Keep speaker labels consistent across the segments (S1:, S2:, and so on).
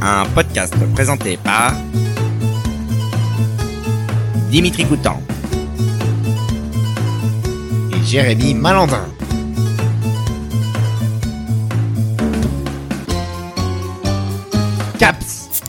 S1: un podcast présenté par Dimitri Coutan
S2: et Jérémy Malandin.
S3: Caps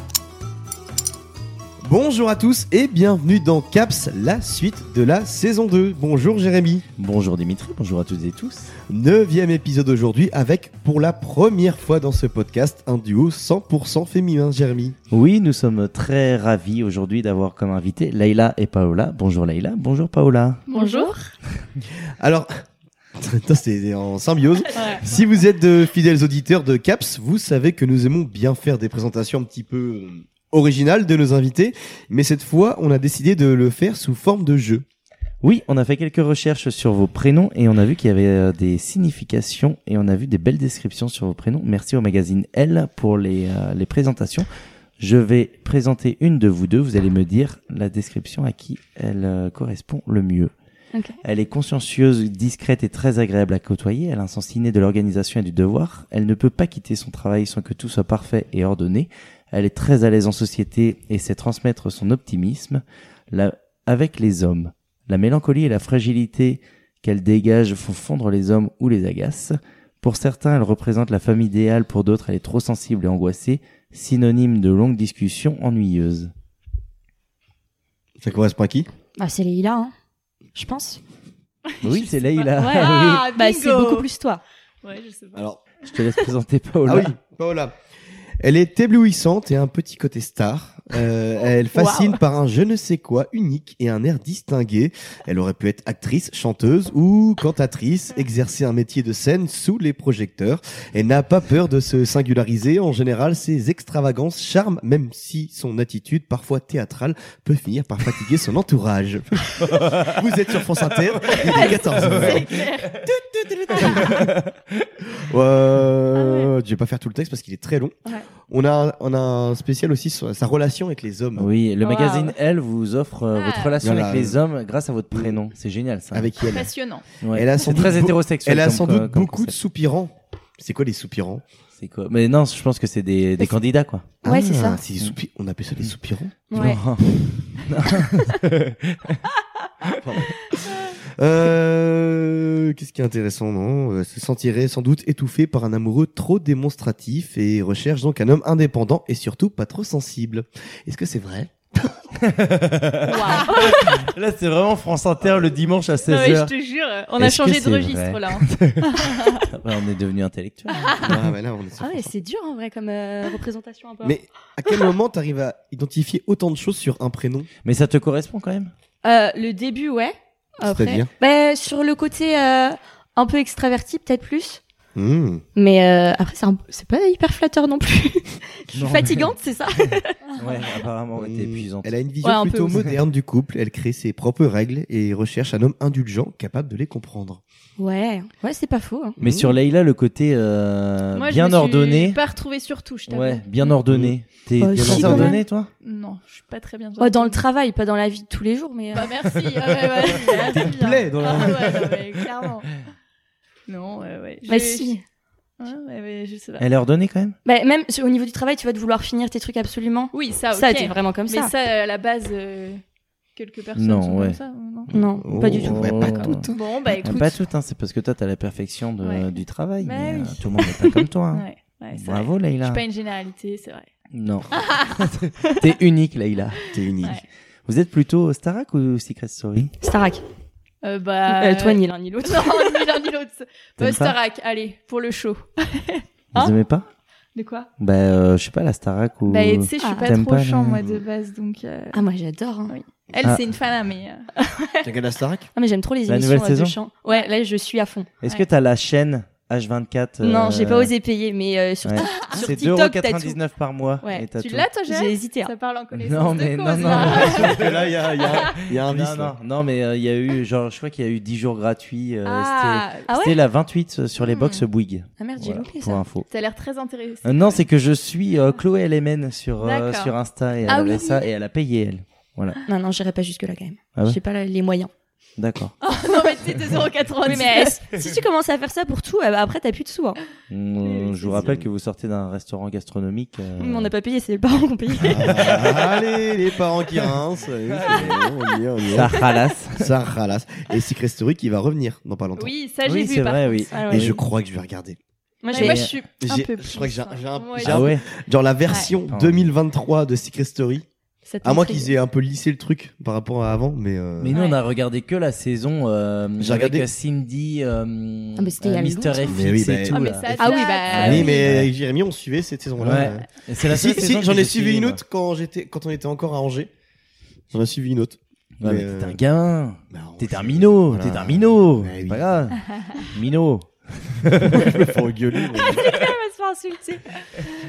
S3: Bonjour à tous et bienvenue dans Caps, la suite de la saison 2. Bonjour Jérémy.
S4: Bonjour Dimitri, bonjour à toutes et tous.
S3: Neuvième épisode aujourd'hui avec, pour la première fois dans ce podcast, un duo 100% féminin, Jérémy.
S4: Oui, nous sommes très ravis aujourd'hui d'avoir comme invité Leïla et Paola. Bonjour Leïla, bonjour Paola.
S5: Bonjour.
S3: Alors, Putain, c'est en symbiose. Si vous êtes de fidèles auditeurs de Caps, vous savez que nous aimons bien faire des présentations un petit peu euh, originales de nos invités, mais cette fois, on a décidé de le faire sous forme de jeu.
S4: Oui, on a fait quelques recherches sur vos prénoms et on a vu qu'il y avait euh, des significations et on a vu des belles descriptions sur vos prénoms. Merci au magazine Elle pour les, euh, les présentations. Je vais présenter une de vous deux, vous allez me dire la description à qui elle euh, correspond le mieux.
S5: Ok.
S4: Elle est consciencieuse, discrète et très agréable à côtoyer. Elle a un sens inné de l'organisation et du devoir. Elle ne peut pas quitter son travail sans que tout soit parfait et ordonné. Elle est très à l'aise en société et sait transmettre son optimisme la- avec les hommes. La mélancolie et la fragilité qu'elle dégage font fondre les hommes ou les agacent. Pour certains, elle représente la femme idéale, pour d'autres, elle est trop sensible et angoissée, synonyme de longues discussions ennuyeuses.
S3: Ça correspond à qui
S5: Bah, c'est Leïla, hein. je pense.
S4: Oui, c'est Leïla.
S6: Ouais.
S4: Oui.
S6: Ah,
S5: Bah, c'est
S6: bingo.
S5: beaucoup plus toi.
S6: Ouais, je sais pas.
S3: Alors,
S4: Je te laisse présenter Paola.
S3: Ah oui, Paola. Elle est éblouissante et a un petit côté star. Euh, elle fascine par un je ne sais quoi unique et un air distingué. Elle aurait pu être actrice, chanteuse ou cantatrice, exercer un métier de scène sous les projecteurs. Elle n'a pas peur de se singulariser. En général, ses extravagances charment, même si son attitude, parfois théâtrale, peut finir par fatiguer son entourage. Vous êtes sur France Inter,
S5: Ah,
S3: il est 14h. Euh, Je vais pas faire tout le texte parce qu'il est très long.
S6: Ouais.
S3: On a, un- on a un spécial aussi sur sa relation avec les hommes,
S4: Oui, le
S6: Wow.
S4: magazine Elle vous offre euh,
S6: Ah.
S4: votre relation
S3: Voilà.
S4: avec les hommes grâce à votre prénom. C'est génial ça.
S3: avec qui elle.
S6: Passionnant.
S4: Ouais.
S3: Elle a sans
S4: c'est
S3: doute
S4: très
S3: beau-
S4: hétérosexuel.
S3: Elle a
S4: comme
S3: sans
S4: co-
S3: doute
S4: comme
S3: beaucoup de
S4: concept.
S3: soupirants. C'est quoi les soupirants
S4: C'est quoi Mais non, je pense que c'est des, des
S5: Mais c'est-
S4: candidats quoi.
S5: Ouais, c'est
S4: Ah.
S5: ça.
S3: des soupi- On appelle ça
S4: Mm.
S3: des soupirants.
S5: Ouais.
S4: Non.
S3: Euh, Qu'est-ce qui est intéressant, non Euh, Se sentirait sans doute étouffé par un amoureux trop démonstratif et recherche donc un homme indépendant et surtout pas trop sensible. Est-ce que c'est vrai
S4: Là, c'est vraiment France Inter le dimanche à
S6: Non, mais je
S4: 16h.
S6: te jure, on a
S4: Est-ce que
S6: changé de
S4: c'est
S6: registre
S4: vrai
S6: là. hein.
S4: Ah bah, on est devenu intellectuel.
S3: Ah, mais là, on est sur
S5: Ah ouais,
S3: France
S5: c'est dur en vrai comme euh, représentation un peu.
S3: Mais à quel moment t'arrives à identifier autant de choses sur un prénom
S4: Mais ça te correspond quand même
S5: Euh, le début, ouais. Après-
S3: C'est-à-dire
S5: Bah, sur le côté euh, un peu extraverti, peut-être plus.
S3: Hmm.
S5: Mais euh, après, c'est un- c'est pas hyper flatteur non plus. Je suis fatigante, c'est ça
S4: Ouais, apparemment, ouais, t'es
S3: Hmm.
S4: épuisante.
S3: Elle a une vision
S6: Ouais, un peu
S3: plutôt
S6: aussi.
S3: moderne du couple. Elle crée ses propres règles et recherche un homme indulgent capable de les comprendre.
S5: Ouais, ouais, c'est pas faux. hein.
S4: Mais
S3: Mmh.
S4: sur Leïla, le côté euh,
S6: Moi,
S4: bien
S6: je me
S4: ordonné.
S6: Suis pas retrouvé sur tout, je t'avoue.
S4: Ouais, bien ordonné. T'es
S5: Bah,
S4: bien
S5: si,
S3: quand
S4: ordonné, toi
S6: Non, je suis pas très bien.
S5: Ouais, Oh, dans le travail, pas dans la vie de tous les jours, mais. euh,
S6: Bah merci. Ah ouais, ouais,
S3: Des plaies dans la-
S6: Ah ouais, non, mais clairement. Non, ouais, ouais.
S5: bah,
S6: Je-
S5: si.
S6: Ouais, ouais, ouais, je sais pas.
S4: Elle est ordonnée quand même
S5: Bah, même sur- au niveau du travail, tu vas de vouloir finir tes trucs absolument.
S6: Oui, ça, ok.
S5: Ça, t'es vraiment comme
S6: mais
S5: Ah, ça.
S6: ça. à la base, euh, quelques personnes
S4: Non,
S6: sont
S4: ouais.
S6: comme ça. ou Non
S5: Non, pas du
S3: Oh,
S5: tout.
S3: ouais, pas
S4: D'accord.
S3: toutes.
S6: Bon, bah écoute.
S4: Pas tout, hein, c'est parce que toi, t'as la perfection de-
S6: Ouais.
S4: du travail.
S6: Bah
S4: mais
S6: oui.
S4: euh, tout le monde n'est pas comme toi. hein.
S6: Ouais, ouais, c'est vrai.
S4: Bravo,
S6: Je
S4: Leïla.
S6: suis pas une généralité, c'est vrai.
S4: Non. T'es unique, Leïla.
S3: T'es unique.
S6: Ouais.
S4: Vous êtes plutôt Starak ou Secret Story
S5: Starak.
S6: Euh, bah.
S5: Euh, toi, ni l'un ni l'autre.
S6: Non, ni l'un ni l'autre.
S4: T'aimes
S6: Euh,
S4: pas
S6: Starak, allez, pour le show.
S4: Vous
S6: Hein
S4: aimez pas
S6: De quoi
S4: Bah, euh, je sais pas, la Starak ou.
S6: Bah, tu sais, je suis
S5: Ah.
S6: pas
S4: T'aimes
S6: trop
S4: pas
S6: champ,
S4: le-
S6: moi, de base, donc... euh,
S5: Ah, moi, j'adore. hein.
S6: Elle,
S4: Ah.
S6: c'est une fan, mais... euh,
S3: T'as qu'à la Starac
S5: Ah mais j'aime trop les
S4: La
S5: émissions
S4: nouvelle
S5: euh, de
S4: saison
S5: chant. Ouais, là je suis à fond.
S4: Est-ce que t'as la chaîne H24
S5: Non, j'ai pas
S4: euh,
S5: osé payer, mais euh, sur
S4: ouais.
S5: sur
S4: C'est
S5: TikTok,
S4: 2,99€ par mois.
S6: Ouais.
S4: et t'as
S6: Tu
S4: tout.
S6: l'as, toi,
S5: j'ai
S6: Jérémy
S5: hésité. hein.
S6: Ça parle en connaissance
S4: Non,
S6: de
S4: mais non,
S6: cause, hein.
S4: non.
S6: là.
S3: là, il y a, y a- y a un vice.
S4: Non, non,
S3: là.
S4: non, mais euh, il y a eu, genre, je crois qu'il y a eu 10 jours gratuits. euh, c'était-
S6: Ah,
S5: Ah
S4: C'était
S5: ouais
S4: la 28 sur les
S6: Hmm.
S4: box Bouygues.
S5: Ah merde, j'ai
S4: Voilà,
S5: loupé
S4: pour
S5: ça.
S4: info.
S6: t'as l'air très intéressé.
S4: Euh, non, c'est que je suis euh, Chloé LMN sur, euh,
S6: Ah. D'accord.
S4: sur Insta et elle
S6: Ah
S4: avait
S6: oui.
S4: ça et elle a payé elle.
S5: Non non, j'irai pas jusque là quand même.
S4: Ah ouais
S5: J'ai pas la- les moyens.
S6: Ah,
S4: D'accord.
S6: non, mais côté de 0,90.
S5: Oui, mais euh, si tu commences à faire ça pour tout, euh, bah, après t'as plus de sous. hein.
S4: Mm, je vous rappelle que vous sortez d'un restaurant gastronomique. euh,
S5: Mais On n'a pas payé, c'est les parents qui ont payé.
S3: Ah, allez, les parents qui rincent. Allez, c'est bon, on y est, on y est.
S4: Ça ralasse.
S3: Ça ralasse. Et Secret Story qui va revenir dans pas longtemps.
S6: Oui, ça j'ai
S4: oui,
S6: vu.
S4: c'est
S6: par
S4: vrai,
S6: contre.
S4: oui.
S5: Ah ouais.
S3: Et je crois que je vais regarder.
S5: Moi,
S6: Mais
S5: j'ai-
S6: moi, je suis un
S3: J'ai-
S6: peu. hein.
S3: je crois que j'ai un- j'ai un-
S6: Moi,
S3: j'ai
S4: Ah
S3: un-
S4: ouais.
S3: Genre la version
S4: Ouais.
S3: 2023 de Secret Story.
S5: ça
S3: À moins
S5: t'intrigue.
S3: qu'ils aient un peu lissé le truc par rapport à avant, mais. euh,
S4: Mais nous, on a regardé que la saison euh,
S3: J'ai
S4: avec
S3: regardé-
S4: Cindy, euh,
S5: Ah, mais c'était il y a
S4: Mister
S5: longtemps.
S4: FX
S3: Mais oui,
S4: et
S3: bah,
S4: tout.
S6: Ah, mais
S4: là.
S6: ça
S5: Ah oui,
S6: date.
S5: bah,
S3: oui,
S5: oui.
S3: mais avec Jérémy, on suivait cette saison-là. Euh,
S4: Ouais. Et C'est la
S3: Si,
S4: seule
S3: si,
S4: saison que
S3: j'en ai
S4: j'ai
S3: suivi une
S4: moi.
S3: autre quand j'étais, quand on était encore à Angers. J'en ai suivi une autre.
S4: Ouais, mais
S3: mais,
S4: t'étais
S3: euh,
S4: un gamin.
S3: Bah, Angers,
S4: T'es un minot,
S3: voilà.
S4: t'es un minot,
S3: Ouais,
S4: c'est
S3: Ah. oui.
S4: pas grave. minot.
S3: Je me fais engueuler, mais-
S6: On va se faire insulter.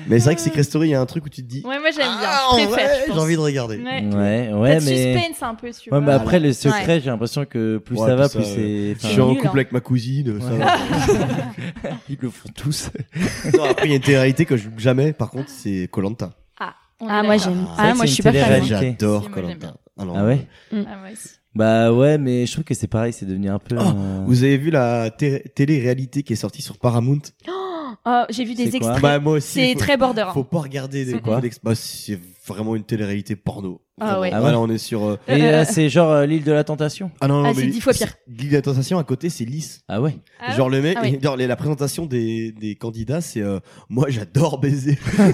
S3: Mais c'est vrai que Secret Story, il y a un truc où tu te dis.
S6: Ouais, moi j'aime bien.
S3: Ah,
S6: Je
S3: en
S6: préfère.
S3: vrai,
S6: je pense.
S3: j'ai envie de regarder.
S6: Ouais.
S4: Ouais,
S6: T'as
S4: ouais,
S6: de
S4: mais.
S6: suspense un peu, tu
S4: Ouais,
S6: vois.
S4: mais après, le secret, j'ai l'impression que plus
S3: Ouais,
S4: ça va,
S3: plus
S4: plus
S3: ça,
S4: c'est.
S3: Je
S4: enfin,
S3: suis en
S6: nul,
S3: couple
S6: hein.
S3: avec ma cousine, ça
S4: Ouais.
S3: va.
S4: Ils le font tous.
S3: Non, après, il y a une télé-réalité que je joue jamais, par contre, c'est Colanta.
S6: Ah, on est
S5: Ah, moi, j'aime.
S6: d'accord.
S4: C'est vrai
S5: Ah,
S4: que c'est
S5: moi, je
S4: une
S5: suis pas fan.
S4: télé-réalité.
S5: moi.
S3: J'adore
S6: Si, moi, j'aime
S3: Colanta.
S6: bien.
S4: Ah ouais
S6: Ah, moi aussi.
S4: Bah ouais, mais je trouve que c'est pareil, c'est devenu un peu.
S3: Oh,
S4: euh,
S3: Vous avez vu la té- télé-réalité qui est sortie sur Paramount
S5: Oh, j'ai vu
S4: C'est
S5: des
S4: quoi
S5: extraits.
S3: Bah, moi aussi.
S5: C'est
S3: faut-
S5: très border.
S3: Faut pas regarder des
S4: C'est quoi
S3: des ex- Bah, c'est vraiment une télé-réalité porno.
S6: Ah
S3: Vraiment.
S6: ouais.
S4: Ah ouais
S3: là, on est sur. euh,
S4: Et euh, c'est genre euh, l'île de la tentation.
S3: Ah non, non,
S5: Ah,
S3: mais
S5: c'est dix fois pire.
S3: Guide à tentation, à côté, c'est lisse.
S4: Ah ouais.
S6: Ah
S3: genre, le mec,
S5: Ah ouais.
S3: genre, les- la présentation des, des candidats, c'est euh, Moi, j'adore baiser.
S5: Euh,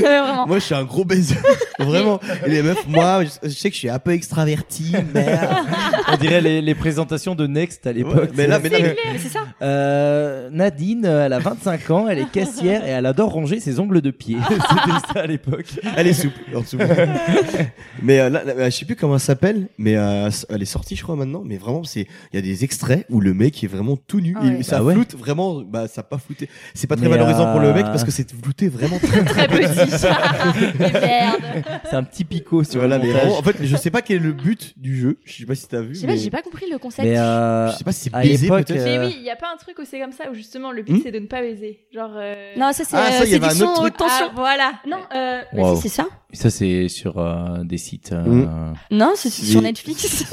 S5: Vraiment.
S3: moi, je suis un gros baiser. Vraiment. Et les meufs, moi, je, je sais que je suis un peu extraverti, merde.
S4: On dirait les, les présentations de Next à l'époque.
S3: mais là, mais là, mais-
S5: Mais C'est ça.
S4: Euh, Nadine, euh, elle a 25 ans, elle est caissière et elle adore ronger ses ongles de pied. C'était ça à l'époque.
S3: Elle est souple, en dessous. mais euh, là, là, je sais plus comment elle s'appelle, mais euh, elle est sortie, je crois, maintenant. Mais vraiment, c'est il y a des extraits où le mec est vraiment tout nu.
S6: Ah
S3: Il-
S6: ouais.
S3: ça
S4: Bah ouais.
S3: floute vraiment, bah ça a pas flouté. C'est pas très
S4: Mais,
S3: valorisant pour le mec
S4: euh,
S3: parce que c'est flouté vraiment très.
S6: Très petit. Mais Merde.
S4: C'est un petit picot sur
S3: Voilà,
S4: le
S3: mais
S4: montage.
S3: vraiment, en fait, je sais pas quel est le but du jeu. Je sais pas si t'as vu.
S5: Je sais
S3: mais...
S5: pas, j'ai pas compris le concept.
S4: Mais, euh,
S3: je sais pas si c'est
S4: à
S3: baiser
S4: l'époque,
S3: peut-être.
S6: Mais
S4: Euh.
S6: oui, il y a pas un truc où c'est comme ça où justement le
S3: Hmm
S6: but c'est de ne pas baiser. Genre. euh,
S5: Non, ça, c'est
S3: Ah, ça, il y
S5: c'est
S3: avait
S5: du
S3: un autre
S5: son haute
S3: truc.
S5: tension.
S6: Ah, voilà. Non, euh,
S5: Bah,
S4: Wow.
S5: si, c'est ça.
S4: ça c'est sur euh, des sites. euh,
S3: Mm.
S5: Non, c'est
S3: Si.
S5: sur Netflix.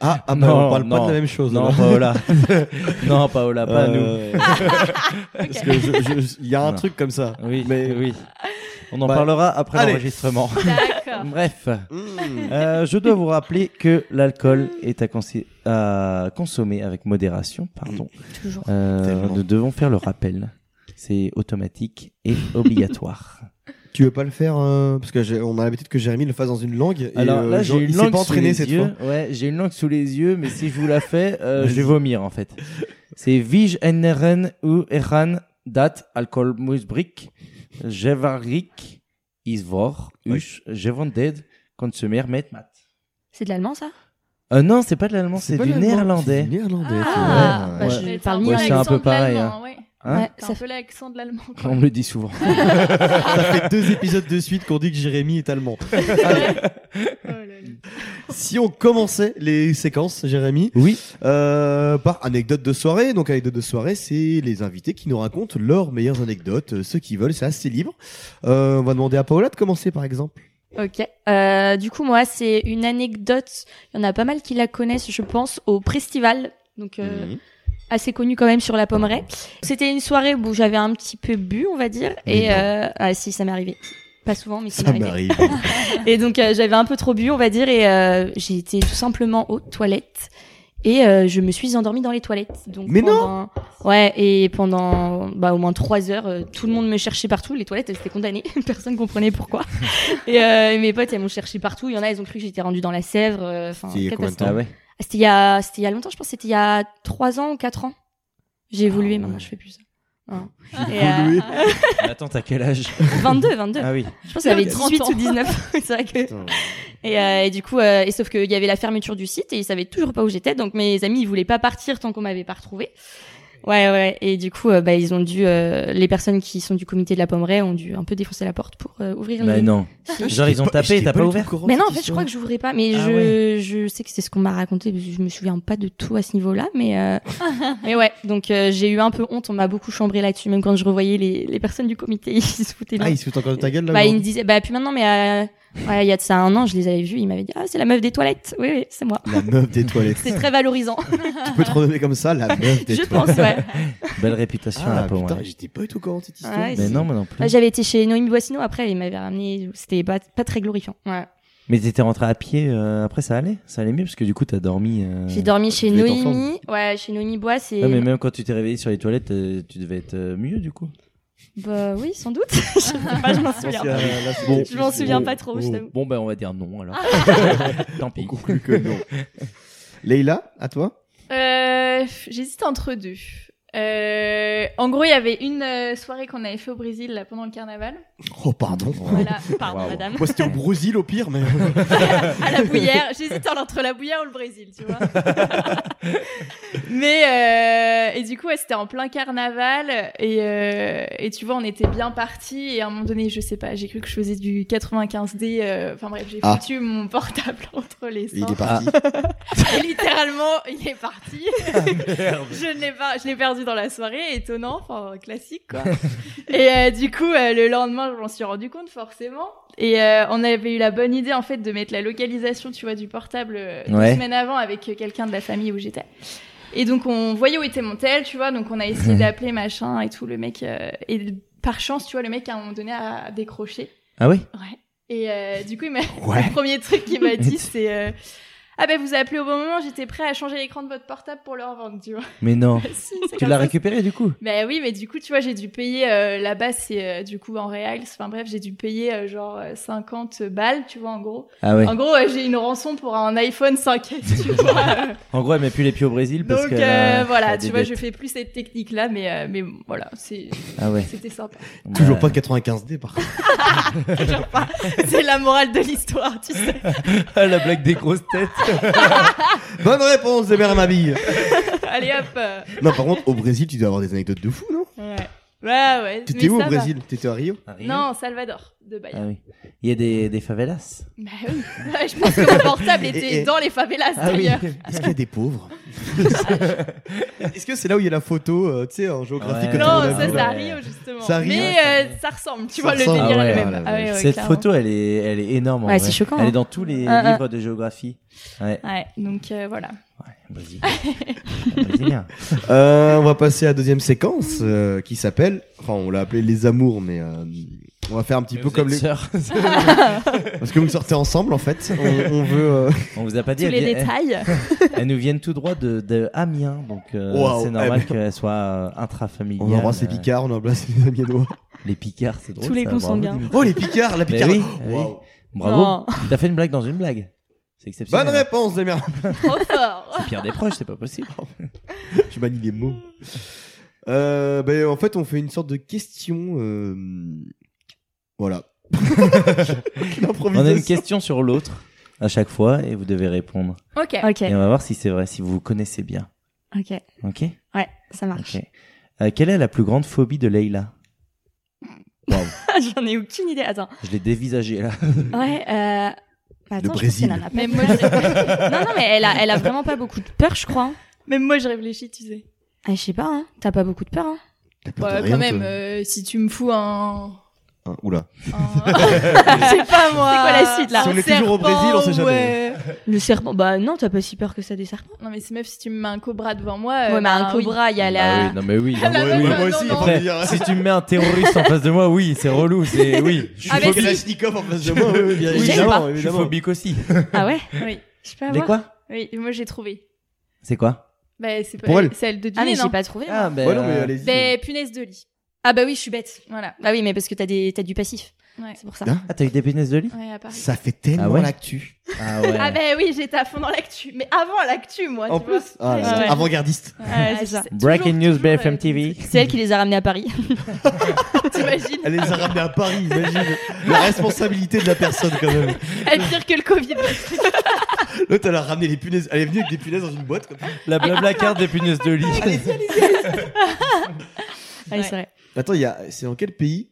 S3: Ah, ah bah,
S4: Non,
S3: on parle pas
S4: non.
S3: de la même chose.
S4: Non,
S3: alors.
S4: Paola. non, Paola, pas nous.
S3: Euh, Parce que je- je- il y a un
S4: Non.
S3: truc comme ça.
S4: Oui,
S3: mais
S4: oui. On en
S3: Bah,
S4: parlera après
S3: allez.
S4: l'enregistrement.
S6: D'accord.
S4: Bref,
S3: Mm.
S4: euh, je dois vous rappeler que l'alcool est à, consi- à consommer avec modération. Pardon.
S5: Toujours.
S4: Euh,
S3: Tellement.
S4: nous devons faire le rappel. C'est automatique et obligatoire.
S3: Tu veux pas le faire euh, parce que j'ai- on a l'habitude que Jérémy le fasse dans une langue. et,
S4: Alors
S3: euh,
S4: là,
S3: genre,
S4: j'ai une
S3: il s'est
S4: langue
S3: pas
S4: sous
S3: entraîné
S4: les
S3: cette
S4: yeux.
S3: fois.
S4: Ouais, j'ai une langue sous les yeux, mais si je vous la fais, euh, je vais vomir en fait. C'est Vij Enneren ou Eran Dat Alcohol Musbrik Jevarik Isvor Ush Jevanded Consumer Met Mat.
S5: C'est de l'allemand, ça
S4: Euh, non, c'est pas de l'allemand, c'est
S3: pas
S4: du
S3: l'allemand,
S4: néerlandais.
S3: c'est du néerlandais.
S5: Ah,
S3: c'est vrai.
S5: bah,
S4: Ouais.
S5: je
S6: Mais
S5: parle
S6: t'as
S5: ni
S4: Ouais,
S6: peu
S4: c'est
S5: anglais.
S4: un peu
S6: l'accent de
S4: pareil,
S6: l'allemand, ouais.
S4: Hein
S5: Ouais,
S6: T'as
S5: ça
S6: un peu l'accent de l'allemand. quoi.
S4: On me le dit souvent.
S3: Ça fait deux épisodes de suite qu'on dit que Jérémy est allemand.
S6: Oh là là.
S3: si on commençait les séquences, Jérémy,
S4: Oui.
S3: euh, par anecdote de soirée. Donc anecdote de soirée, c'est les invités qui nous racontent leurs meilleures anecdotes. Euh, Ceux qui veulent, c'est assez libre. Euh, on va demander à Paola de commencer par exemple.
S5: Ok. Euh, du coup, moi, c'est une anecdote. Il y en a pas mal qui la connaissent, je pense, au Prestival. Donc, euh,
S4: Hmm.
S3: Mhm.
S5: assez connu quand même sur la pommeraie. C'était une soirée où j'avais un petit peu bu, on va dire.
S3: Mais
S5: Et
S3: non.
S5: euh, ah si, ça m'est arrivé. Pas souvent, mais
S4: Ah
S5: ça,
S3: Ça
S4: bah,
S5: m'est arrivé.
S3: m'arrive.
S5: Et donc, euh, j'avais un peu trop bu, on va dire. Et euh, j'ai été tout simplement aux toilettes. Et euh, je me suis endormie dans les toilettes. Donc
S3: Mais
S5: pendant... Ouais, et pendant bah, au moins trois heures, euh, tout le monde me cherchait partout. Les toilettes, elles étaient condamnées. Personne comprenait pourquoi. et, euh, et mes potes, elles m'ont cherché partout. Il y en a, elles ont cru que j'étais rendue dans la Sèvre. euh, Enfin,
S3: C'était il y a combien de
S5: catastrophe.
S3: temps
S4: Ah ouais.
S5: Ah, C'était il, y a... c'était il y a longtemps, je pense. que C'était il y a trois ans ou quatre ans. J'ai évolué,
S4: ouais.
S5: maintenant, je fais plus ça. Non. Et,
S3: Ah, Évolué.
S5: euh,
S4: Mais Attends, t'as quel âge
S5: 22, 22.
S4: Ah oui.
S5: Je pense que j'avais
S6: 30
S5: 18
S6: ans.
S5: ou 19. C'est vrai que...
S3: Putain.
S5: Et, euh, et du coup, euh, et sauf qu'il y avait la fermeture du site et ils savaient toujours pas où j'étais. Donc mes amis, ils voulaient pas partir tant qu'on m'avait pas retrouvé. Ouais, ouais. Et du coup, euh, bah, ils ont dû, euh, les personnes qui sont du comité de la Pommeraye ont dû un peu défoncer la porte pour euh, ouvrir.
S4: Bah
S5: les-
S4: non.
S5: Si.
S4: Genre ils ont tapé,
S3: J'étais
S4: t'as pas
S3: du tout
S4: ouvert.
S3: au courant
S5: Mais
S3: de
S5: non, en
S3: cette
S5: fait, je
S3: histoire.
S5: crois que j'ouvrais pas. Mais
S4: Ah
S5: je,
S4: ouais.
S5: je sais que c'est ce qu'on m'a raconté. Parce que je me souviens pas de tout à ce niveau-là. Mais, euh, mais ouais. Donc euh, j'ai eu un peu honte. On m'a beaucoup chambré là-dessus. Même quand je revoyais les, les personnes du comité, ils se foutaient. de
S3: Ah,
S5: moi.
S3: il se fout encore de ta gueule là
S5: Bah,
S3: genre
S5: il me disait, bah, puis maintenant, mais euh, Ouais, il y a de ça un an, je les avais vus, ils m'avaient dit Ah, c'est la meuf des toilettes. Oui, oui, c'est moi.
S3: La meuf des toilettes.
S5: C'est très valorisant,
S3: tu peux te renommer comme ça, la meuf des
S5: je
S3: toilettes.
S5: pense, ouais.
S4: Belle réputation
S3: Ah,
S4: là pour
S3: putain,
S4: moi.
S3: j'étais pas du tout au courant de cette histoire.
S5: Ouais,
S4: Mais
S5: si.
S4: non, moi non plus.
S5: Ouais, Bah, J'avais été chez Noémie Boissino après, ils m'avaient ramené, c'était pas, pas très glorifiant. Ouais.
S4: Mais t'étais rentré à pied, euh, après ça allait Ça allait mieux parce que du coup t'as dormi. euh,
S5: J'ai dormi chez
S3: tu devais être en
S5: Noémie, ouais, chez Noémie Bois, c'est.
S4: Ouais, Ah, mais même quand tu t'es réveillé sur les toilettes, euh, tu devais être euh, mieux du coup.
S5: Bah oui, sans doute. je sais pas, je m'en souviens.
S3: Bon.
S5: Je m'en souviens pas trop, je
S4: bon,
S5: t'avoue.
S4: Bon, ben on va dire non alors.
S6: Ah.
S4: Tant pis.
S3: Conclu que non. Leïla, à toi
S6: Euh, J'hésite entre deux. Euh, en gros, il y avait une euh, soirée qu'on avait fait au Brésil là, pendant le carnaval.
S3: Oh, pardon.
S6: Voilà. Pardon,
S4: Waouh.
S6: madame.
S3: Moi, c'était au Brésil au pire, mais.
S6: à la bouillère. J'hésite entre la bouillère ou le Brésil, tu vois. Mais euh, et du coup, ouais, c'était en plein carnaval et, euh, et tu vois, on était bien partis et à un moment donné, je sais pas, j'ai cru que je faisais du 95D. euh, Enfin bref, j'ai
S3: Ah.
S6: foutu mon portable entre les
S3: Il
S6: seins.
S3: est parti.
S6: Et littéralement, il est parti. je ne l'ai pas, je l'ai perdu dans la soirée, étonnant, enfin classique quoi. et euh, du coup, euh, le lendemain, je m'en suis rendu compte forcément. Et euh, on avait eu la bonne idée en fait de mettre la localisation, tu vois, du portable euh, deux
S4: Ouais.
S6: semaines avant avec euh, quelqu'un de la famille où j'étais. Et donc on voyait où était mon tel, tu vois, donc on a essayé d'appeler machin et tout. Le mec euh, et par chance, tu vois, le mec à un moment donné a décroché.
S4: Ah oui
S6: Ouais. Et euh, du coup, il m'a-
S3: Ouais.
S6: le premier truc qu'il m'a dit, c'est euh, Ah ben vous avez appelé au bon moment, j'étais prêt à changer l'écran de votre portable pour le revendre, tu vois.
S4: Mais non.
S6: Si, c'est
S4: tu
S6: comme
S4: l'as
S6: ça.
S4: récupéré du coup
S6: Bah oui, mais du coup, tu vois, j'ai dû payer euh, là-bas, c'est euh, du coup en réal. Enfin bref, j'ai dû payer euh, genre euh, 50 balles, tu vois, en gros.
S4: Ah ouais.
S6: En gros, euh, j'ai une rançon pour un iPhone 5S, tu vois. euh.
S4: En gros, elle met plus les pieds au Brésil parce
S6: Donc
S4: que.
S6: euh,
S4: euh, elle a
S6: voilà,
S4: des
S6: tu vois,
S4: dettes.
S6: je fais plus cette technique-là, mais, euh, mais voilà, c'est-
S4: Ah ouais.
S6: c'était sympa.
S3: Toujours
S4: Bah,
S3: pas de 95D, par contre.
S6: Genre pas- c'est la morale de l'histoire, tu sais.
S4: Ah, la blague des grosses têtes.
S3: Bonne réponse, des mères à ma bille.
S6: Allez hop. euh,
S3: Non, par contre, au Brésil, tu dois avoir des anecdotes de fou, non
S6: Ouais, ouais. ouais.
S3: T'étais
S6: mais
S3: où
S6: ça
S3: au
S6: va.
S3: Brésil T'étais à Rio
S6: Non, Salvador, de Bahia.
S4: Ah oui. Il y a des, des favelas.
S6: Bah oui. Je pense que mon portable était
S3: Et- Ah et-
S6: dans les favelas d'ailleurs.
S5: Ah.
S3: Est-ce qu'il y a des pauvres Est-ce que c'est là où il y a la photo, euh, tu sais, en géographie
S4: Ouais.
S3: que tout le
S6: Non,
S3: monde a
S6: ça,
S3: vu,
S6: c'est
S3: là
S6: à
S4: Ouais.
S6: Rio justement.
S3: C'est à Rio,
S6: Mais
S4: ça.
S6: euh, ça ressemble, tu
S3: Ça
S6: vois, le
S3: ressemble.
S6: délire
S4: Ah ouais,
S6: est le
S3: ah
S6: même.
S3: la
S6: Ah ouais, ouais,
S4: Cette
S6: clairement.
S4: photo, elle est, elle est énorme. en
S5: Ouais,
S4: vrai.
S5: c'est choquant,
S4: Elle
S5: hein.
S4: est dans tous les
S5: Ah, ah.
S4: livres de géographie. Ouais.
S6: Ouais, donc euh, voilà.
S4: Ouais, Brésil. Brésilien.
S3: Euh, on va passer à la deuxième séquence euh, qui s'appelle, enfin on l'a appelé les amours, mais euh, on va faire un petit peu comme les...
S4: sœurs.
S3: Parce que vous sortez ensemble en fait, on, on veut... euh,
S4: On vous a pas dit.
S6: Tous les
S4: elle- elle-
S6: détails.
S4: Elles nous viennent tout droit de, de Amiens, donc euh,
S3: Waouh,
S4: c'est normal
S3: eh ben.
S4: qu'elles soient euh, intrafamiliales.
S3: On embrasse les
S4: euh,
S3: Picards, on embrasse les Amiénois.
S4: Les Picards, c'est drôle.
S5: Tous les
S4: ça,
S5: cons sont
S4: bravo,
S5: bien.
S4: Dimitri.
S3: Oh les Picards, la
S4: Mais
S3: Picardie
S4: oui, oui.
S3: Wow.
S4: Bravo. T'as fait une blague dans une blague. C'est exceptionnel.
S3: Bonne réponse les mères
S6: Trop fort.
S4: C'est Pierre des proches, c'est pas possible.
S3: Tu manies des mots. Euh, ben, en fait on fait une sorte de question... euh, Voilà. Aucune
S4: On a une
S3: improvisation.
S4: question sur l'autre à chaque fois et vous devez répondre.
S6: Ok.
S5: Ok,
S4: Et on va voir si c'est vrai, si vous vous connaissez bien.
S5: ok.
S4: Ok.
S5: Ouais, ça marche.
S4: Ok. Euh, quelle est la plus grande phobie de Leïla
S5: J'en ai aucune idée. Attends.
S4: Je l'ai dévisagée là.
S5: Ouais, euh...
S3: Le
S5: bah, attends, je pense
S3: Brésil.
S5: qu'elle en a pas.
S6: Même moi, je...
S5: Non, non, mais elle a, elle a vraiment pas beaucoup de peur, je crois. hein.
S6: même moi, je réfléchis, tu sais.
S5: Ah, je sais pas, hein. T'as pas beaucoup de peur, hein.
S3: T'as peur de
S6: Ouais,
S3: rien,
S6: quand
S3: toi
S6: même, euh, si tu me fous un.
S3: Hein, oula.
S6: un- Je sais pas moi.
S5: C'est quoi la suite, là
S3: Si on
S6: un
S3: est toujours au
S6: serpent
S3: Brésil, on sait jamais.
S6: ou, euh,
S5: Le serpent, bah non, t'as pas si peur que ça des serpents.
S6: Non, mais c'est meuf, si tu me mets un cobra devant moi. euh,
S5: Ouais, mais un
S6: bah, oui.
S5: cobra, il y a la.
S4: non mais oui.
S6: La
S3: Ouais,
S6: meuf,
S3: ouais,
S6: euh,
S3: moi
S6: non,
S3: aussi,
S6: non.
S3: après, dire-
S4: si tu me mets un terroriste en face de moi, oui, c'est relou, c'est oui. Je suis,
S6: Ah, mais
S4: phobique.
S6: si.
S3: Kalachnikov en face de moi, oui, oui, bien
S5: Je sais
S3: évidemment,
S5: pas.
S4: Je suis
S3: évidemment.
S4: phobique aussi.
S5: Ah ouais
S6: Oui.
S5: Je peux
S4: Les
S5: avoir.
S4: quoi
S6: Oui, moi j'ai trouvé.
S4: C'est quoi
S6: Bah, c'est pas
S3: Pour elle.
S6: c'est elle de
S5: Ah, mais
S6: Dulé,
S5: j'ai
S6: non
S5: pas trouvé. moi.
S4: ben.
S3: Ouais, non, mais allez-y.
S6: Bah, punaise de lit.
S5: Ah, bah oui, je suis bête.
S6: Voilà.
S5: Bah oui, mais parce que t'as des... t'as du passif.
S6: Ouais.
S5: C'est pour ça.
S3: Là
S4: Ah, t'as eu des punaises de lit
S6: Ouais, à Paris.
S3: Ça fait tellement
S4: Ah ouais
S3: l'actu.
S4: Ah ouais.
S6: Ah ben oui, j'étais à fond dans l'actu. Mais avant l'actu, moi,
S3: En
S6: tu
S3: plus, ah, là,
S5: Ouais.
S3: avant-gardiste.
S6: vois. Ouais, c'est ça.
S4: Breaking
S6: Toujours,
S4: news
S6: toujours,
S4: BFM
S6: euh,
S4: TV.
S5: C'est elle qui les a ramenés à Paris.
S6: T'imagines
S3: Elle les a ramenés à Paris, imagine. La responsabilité de la personne, quand même.
S6: Elle pire que le Covid.
S3: L'autre, elle a ramené les punaises. Elle est venue avec des punaises dans une boîte, comme ça.
S4: La blabla carte des punaises de lit.
S5: Allez,
S6: Ouais.
S5: c'est vrai.
S3: Attends, il y a... c'est dans quel pays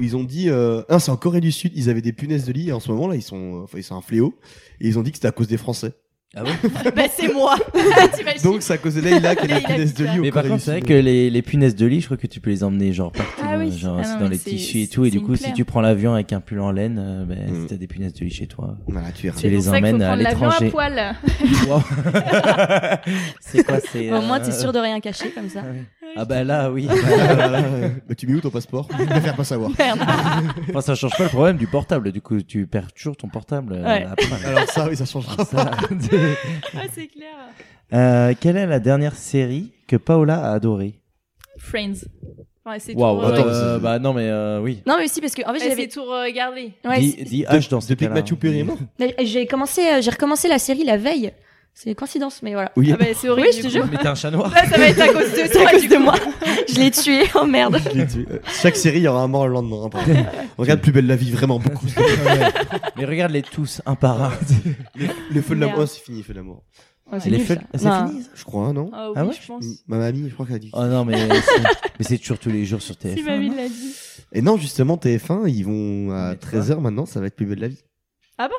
S3: ils ont dit, euh... ah, c'est en euh, Corée du Sud, ils avaient des punaises de lit et en ce moment là ils sont, enfin, ils sont un fléau et ils ont dit que c'était à cause des Français.
S4: Ah bon
S6: bah, c'est moi. T'imagines
S3: Donc c'est à cause de Leïla qu'elle a
S6: Leïla
S3: des punaises de
S6: qui
S3: lit au
S4: Mais par contre, c'est vrai que les, les punaises de lit, je crois que tu peux les emmener genre partout,
S6: Ah oui,
S4: euh, genre
S6: ah
S4: c'est
S6: non,
S4: dans
S6: mais
S4: les
S6: c'est-
S4: tissus et tout. Et
S6: c'est
S4: du
S6: une
S4: coup, si
S6: plaie.
S4: tu prends l'avion avec un pull en laine, euh, ben,
S3: Mm.
S4: si t'as des punaises de lit chez toi,
S3: Voilà, tu iras.
S4: tu les
S6: pour ça qu'il faut
S4: emmènes à
S6: prendre l'avion à
S4: l'étranger.
S6: poil.
S4: Wow. c'est quoi c'est
S5: Au moins,
S4: euh,
S5: t'es sûr de rien cacher comme ça.
S4: Ah bah là, oui.
S3: Mais tu mets où ton passeport
S2: Je préfère pas savoir.
S5: Merde.
S4: Enfin, ça change pas le problème du portable. Du coup, tu perds toujours ton portable. euh,
S5: Ouais.
S4: après.
S3: Alors ça, oui, ça changera.
S4: Ça-
S6: Ah, c'est clair.
S4: Euh, quelle est la dernière série que Paola a adorée
S6: Friends. Enfin, c'est
S4: Waouh.
S6: tout,
S3: attends,
S6: euh,
S4: euh,
S3: c'est-
S4: bah non, mais euh, oui.
S5: Non, mais aussi parce que en fait,
S6: elle s'est
S5: j'avais.
S6: tout regardé.
S5: Ouais,
S4: Dis- dis H dans ce
S3: Depuis que
S4: cas-là. hein.
S3: Mathieu Perry est mort.
S5: c'est- j'ai commencé, euh, j'ai recommencé la série la veille. C'est une coïncidence, mais voilà.
S3: Oui.
S6: Ah bah, c'est horrible.
S5: Oui, je te
S6: du
S5: jure.
S6: coup.
S4: Mais t'es un chat noir.
S6: Là, ça va être à cause de
S5: C'est
S6: toi.
S5: à cause
S6: du
S5: de
S6: coup.
S5: moi. Je l'ai tué. Oh merde.
S3: Je l'ai tué. Euh, Chaque série, il y aura un mort le lendemain. après. On regarde plus belle la vie, vraiment beaucoup.
S4: Mais regarde-les tous, un par un.
S3: Le feu de l'amour. Oh,
S5: Merde.
S3: c'est fini, le feu de l'amour.
S5: Oh, c'est
S4: Les
S5: nul,
S4: feux-
S5: ça.
S4: c'est
S5: Non.
S4: fini ça
S3: Je crois, non
S6: Ah oui,
S4: Ah ouais
S6: je pense.
S3: Ma mamie, je crois qu'elle a dit.
S4: Oh non, mais c'est- mais c'est toujours tous les jours sur
S6: Si
S4: TF1.
S6: mamie
S4: non
S6: l'a dit.
S3: Et non, justement, TF1, ils vont à
S4: Mais
S3: 13h maintenant, ça va être plus belle la vie.
S4: Ah, mais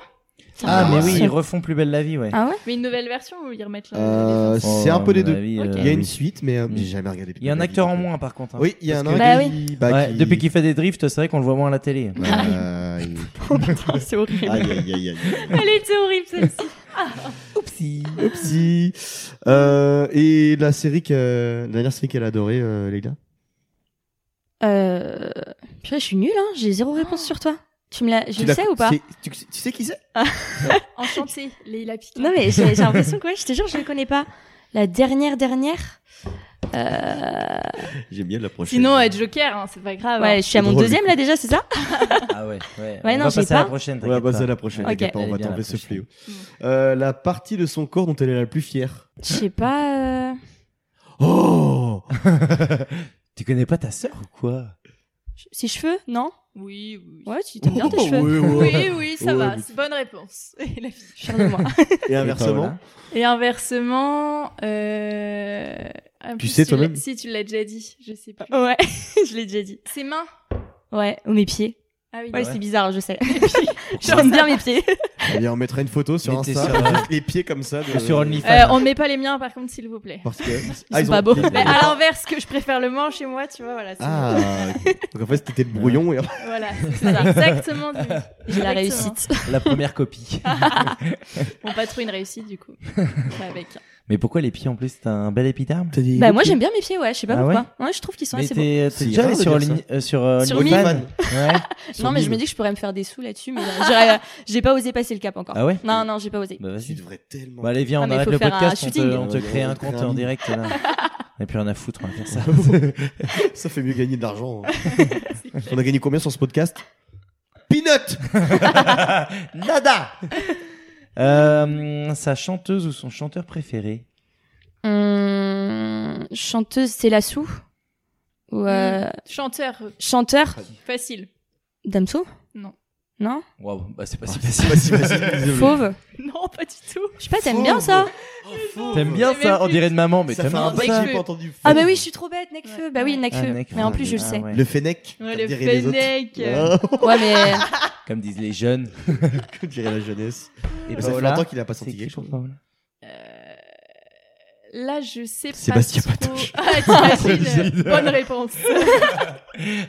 S5: Ah,
S4: oui,
S5: c'est-
S4: ils refont plus belle la vie, ouais.
S5: Ah ouais.
S6: Mais une nouvelle version ou ils remettent la.
S3: Euh,
S4: Oh,
S3: c'est un peu
S4: à
S3: des
S4: mon
S3: deux.
S4: avis,
S6: Ok.
S4: euh,
S3: Il y a une
S4: oui.
S3: suite, mais euh,
S4: Mm.
S3: j'ai jamais regardé. Plus
S4: Il y a un
S3: belle la vie,
S4: acteur en
S3: donc, euh,
S4: moins, par contre. hein.
S3: Oui, il y a un
S4: Parce
S3: acteur.
S4: que-
S5: Bah
S3: qui- bah,
S4: Ouais,
S3: qui-
S4: Depuis qu'il fait des drifts, c'est vrai qu'on le voit moins à la télé.
S3: Euh, il-
S5: C'est horrible.
S3: Aïe, aïe, aïe, aïe.
S6: Elle était horrible celle-ci.
S4: Oupsie.
S3: Oupsie. Euh, et la série que, la dernière série qu'elle a adorée, euh, Leïla
S5: Euh... Purée, je suis nulle, hein. J'ai zéro
S6: Oh.
S5: réponse sur toi. Tu me la... Je le
S3: l'as-
S5: sais ou pas
S3: c'est- tu, tu sais qui c'est
S6: Enchantée, Leila Picard.
S5: Non, mais j'ai j'ai l'impression que ouais, je te jure, je ne connais pas. La dernière, dernière. Euh...
S3: J'aime bien la prochaine.
S6: Sinon, être Joker, hein, c'est pas grave.
S5: Ouais, je suis à mon
S3: drôle,
S5: deuxième là déjà, c'est ça
S4: Ah ouais, ouais.
S5: Ouais,
S4: on
S5: non,
S4: va
S5: j'ai
S4: passer à la
S5: pas.
S4: prochaine.
S3: On va
S4: t'inquiète
S3: passer
S4: pas.
S3: à la prochaine.
S5: Ok. Mm.
S3: t'inquiète pas,
S4: Elle
S3: on
S4: est
S3: va
S4: bien,
S3: t'enlever
S4: la
S3: ce fléau.
S4: prochaine.
S3: Euh, la partie de son corps dont elle est la plus fière.
S5: Je sais pas. euh,
S3: Oh
S4: Tu connais pas ta sœur ou quoi
S5: Ses cheveux Non
S6: Oui, oui.
S5: Ouais, tu t'aimes
S4: Oh, bah
S5: bien tes
S3: Oh,
S5: cheveux.
S6: Oui, oui, ça
S3: Ouais,
S6: va.
S3: mais-
S6: C'est bonne réponse. Et la fille.
S5: Fière de moi.
S3: Et inversement,
S6: Et inversement, euh... ah,
S3: Tu
S6: si
S3: sais toi-même
S6: l'as- Si tu l'as déjà dit, je sais plus.
S5: Ouais, je l'ai déjà dit.
S6: Ses mains.
S5: Ouais, ou mes pieds.
S6: Ah oui.
S5: Ouais,
S4: ouais.
S5: c'est bizarre, je sais. J'aime
S6: Genre, ça-
S5: bien mes pieds.
S3: eh bien, on mettra une photo sur
S4: Mettez
S3: Insta,
S4: sur, euh,
S3: juste les pieds comme ça. de-
S4: Sur
S6: Euh,
S4: OnlyFans.
S6: on ne met pas les miens, par contre, s'il vous plaît.
S3: Parce que Ah, ils
S5: sont pas beaux.
S6: Mais à l'inverse, que je préfère le manche chez moi, tu vois, voilà. c'est-
S3: Ah, ok. donc en fait c'était le brouillon et
S6: Voilà, c'est ça. exactement. Dimi.
S5: J'ai la
S6: Exactement.
S5: réussite.
S4: La première copie.
S6: Bon, pas trop une réussite, du coup. Ouais, Avec.
S4: Mais pourquoi les pieds en plus T'as un bel épiderme
S5: Bah, moi j'aime bien mes pieds, ouais, je sais pas
S4: Ah ouais
S5: pourquoi. Ouais, je trouve qu'ils sont
S4: Mais
S5: assez beaux.
S4: t'es
S3: C'est
S4: t'es déjà allé
S3: rare de
S4: sur
S3: dire
S4: Only- euh, sur euh,
S5: Sur
S4: OnlyFans Ouais.
S5: Non, mais je me dis que je pourrais me faire des sous là-dessus, mais euh, j'aurais- j'ai pas osé passer le cap encore.
S4: Ah ouais
S5: Non, non, j'ai pas osé.
S4: Bah
S3: Tu
S4: vas-y.
S3: devrais tellement.
S4: Bah allez, viens,
S5: Ah,
S4: on
S5: mais il
S4: arrête
S5: faut
S4: le
S5: faire un
S4: podcast, on te,
S5: shooting.
S4: on te
S3: Ouais,
S4: crée
S3: on
S4: un
S3: te
S4: compte
S3: crée un
S4: en
S3: lien.
S4: direct là. Et puis rien à foutre, on va faire ça.
S3: ça fait mieux gagner de l'argent. hein. On a gagné combien sur ce podcast Peanut
S4: Nada euh, Sa chanteuse ou son chanteur préféré
S5: Hum, chanteuse, c'est Lassou Ou euh,
S6: Mmh. Chanteur,
S5: chanteur,
S6: facile.
S5: Damso
S6: Non.
S5: Non
S4: Waouh, bah c'est pas
S3: si
S4: facile.
S5: Fauve
S6: Non, pas du tout.
S5: Je sais pas, t'aimes bien ça
S4: T'aimes bien
S6: Mais
S4: ça
S6: même
S4: On dirait de maman, mais
S3: Oh, Ça
S4: t'aimes
S3: fait un
S4: bien
S6: peu
S3: bail
S4: ça.
S3: que j'ai pas entendu.
S5: Ah bah oui, je suis trop bête, Nekfeu
S6: Ouais.
S5: Bah oui,
S6: Ouais.
S5: Nekfeu
S4: Ah, mec,
S5: Mais en
S4: ah,
S5: plus, je
S4: mais-
S5: le
S4: ah,
S5: sais.
S4: ouais.
S3: Le Fennec.
S6: Ouais,
S3: comme
S6: le
S3: diraient les autres.
S6: Fennec.
S3: Ah,
S5: Ouais, mais
S4: Comme disent les jeunes.
S3: Comme dirait la jeunesse.
S4: Et
S3: Ça fait
S4: Paola,
S3: longtemps qu'il a pas
S4: c'est
S3: senti
S4: qui
S3: quelque
S4: pour
S3: chose.
S4: Paola
S6: Là, je sais pas.
S3: Sébastien
S6: trop.
S3: Patoche.
S6: Ah,
S4: Sébastien.
S6: t'imagines. Bonne réponse.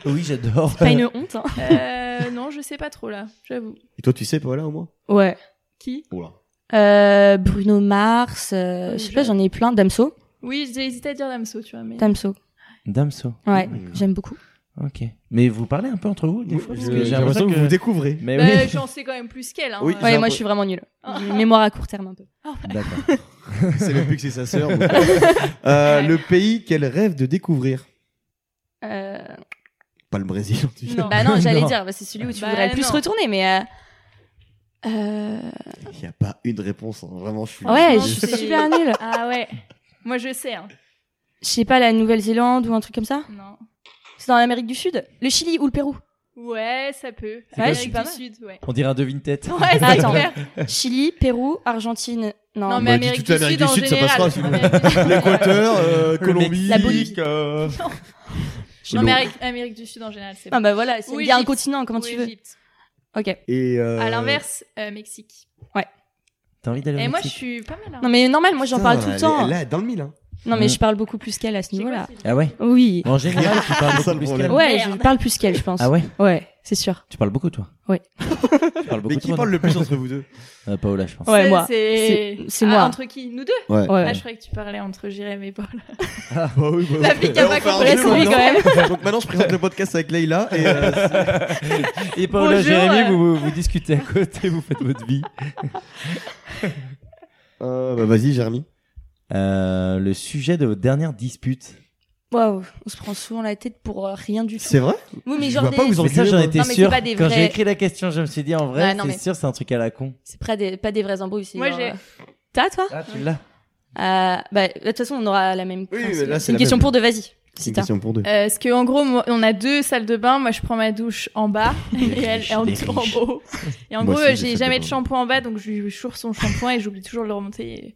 S4: Oui, j'adore.
S5: pas une honte. hein.
S6: Euh, non, je sais pas trop là, j'avoue.
S3: Et toi, tu sais, Paola, au moins
S5: Ouais.
S6: Qui
S3: Oula.
S5: Euh, Bruno Mars, euh, je sais pas, j'en ai plein. Damso
S6: Oui, j'ai hésité à dire Damso, tu vois, mais.
S5: Damso.
S4: Damso.
S5: Ouais,
S3: Mmh.
S5: j'aime beaucoup.
S4: Ok. Mais vous parlez un peu entre vous des fois
S3: Oui,
S4: parce
S3: je-
S4: que
S3: J'ai l'impression que vous découvrez.
S4: Mais
S6: Bah,
S4: oui.
S6: J'en sais quand même plus qu'elle. Hein.
S3: Oui.
S6: Euh,
S5: Ouais,
S3: J'ai
S5: moi
S3: un
S5: je
S3: peu-
S5: suis vraiment nulle.
S6: Ah.
S5: Mémoire à court terme un peu.
S4: D'accord.
S3: C'est même plus que c'est sa sœur. donc, euh, euh, le pays qu'elle rêve de découvrir.
S5: Euh...
S3: Pas le Brésil. en tout cas.
S6: Non.
S5: Bah non, j'allais
S4: Non.
S5: dire, bah, c'est celui où tu
S6: Bah
S5: voudrais le plus
S6: non.
S5: retourner, mais. Euh... euh,
S3: Il n'y a pas une réponse. hein. Vraiment, je suis.
S5: Ouais,
S6: Non,
S5: je suis
S6: c'est-
S5: super nulle.
S6: Ah ouais. Moi, je sais. Hein.
S5: Je sais pas, la Nouvelle-Zélande ou un truc comme ça
S6: Non.
S5: C'est dans l'Amérique du Sud Le Chili ou le Pérou
S6: Ouais, ça peut.
S5: quoi,
S6: Amérique
S5: je suis pas
S6: du
S5: mal.
S6: Sud, ouais.
S4: On dirait un devine-tête.
S6: Ouais, c'est
S5: Attends.
S6: clair.
S5: Chili, Pérou, Argentine. Non,
S6: Non,
S3: bah,
S6: mais
S3: dis
S6: Amérique
S3: toute
S6: du
S3: l'Amérique
S6: Sud,
S3: du
S6: en
S3: Sud, ça
S6: général. hein.
S3: passera, si vous voulez.
S6: Amérique du Sud.
S3: L'Équateur, euh, Colombie.
S5: La Bolivie.
S3: euh,
S6: Non, mais Amérique- Amérique du Sud en général, c'est
S5: Ah bah voilà, c'est-
S6: Ou
S5: il y a un
S6: Égypte.
S5: continent, comment
S6: Ou
S5: tu veux
S6: Égypte.
S5: Ok.
S3: Et. euh,
S6: À l'inverse, euh, Mexique.
S4: T'as envie d'aller
S6: Et
S4: au
S6: moi, je
S4: Mexique
S6: suis pas mal. hein.
S5: Non, mais normal, moi, j'en
S3: Putain,
S5: parle tout le
S3: elle
S5: temps.
S3: est- Là, dans le mille. hein.
S5: Non, mais
S4: Mm.
S5: je parle beaucoup plus qu'elle à ce
S6: Je sais
S5: niveau-là.
S6: pas si-
S4: Ah ouais
S5: Oui.
S4: En général, tu parles beaucoup plus qu'elle.
S5: Ouais,
S6: Merde.
S5: je parle plus qu'elle, je pense.
S4: Ah ouais
S5: Ouais, c'est sûr.
S4: Tu parles beaucoup, toi
S5: Ouais.
S4: Tu parles beaucoup,
S3: Mais qui
S4: toi,
S3: parle Ah.
S4: non
S3: le plus entre vous deux
S4: Euh, Paola, je pense.
S5: Ouais,
S6: C'est-
S5: moi.
S6: C'est
S5: C'est- c'est
S6: Ah,
S5: moi.
S6: Entre qui Nous deux
S3: Ouais.
S5: Ouais.
S6: Ah, je croyais que tu parlais entre Jérém et Paul.
S4: Ah.
S3: Bah oui, bah oui.
S6: La fille qui a
S3: Eh, on
S6: pas
S3: fait un
S6: compris,
S3: jeu
S5: c'est vrai,
S3: maintenant. Donc maintenant, je présente le podcast avec Leïla et euh,
S4: Et Paola,
S6: Bonjour,
S4: Jérémy,
S6: euh.
S4: vous, vous, vous discutez à côté, vous faites votre vie.
S3: Euh, bah vas-y, Jérémy.
S4: Euh, le sujet de votre dernière dispute.
S5: Waouh, on se prend souvent la tête pour euh, rien du tout.
S3: C'est vrai
S5: Oui, mais
S3: Je
S5: genre
S3: vois pas
S5: des-
S3: où vous en-
S4: Mais ça,
S3: enculé,
S4: j'en
S3: moi.
S4: étais
S5: Non, mais c'est
S4: sûr.
S5: pas des
S4: Quand j'ai
S5: vrais-
S4: écrit la question, je me suis dit, en vrai,
S5: Ouais, non,
S4: c'est
S5: mais-
S4: sûr, c'est un truc à la con.
S5: c'est pas des, pas des vrais embrouilles. c'est
S6: Moi,
S5: genre,
S6: j'ai-
S5: euh, T'as, toi
S4: Ah, tu l'as
S5: Euh, bah, De toute façon, on aura la même.
S3: Oui,
S5: enfin,
S3: mais
S5: c'est-
S3: là, c'est
S5: c'est une
S3: la
S5: question
S3: même.
S5: pour deux, vas-y.
S3: C'est
S5: Si
S3: une
S5: t'as.
S3: question pour deux.
S6: Euh, parce que en gros, moi, on a deux salles de bain. Moi, je prends ma douche en bas et elle
S4: riches,
S6: est en,
S4: les
S6: en
S4: riches.
S6: haut. Et en
S3: Moi
S6: gros,
S3: aussi, j'ai
S6: euh,
S3: fait
S6: j'ai
S3: le
S6: jamais de
S3: bain.
S6: shampoing en bas, donc je lui chourre son shampoing et j'oublie toujours de le remonter.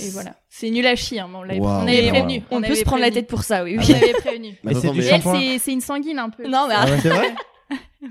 S6: Et, et voilà. C'est nul à chier. Hein, mais on, l'avait-
S3: Waouh.
S6: on avait
S4: Wow.
S6: prévenu.
S5: On peut
S6: avait
S5: se prendre la
S6: prévenu.
S5: tête pour ça,
S3: Ah
S5: oui.
S6: On
S5: oui.
S6: avait prévenu.
S4: Mais
S3: Attends,
S4: c'est du
S3: mais-
S6: Et elle,
S4: shampoing.
S6: c'est c'est une sanguine un peu.
S5: Non, mais
S3: Ah ouais, c'est vrai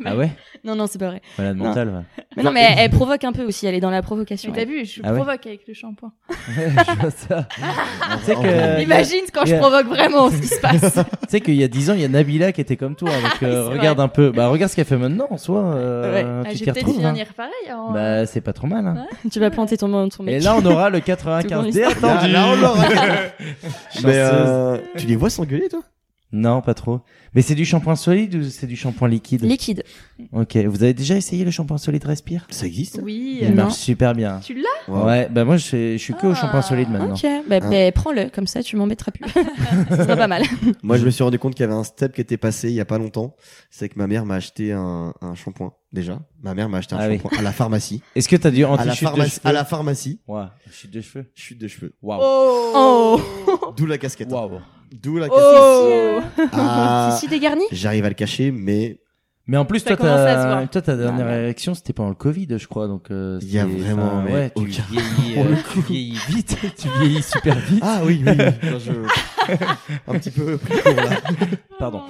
S4: Ah ouais
S5: Non, non, c'est pas vrai.
S4: Malade
S5: Non.
S4: mentale, ouais.
S5: Mais non, mais elle, elle provoque un peu aussi. Elle est dans la provocation.
S6: Mais t'as vu, je
S4: Ah ouais.
S6: provoque avec le shampoing.
S4: je vois ça. tu sais
S3: Euh,
S4: que.
S6: Imagine quand je
S4: Yeah.
S6: provoque vraiment ce qui se passe.
S4: Tu sais qu'il y a 10 ans, il y a Nabila qui était comme toi. Donc, euh,
S6: c'est
S4: regarde un peu. Bah, regarde ce qu'elle fait maintenant, en soi. euh,
S6: Ah,
S4: tu
S6: J'ai
S4: t'y
S6: peut-être
S4: retrouves. hein.
S6: finir pareil. en-
S4: Bah, c'est pas trop mal. Hein.
S5: elle. Tu vas planter ton, ton mec.
S4: Et là, on aura le
S5: Seconde
S4: 95 d
S5: histoire.
S4: attendu.
S3: Ah, Là, on l'aura. Mais
S4: Chanceuse.
S3: euh, tu les vois s'engueuler, toi
S4: Non, pas trop. Mais c'est du shampoing solide ou c'est du shampoing liquide
S5: Liquide.
S4: Ok. Vous avez déjà essayé le shampoing solide Respire
S3: Ça existe
S6: Oui.
S4: Il
S5: Non.
S4: marche super bien.
S6: Tu l'as
S3: Wow.
S4: Ouais, bah moi je suis, je suis que au
S6: Euh, Ah,
S4: shampoing solide maintenant.
S5: Ok. Bah,
S4: Ah.
S5: bah, prends-le, comme ça, tu m'embêteras plus. Ce serait pas mal.
S3: Moi, je me suis rendu compte qu'il y avait un step qui était passé il y a pas longtemps. C'est que ma mère m'a acheté un, un shampoing. Déjà, ma mère m'a acheté un
S4: Ah oui.
S3: shampoing à la pharmacie.
S4: Est-ce que t'as du
S3: à, la
S4: anti-chute de
S3: pharmacie
S4: cheveux
S3: à la pharmacie.
S4: Ouais, chute de cheveux.
S3: Chute de cheveux.
S4: Waouh.
S6: Oh.
S3: D'où la casquette.
S4: Waouh.
S3: D'où la casquette.
S6: Oh.
S3: Ah,
S5: Si, si, dégarni
S3: J'arrive à le cacher, mais
S4: Mais en plus,
S6: Ça
S4: toi,
S6: commence à se
S4: t'as-
S6: voir.
S4: toi, ta dernière
S5: Ah, ouais.
S4: érection, c'était pendant le Covid, je crois. Donc, euh,
S3: Il y a
S4: c'était-
S3: vraiment,
S4: enfin,
S3: mais
S4: ouais, tu
S3: aucun-
S4: vieillis,
S3: Pour
S4: euh,
S3: le
S4: tu vieillis vite, tu vieillis super vite.
S3: Ah oui, oui, oui. Non, je- un petit peu pris court, là.
S4: Ah, Pardon.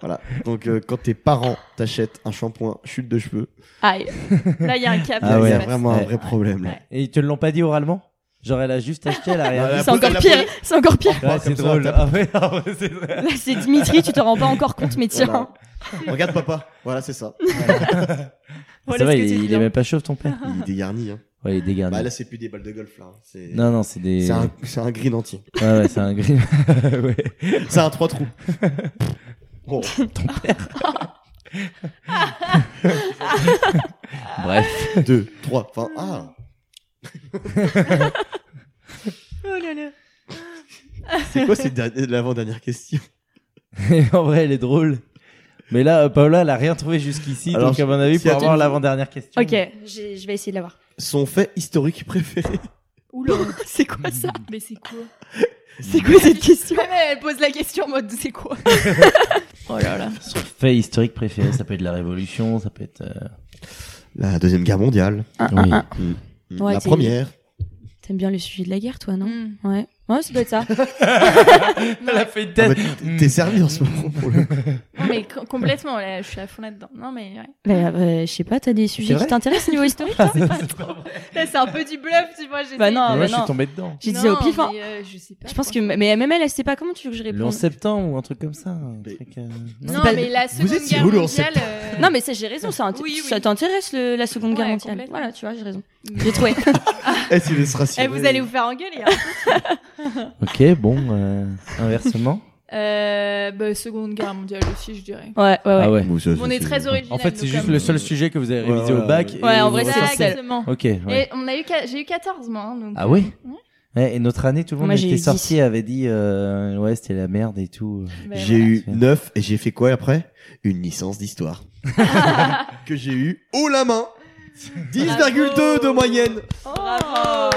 S3: Voilà. Donc euh, quand tes parents t'achètent un shampoing chute de cheveux,
S6: Aïe. Là, il y a un cap.
S4: Ah
S3: là,
S4: ouais.
S3: il y a vraiment un
S4: Ouais.
S3: vrai problème là.
S4: Et ils te l'ont pas dit oralement Genre, elle a juste acheté, elle a rien.
S3: Voilà.
S4: dit.
S5: C'est encore
S3: la-
S5: pire. C'est encore pire.
S4: Ouais, c'est
S3: Comme ça,
S4: drôle.
S3: on tape.
S4: Ah ouais, ah ouais, c'est vrai.
S5: Là, Bah, c'est Dimitri, tu te rends pas encore compte, mais tiens.
S3: Voilà. Regarde papa. Voilà, c'est ça.
S4: C'est vrai,
S6: ce que
S4: il,
S6: tu
S4: est- il
S6: dis,
S4: est
S6: hein.
S4: même pas chauve, ton père.
S3: Il est dégarni. Hein.
S4: Ouais, il est dégarni.
S3: Bah là, c'est plus des balles de golf là. hein. C'est
S4: non, non, c'est des.
S3: c'est un, c'est un green entier.
S4: Ouais, ouais, c'est un gris. ouais.
S3: C'est un trois trous. Oh.
S4: Bref.
S3: Deux, trois. Enfin, ah.
S6: Oh là là.
S3: C'est quoi cette dernière- l'avant-dernière question
S4: en vrai, elle est drôle. Mais là, euh, Paola, elle a rien trouvé jusqu'ici.
S3: Alors,
S4: Donc, à mon avis,
S3: si
S4: pour
S3: elle te-
S4: avoir l'avant-dernière question.
S5: Ok, j'ai- je vais essayer de l'avoir.
S3: Son fait historique préféré.
S6: Oula.
S5: C'est quoi ça
S6: Mais c'est quoi
S5: C'est quoi cette question
S6: Ouais, mais elle pose la question en mode c'est quoi
S5: Oh là là.
S4: Son fait historique préféré, ça peut être la Révolution, ça peut être. euh,
S3: La deuxième guerre mondiale.
S6: Ah,
S4: oui.
S5: Ouais,
S3: la
S5: t'es-
S3: première.
S5: T'aimes bien le sujet de la guerre, toi, non
S6: Hmm.
S5: Ouais. Ouais, ça doit être ça.
S4: Elle a fait une
S3: Ah bah,
S4: tête.
S3: t'es t'es servi en ce moment pour le coup.
S6: Non, mais co- complètement, là, je suis à fond là-dedans. Non, mais ouais.
S5: bah, euh, je sais pas, t'as des sujets
S4: vrai
S5: qui t'intéressent niveau historique
S4: Ah,
S6: Là, c'est un peu du bluff, tu vois. j'essaie
S5: Bah non,
S6: de-
S5: bah
S4: Moi, je
S5: non.
S4: suis tombé dedans.
S5: J'ai dit au
S6: Non,
S5: pif. hein.
S6: mais, euh, je sais pas.
S5: Je pense
S6: quoi.
S5: que. Mais même elle, elle sait pas comment tu veux que je
S4: Le 11
S5: réponde.
S4: septembre ou un truc comme ça. un
S3: Mais-
S4: truc, euh,
S6: Non,
S5: pas-
S6: mais la seconde
S3: étiez
S6: guerre
S3: où le 11
S6: mondiale. euh,
S5: Non, mais ça, j'ai raison. Ça, int-
S6: Oui, oui.
S5: ça t'intéresse le- la Seconde Guerre
S6: Ouais,
S5: mondiale.
S6: complètement. Mm.
S5: Voilà, tu vois, j'ai raison. J'ai trouvé.
S3: Eh, tu laisseras
S6: Eh,
S3: tirer.
S6: vous allez vous faire engueuler. hein.
S4: Ok, bon, euh, inversement.
S6: Euh, bah, seconde guerre mondiale aussi, je dirais.
S5: Ouais, ouais, ouais.
S4: Ah ouais.
S3: Bon, ça,
S6: On est très original.
S4: En fait, c'est
S6: nous,
S4: juste
S6: comme-
S4: le seul sujet que vous avez révisé
S3: Ouais,
S4: au bac.
S3: ouais.
S4: et
S5: Ouais, en
S4: vous
S5: vrai, c'est
S4: ressortez-
S5: celle-
S6: Exactement.
S4: Ok, ouais.
S6: Et on a eu, qua- j'ai eu 14 moi. hein, donc,
S4: Ah
S6: euh,
S4: oui Ouais, Et notre année, tout le monde
S5: Moi, j'ai
S4: était
S5: eu
S4: sorti
S5: dix.
S4: avait dit euh, ouais c'était la merde et tout.
S6: ben,
S3: J'ai
S6: voilà.
S3: eu 9 et j'ai fait quoi après Une licence d'histoire. que j'ai eu haut la main. 10,2 de moyenne.
S6: Oh. Bravo.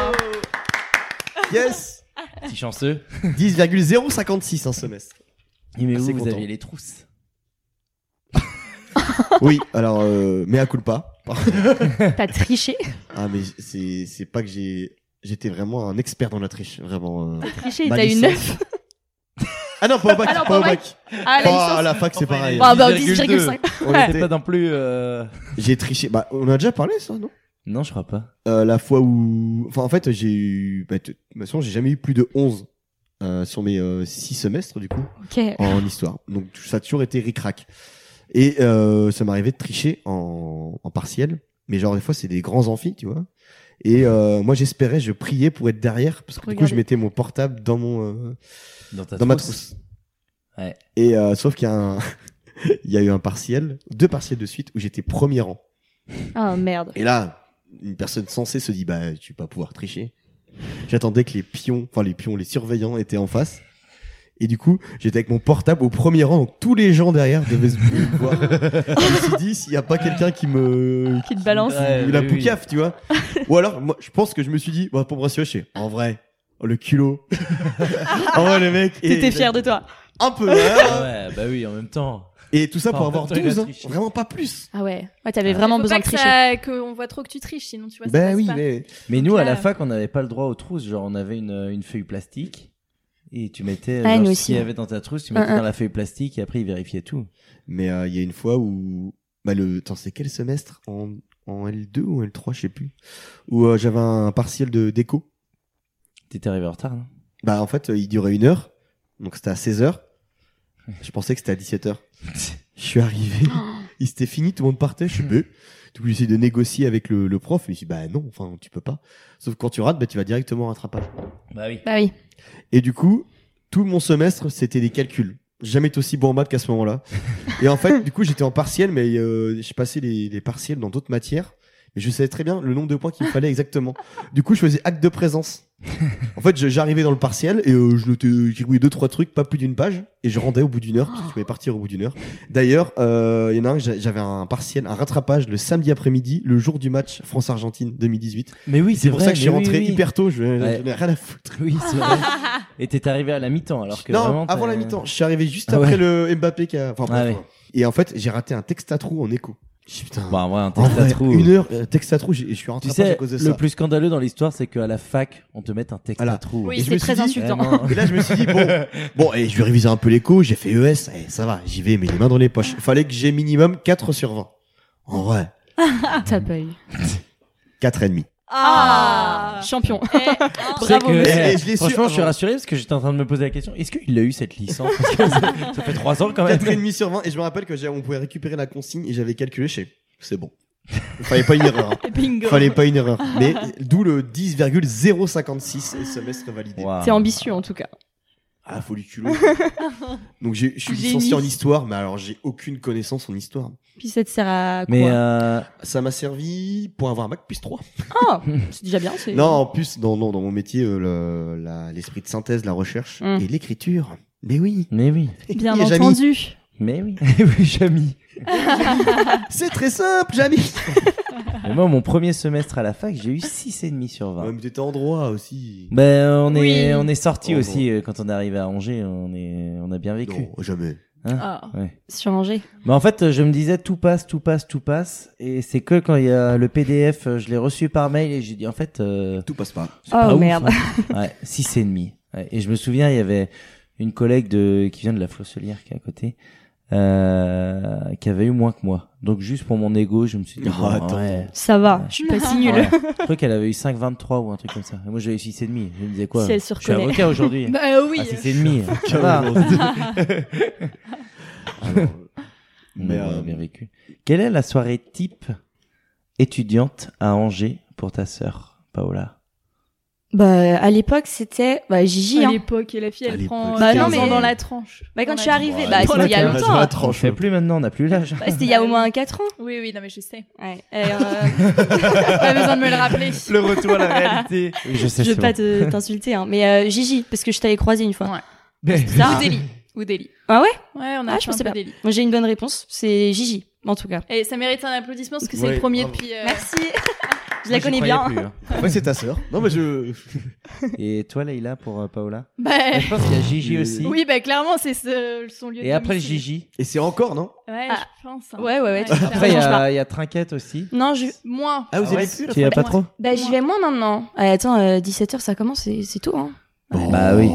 S3: Yes
S4: Petit chanceux.
S3: 10,056 un semestre.
S4: Et mais
S3: Ah,
S4: vous,
S3: c'est
S4: vous
S3: content.
S4: aviez les trousses.
S3: Oui, alors, euh, mea culpa.
S5: T'as triché.
S3: Ah, mais c'est c'est pas que j'ai. J'étais vraiment un expert dans la triche, vraiment. euh.
S5: Triché,
S3: Ma
S4: Bah,
S5: t'as eu
S3: licence.
S5: 9.
S3: Ah non, pas au bac,
S6: Ah non,
S3: pas au bac.
S6: Ah, la
S3: Oh,
S6: licence.
S3: à la fac, c'est
S4: Enfin,
S3: pareil.
S4: les-
S5: Ah bah,
S4: 10,2.
S5: 10,5.
S3: On
S4: C'est
S3: était-
S4: pas non plus. euh,
S3: J'ai triché. Bah, on a déjà parlé ça, non
S4: Non, je crois pas.
S3: Euh, la fois où. Enfin, en fait, j'ai eu. bah, de toute façon, j'ai jamais eu plus de 11 euh, sur mes 6 semestres, du coup,
S5: Ok.
S3: en histoire. Donc, tout- ça a toujours été ric-rac. Et euh, ça m'arrivait de tricher en, en partiel. Mais genre, des fois, c'est des grands amphis, tu vois. Et euh, moi, j'espérais, je priais pour être derrière. Parce que du coup,
S5: Regardez.
S3: je mettais mon portable dans mon. euh,
S4: Dans, ta
S3: dans ma trousse.
S4: Ouais.
S3: Et euh, sauf qu'il y a un- il y a eu un partiel, deux partiels de suite où j'étais premier rang.
S5: Ah merde.
S3: Et là, une personne censée se dit bah tu vas pas pouvoir tricher. J'attendais que les pions, enfin les pions, les surveillants étaient en face. Et du coup, j'étais avec mon portable au premier rang, donc tous les gens derrière devaient se me voir. Je me suis dit, s'il n'y a pas quelqu'un qui me...
S5: Qui te balance.
S4: Ouais,
S3: ou la
S4: Euh, oui, oui.
S3: poucave, tu vois. Ou alors, moi, je pense que je me suis dit, bah, pour me rassurer, je sais, en vrai, oh, le culot. en vrai, le mec. et-
S5: T'étais fier de toi.
S3: Un peu. hein.
S4: Ouais, bah oui, en même temps.
S3: Et tout ça pour
S4: Enfin,
S3: avoir
S4: en même temps, il a
S3: 12, hein.
S4: triché.
S3: vraiment pas plus.
S5: Ah ouais. Ouais, t'avais vraiment
S6: Faut
S5: besoin
S6: pas
S5: de
S6: que
S5: tricher.
S6: ça- qu'on voit trop que tu triches, sinon tu vois ça
S3: Ben
S6: passe
S3: oui,
S6: pas.
S3: mais
S4: Mais nous, à la
S6: là-
S4: fac, on n'avait pas le droit aux trousses. Genre, on avait une, une feuille plastique. Et tu mettais
S5: Ah,
S4: genre,
S5: nous
S4: ce qu'il y
S5: aussi.
S4: avait dans ta trousse, tu mettais
S5: Un, un.
S4: dans la feuille plastique et après ils vérifiaient tout.
S3: mais euh, il y a une fois où bah le attends, c'est quel semestre en en L2 ou L3, je sais plus. Où euh, j'avais un partiel de déco.
S4: T'étais arrivé en retard, non
S3: Bah en fait, euh, il durait une heure. Donc c'était à 16 heures. Je pensais que c'était à 17 heures. Je suis arrivé, il s'était fini, tout le monde partait, je suis beu. Du coup, j'ai essayé de négocier avec le, le prof, il me dit bah non, enfin tu peux pas. Sauf que quand tu rates, bah tu vas directement au rattrapage.
S4: Bah oui.
S5: Bah oui.
S3: Et du coup, tout mon semestre, c'était des calculs. Jamais été aussi bon en maths qu'à ce moment-là. Et en fait, du coup, j'étais en partiel, mais euh, je passais les, les partiels dans d'autres matières. Mais je savais très bien le nombre de points qu'il me fallait exactement. Du coup, je faisais acte de présence. En fait, je- j'arrivais dans le partiel et euh, je notais- j'ai loué deux trois trucs, pas plus d'une page, et je rendais au bout d'une heure. Parce que je pouvais partir au bout d'une heure. D'ailleurs, euh, il y en a un, que j'a- j'avais un partiel, un rattrapage le samedi après-midi, le jour du match France-Argentine 2018.
S4: Mais oui,
S3: C'est pour
S4: vrai,
S3: ça que je suis
S4: mais oui,
S3: rentré
S4: oui.
S3: hyper tôt. Je,
S4: Ouais.
S3: je n'ai rien à foutre.
S4: Oui, c'est vrai. Et t'es arrivé à la mi-temps alors que
S3: Non,
S4: vraiment,
S3: avant
S4: t'as-
S3: la mi-temps. Je suis arrivé juste
S4: Ah
S3: après
S4: ouais.
S3: le Mbappé qui a. Enfin, bref,
S4: Ah ouais.
S3: voilà. Et en fait, j'ai raté un texte à trous en écho. Je suis, putain.
S4: Bah ouais, un
S3: en
S4: test à
S3: vrai,
S4: trous.
S3: Une heure, euh, texte à trous, j'ai- je suis rentré
S4: Tu sais,
S3: à cause de
S4: le
S3: ça.
S4: plus scandaleux dans l'histoire, c'est qu'à la fac, on te mette un texte
S3: Voilà.
S4: à trous.
S3: Et
S5: Oui,
S3: je
S5: c'est
S3: me suis
S5: très
S3: dit, eh
S5: insultant.
S4: Vraiment.
S3: Et là, je me suis dit, bon, bon, et je vais réviser un peu l'écho, j'ai fait ES, eh, ça va, j'y vais, mais les mains dans les poches. Fallait que j'ai minimum 4 sur 20. En vrai,
S5: T'as pas eu.
S3: 4,5.
S6: Ah.
S5: Champion.
S6: Eh, hein,
S4: Tu sais
S6: bravo.
S4: que-
S3: Mais- je l'ai su
S4: franchement, je suis
S3: avant.
S4: rassuré parce que j'étais en train de me poser la question. Est-ce qu'il a eu cette licence Parce que ça, ça fait trois ans quand même.
S3: 4,5 sur 20, et je me rappelle que j'ai- on pouvait récupérer la consigne et j'avais calculé, je sais, c'est bon. Fallait pas une erreur. hein.
S5: Bingo.
S3: Fallait pas une erreur. Mais d'où le 10,056 et semestre validé.
S4: Waouh.
S5: C'est ambitieux en tout cas.
S3: Ah, faut du culot. Donc j'ai- je suis
S6: Génie.
S3: licencié en histoire, mais alors j'ai aucune connaissance en histoire.
S5: Puis ça te sert à quoi
S4: Mais euh,
S3: Ça m'a servi pour avoir un bac plus 3.
S5: Oh, c'est déjà bien. c'est-
S3: Non, en plus, dans, non, dans mon métier, euh, le- la- l'esprit de synthèse, la recherche
S5: Mm.
S3: et l'écriture. Mais oui.
S4: mais oui,
S5: Bien
S3: Et Jamy,
S5: entendu.
S4: mais oui, oui, Jamy.
S3: C'est très simple, Jamy.
S4: Mais moi, mon premier semestre à la fac, j'ai eu six et demi sur 20.
S3: Ouais, mais t'étais en droit aussi.
S4: Ben on est
S6: Oui.
S4: on est sorti
S3: Oh,
S4: aussi euh, quand on est arrivé à Angers, on est on a bien vécu.
S3: Non, jamais.
S6: Ah.
S4: Ouais.
S5: Sur Angers.
S4: Mais en fait, euh, je me disais tout passe, tout passe, tout passe, et c'est que quand il y a le PDF, euh, je l'ai reçu par mail et j'ai dit en fait, euh,
S3: Tout passe pas.
S4: c'est pas
S5: Oh,
S4: ouf,
S5: merde.
S4: hein. ouais, six et demi. Ouais, Et je me souviens, il y avait une collègue de qui vient de la Flosselière qui est à côté, euh, qui avait eu moins que moi. Donc juste pour mon ego, je me suis dit
S3: Oh,
S4: bon,
S3: attends.
S4: ouais.
S5: Ça va. Je suis pas si nulle.
S4: Ouais. Je crois qu'elle avait eu 5,23 ou un truc comme ça. Et moi, j'avais eu 6,5. Je me disais quoi
S5: Si elle se
S4: Je suis
S5: reconnaît.
S4: avocat aujourd'hui.
S6: Bah oui.
S4: Ah, 6,5. Ça va.
S3: Alors,
S4: Mais
S3: Mais, euh,
S4: bien vécu. Quelle est la soirée type étudiante à Angers pour ta sœur, Paola
S5: Bah, à l'époque, c'était bah, Gigi.
S6: à
S5: Hein.
S6: l'époque, et la fille,
S3: À
S6: elle
S3: l'époque,
S6: prend
S5: Bah
S6: bah,
S5: non, mais-
S6: dans la tranche.
S5: Bah, quand je
S6: Dans la
S5: suis arrivée,
S3: Ouais,
S5: bah, c'était il y a
S3: ouais,
S5: longtemps.
S3: ouais.
S5: hein.
S4: On le fait plus maintenant, on n'a plus l'âge.
S5: Bah, c'était il y a au moins 4 ans.
S6: tranche. Oui, oui, non, mais je sais.
S5: Ouais. Et, euh,
S6: Pas besoin de me le rappeler.
S4: Le retour à la réalité. Je sais,
S5: je veux
S4: c'est
S5: pas
S4: bon.
S5: te- t'insulter, hein. mais euh, Gigi, parce que je t'avais croisé une fois.
S6: Ouais.
S4: Mais-
S5: Ça,
S6: Ou Delhi. Ou Delhi.
S5: Ah ouais
S6: Ouais, on
S5: Ah,
S6: a
S5: je
S6: fait un
S5: pensais
S6: peu
S5: pas.
S6: Delhi.
S5: moi j'ai une bonne réponse, c'est Gigi, en tout cas.
S6: Et ça mérite un applaudissement parce que c'est
S3: Ouais,
S6: le premier
S3: bravo.
S6: depuis. euh,
S5: Merci, je
S4: Moi,
S5: la
S4: j'y
S5: connais
S4: croyais
S5: bien.
S4: plus, hein.
S3: ouais, c'est ta sœur. Non, mais je.
S4: Et toi, Leïla, pour euh, Paola
S6: Bah,
S4: Je pense qu'il y a Gigi
S3: Euh,
S4: aussi.
S6: oui, bah clairement, c'est ce- son lieu de
S4: Et après le
S6: domicile.
S4: Gigi.
S3: Et c'est encore, non
S6: Ouais,
S5: Ah.
S6: je pense. hein.
S5: Ouais, ouais, ouais.
S6: Ouais,
S4: Après, il y,
S5: change
S4: a- il y a Trinquette aussi.
S5: Non, je...
S6: Moins.
S3: Ah, vous
S4: ouais,
S3: avez plus la
S4: Tu y vas
S3: fois
S4: pas trop
S5: Eh, euh, bah, j'y vais moins maintenant. Ah, attends, 17h ça commence, c'est c'est tôt. Hein.
S4: Bah oui.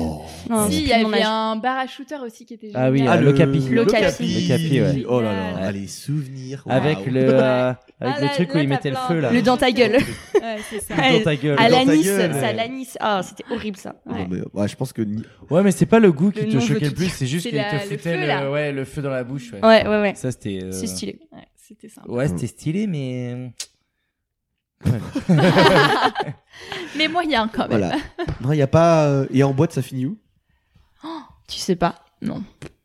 S5: Non,
S6: Si, il
S5: c'est
S6: y
S5: plus mon
S6: avait
S5: âge.
S6: un bar à shooter aussi qui était génial.
S4: Ah oui, Ah, le Capi.
S5: Le Capi.
S4: Le Capi, ouais.
S3: Oh là là,
S4: Ouais.
S3: ah, les souvenirs.
S4: Avec
S3: Waouh.
S4: le, euh, avec
S6: Ah,
S4: le
S6: là-
S4: truc où
S6: là,
S4: il
S6: t'as
S4: mettait le
S6: plein
S4: feu
S6: de-
S4: là.
S5: Le dans ta gueule.
S6: Ouais, c'est ça.
S4: Le dans ta gueule.
S5: À
S3: Dans ta
S5: l'anis,
S3: gueule,
S5: c'est à
S3: ouais.
S5: l'anis. Ah, c'était horrible ça. Ouais.
S3: Non, mais, ouais, je pense que ni-
S4: Ouais, mais c'est pas le goût qui
S5: Le
S4: te
S5: nom
S4: choquait
S5: veut
S4: le
S5: tout
S4: plus, c'est juste
S6: C'est
S4: qu'il
S6: la-
S4: te
S6: le
S4: foutait
S6: feu,
S4: le,
S6: là.
S4: ouais, le feu dans la bouche. Ouais.
S5: Ouais, ouais, ouais.
S4: Ça, c'était. euh,
S5: C'est stylé.
S6: Ouais, c'était sympa.
S4: Ouais, c'était stylé, mais.
S6: Mais moyen quand même.
S3: voilà. Non, il y a pas. euh, Et en boîte, ça finit où
S5: Tu sais pas.
S6: Non.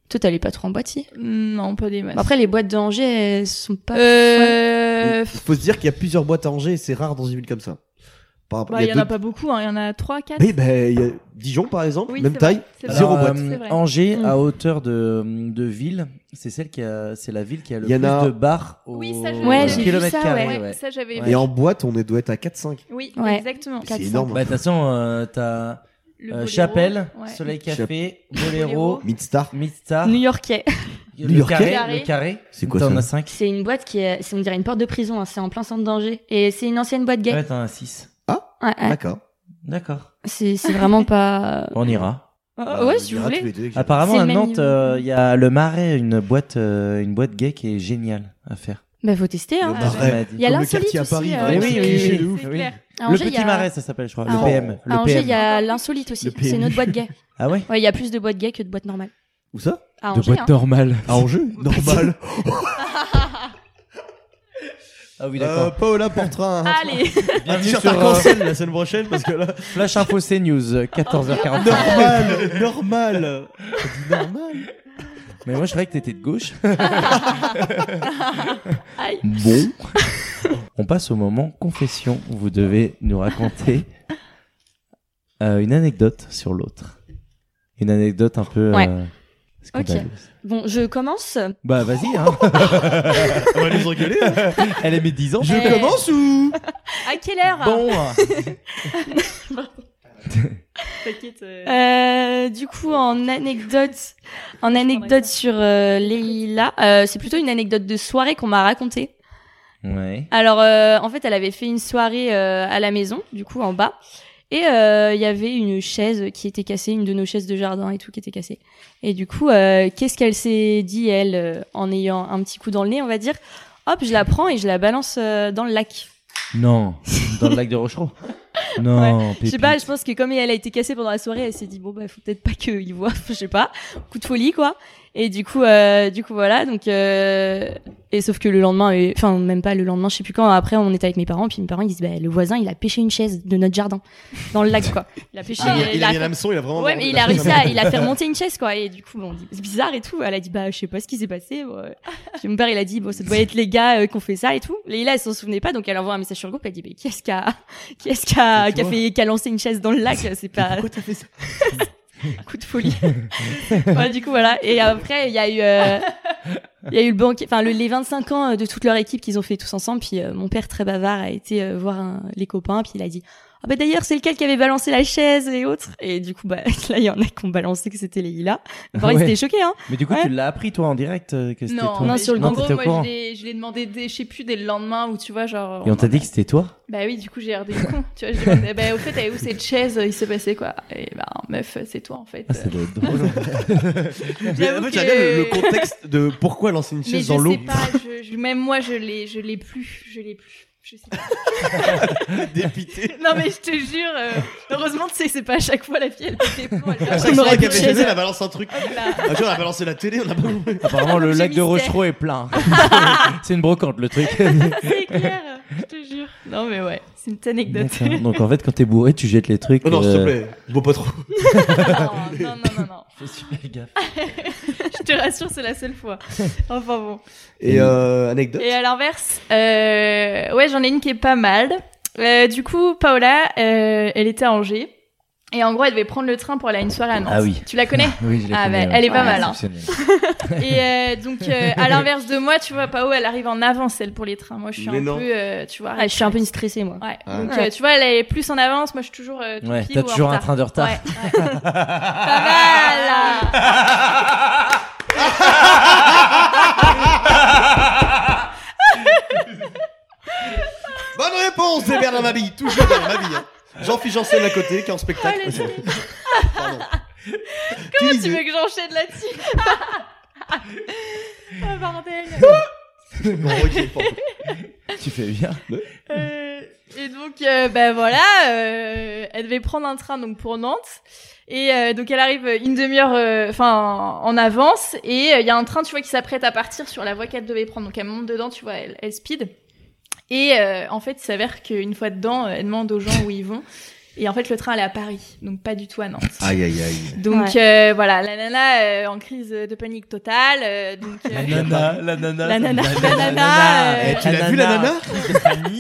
S5: Toi, t'allais pas trop en boîte, si
S6: Hum, Non, pas des masses.
S5: Après, les boîtes d'Angers, elles sont pas.
S6: euh...
S3: Il faut se dire qu'il y a plusieurs boîtes à Angers et c'est rare dans une ville comme ça. Par rapport-
S6: bah, il y en a
S3: d'autres-
S6: pas beaucoup, hein. il y en a 3, 4.
S3: Mais ben, il y a Dijon par exemple,
S6: Oui,
S3: même
S6: c'est
S3: taille,
S6: vrai, c'est
S3: zéro
S4: Alors,
S3: boîte.
S4: euh,
S6: C'est vrai.
S4: Angers,
S5: Mm.
S4: à hauteur de, de ville, c'est celle qui a, c'est la ville qui a le
S3: Il y en
S4: plus
S3: a-
S4: de bars au
S6: Oui, ça, je-
S5: Ouais, j'ai vu
S4: kilomètre
S5: ça,
S4: carré.
S5: ouais.
S4: ouais.
S6: Ça, j'avais
S4: Ouais.
S3: Et
S6: vu.
S3: en boîte, on est, doit être à 4-5.
S6: Oui,
S5: Ouais.
S6: exactement.
S3: C'est
S5: 400.
S3: énorme. hein.
S4: Bah, de toute façon, euh, t'as
S6: Le
S4: euh,
S6: boléro,
S4: Chapelle,
S6: ouais.
S4: Soleil Café, Boléro,
S6: Boléro.
S3: Midstar.
S4: Midstar,
S5: New-Yorkais.
S4: le
S3: New-Yorkais.
S4: carré, le carré.
S3: C'est quoi
S4: T'en
S3: ça
S4: as 5.
S5: C'est une boîte qui est, c'est on dirait une porte de prison. hein, C'est en plein centre d'Angers. Et c'est une ancienne boîte gay.
S4: Ouais, t'en as 6.
S5: Ouais, ouais.
S3: D'accord.
S4: D'accord.
S5: C'est, c'est vraiment pas.
S4: On ira.
S5: Ah,
S3: Bah, on
S5: ouais, si vous
S3: dira tous
S5: voulez.
S3: les deux que j'ai-
S4: Apparemment,
S5: C'est
S4: à
S5: le même
S4: Nantes,
S5: niveau.
S4: euh, il y a le Marais, une boîte, euh, une boîte gay qui est géniale à faire.
S5: Bah, faut tester. Hein.
S3: Le
S6: Ah,
S3: Marais.
S4: elle m'a dit.
S5: Il y a
S3: Comme le
S5: l'insolite
S3: quartier à
S5: aussi,
S3: Paris, hein.
S5: euh,
S3: vraiment,
S4: oui,
S3: c'est
S4: oui, oui,
S3: cliché
S4: oui.
S3: de ouf.
S6: C'est
S5: À
S6: clair.
S4: le
S5: Angers, il y
S4: Petit
S5: a-
S4: Marais, ça s'appelle, je crois.
S5: Ah,
S4: le
S5: en-
S4: PM. Le
S5: À Angers, il y
S4: PM.
S5: a l'insolite aussi.
S3: Le
S5: C'est
S3: PM.
S5: notre boîte gay.
S4: Ah ouais.
S5: Ouais, il y a plus de boîtes gays que de boîtes normales.
S3: Où ça
S5: À Angers, hein.
S4: normale.
S3: À Angers Ah, Normal.
S4: Ah oui,
S3: euh,
S4: d'accord.
S3: Paola hein. portera un,
S6: Allez,
S3: un
S4: Bienvenue
S3: t-shirt
S4: sur euh,
S3: arc-en-ciel la semaine prochaine parce que là.
S4: Flash Info C News, euh, 14h45.
S3: Normal Normal Je dis Normal
S4: Mais moi, je croyais que t'étais de gauche.
S6: Aïe.
S4: bon. On passe au moment confession. où Vous devez nous raconter euh, une anecdote sur l'autre. Une anecdote un peu.
S5: Ouais.
S4: euh, scandaleuse.
S5: Bon, je commence.
S4: Bah, vas-y, hein.
S3: On va nous engueuler
S4: Elle a mis 10 ans.
S3: Je
S5: Eh.
S3: commence ou
S6: à quelle heure
S4: Bon.
S6: T'inquiète. euh,
S5: Euh, du coup, en anecdote, en anecdote sur euh, Leila, euh, c'est plutôt une anecdote de soirée qu'on m'a racontée.
S4: Ouais.
S5: Alors, euh, en fait, elle avait fait une soirée euh, à la maison, du coup, en bas. Et euh, il y avait une chaise qui était cassée, une de nos chaises de jardin et tout qui était cassée. Et du coup, euh, qu'est-ce qu'elle s'est dit, elle, euh, en ayant un petit coup dans le nez, on va dire Hop, je la prends et je la balance euh, dans le lac.
S4: Non, dans le lac de Rochereau. Non,
S5: Je sais pas, je pense que comme elle a été cassée pendant la soirée, elle s'est dit bon bah faut peut-être pas qu'il voit, je sais pas, coup de folie quoi. Et du coup, euh, du coup voilà donc euh, et sauf que le lendemain, euh, enfin même pas le lendemain, je sais plus quand. Après on était avec mes parents, puis mes parents ils disent bah le voisin il a pêché une chaise de notre jardin dans le lac quoi. Il a pêché,
S3: Ah, Il a mis-
S5: Ah, il
S3: il
S5: a
S3: a mis
S5: fait-
S3: un hameçon, il a vraiment.
S5: Ouais, mais il a réussi à, il a fait remonter une chaise, quoi. Et du coup, bon, on dit, c'est bizarre et tout. Elle a dit, bah, je sais pas ce qui s'est passé. bon, euh. Puis Mon père, il a dit, bon, ça doit être les gars euh, qui ont fait ça et tout. Et là, elle s'en souvenait pas, donc elle envoie un message sur le groupe. Elle dit, mais qui est-ce qui a, qui est-ce qui a,
S3: Et tu
S5: qui a
S3: vois.
S5: fait, qui a lancé une chaise dans le lac? C'est pas
S3: Pourquoi t'as fait ça
S5: coup de folie. Ouais, du coup, voilà. Et après, il y a eu, euh, il y a eu le banquet, enfin, le, les 25 ans euh, de toute leur équipe qu'ils ont fait tous ensemble. Puis euh, mon père, très bavard, a été euh, voir un- les copains. Puis il a dit, ah bah d'ailleurs, c'est lequel qui avait balancé la chaise et autres. Et du coup, bah, là, il y en a qui ont balancé que c'était les Hila. Enfin, ils
S4: Ouais.
S5: étaient choqués, hein.
S4: Mais du coup,
S5: Ouais.
S4: tu l'as appris toi en direct euh, que c'était
S6: Non,
S4: toi.
S5: Non,
S6: mais
S5: sur le
S6: en
S4: t'étais
S6: gros,
S4: au courant.
S6: moi, je l'ai- je l'ai demandé, dès, je sais plus, dès le lendemain où tu vois, genre.
S4: Et on t'a
S6: en-
S4: dit que c'était toi
S6: Bah oui, du coup, j'ai l'air des cons. Tu vois, je demandais, bah, au fait, elle est où cette chaise Il s'est passé quoi Et bah, meuf, c'est toi en fait.
S4: Ah, ça doit être drôle.
S3: Mais en
S6: J'avoue
S3: fait, j'aime bien le, le
S6: que-
S3: contexte de pourquoi lancer une
S6: Mais
S3: chaise
S6: je
S3: dans l'eau.
S6: sais pas, je, je- même moi, je l'ai, je l'ai plus, je l'ai plus. Je sais pas.
S3: Dépité.
S6: Non mais je te jure, euh, heureusement tu sais c'est pas à chaque fois la fille elle fait des ponts, elle
S3: À
S6: fait
S3: chaque
S5: On aurait
S3: fois
S5: pu
S3: qu'elle fait
S5: chaise.
S3: chaise, elle a balancé un truc.
S6: des plats.
S3: Un jour, elle a balancé la télé, on a pas compris.
S4: Apparemment, le
S6: Objet
S4: lac de
S6: mystère.
S4: Rochereau est plein. c'est une brocante le truc.
S6: C'est clair, je te jure. Non mais ouais, c'est une petite anecdote.
S4: D'accord. Donc en fait, quand t'es bourré, tu jettes les trucs.
S3: Oh non, s'il te
S4: euh,
S3: plaît, bois pas trop.
S6: non, non, non, non, non.
S4: fais super gaffe.
S6: Je te rassure, c'est la seule fois. Enfin bon.
S3: Et euh, anecdote
S6: Et à l'inverse, euh, ouais, j'en ai une qui est pas mal. Euh, du coup, Paola, euh, elle était à Angers. Et en gros, elle devait prendre le train pour aller à une soirée à Nantes.
S4: Ah oui.
S6: Tu la connais
S4: Oui, je l'ai
S6: Ah,
S4: connue,
S6: bah, elle est pas
S4: Ah,
S6: mal, hein.
S4: exceptionnelle.
S6: Et euh, donc, euh, à l'inverse de moi, tu vois, Pao, elle arrive en avance, elle, pour les trains. Moi, je suis
S3: Mais
S6: un
S3: non.
S6: peu, euh, tu vois.
S5: Ah, je suis un peu une stressée, moi.
S6: Ouais.
S3: Ah.
S6: Donc,
S5: Ouais.
S6: euh, tu vois, elle est plus en avance. Moi, je suis toujours. euh, tout
S4: Ouais,
S6: pile
S4: t'as
S6: ou en
S4: toujours un
S6: retard.
S4: train de retard.
S6: Ouais. ouais. pas mal. là.
S3: Bonne réponse, c'est Bernard hein.
S5: Oh
S3: Mabille. Toujours Bernard Mabille. Jean-Philippe Janssen à côté, qui est en spectacle.
S6: Oh, le génie.
S3: Pardon.
S6: Comment tu
S3: utilisé.
S6: veux que j'enchaîne là-dessus Ah, bordel
S3: Bon, ok, pardon.
S4: Tu fais bien.
S6: Euh, et donc, euh, ben voilà, euh, elle devait prendre un train donc pour Nantes. Et euh, donc, elle arrive une demi-heure, euh, enfin, en avance. Et euh, il y a un train, tu vois, qui s'apprête à partir sur la voie qu'elle devait prendre. Donc, elle monte dedans, tu vois, elle, elle speed. Et euh, en fait, il s'avère qu'une fois dedans, euh, elle demande aux gens où ils vont. Et en fait, le train, elle est à Paris, donc pas du tout à Nantes.
S3: Aïe, aïe, aïe.
S6: Donc euh, voilà, la nana euh, en crise de panique totale. euh, donc, euh,
S4: nana, la nana.
S6: La nana, la nana,
S4: Eh,
S6: euh,
S3: tu l'as vu, la nana
S6: tu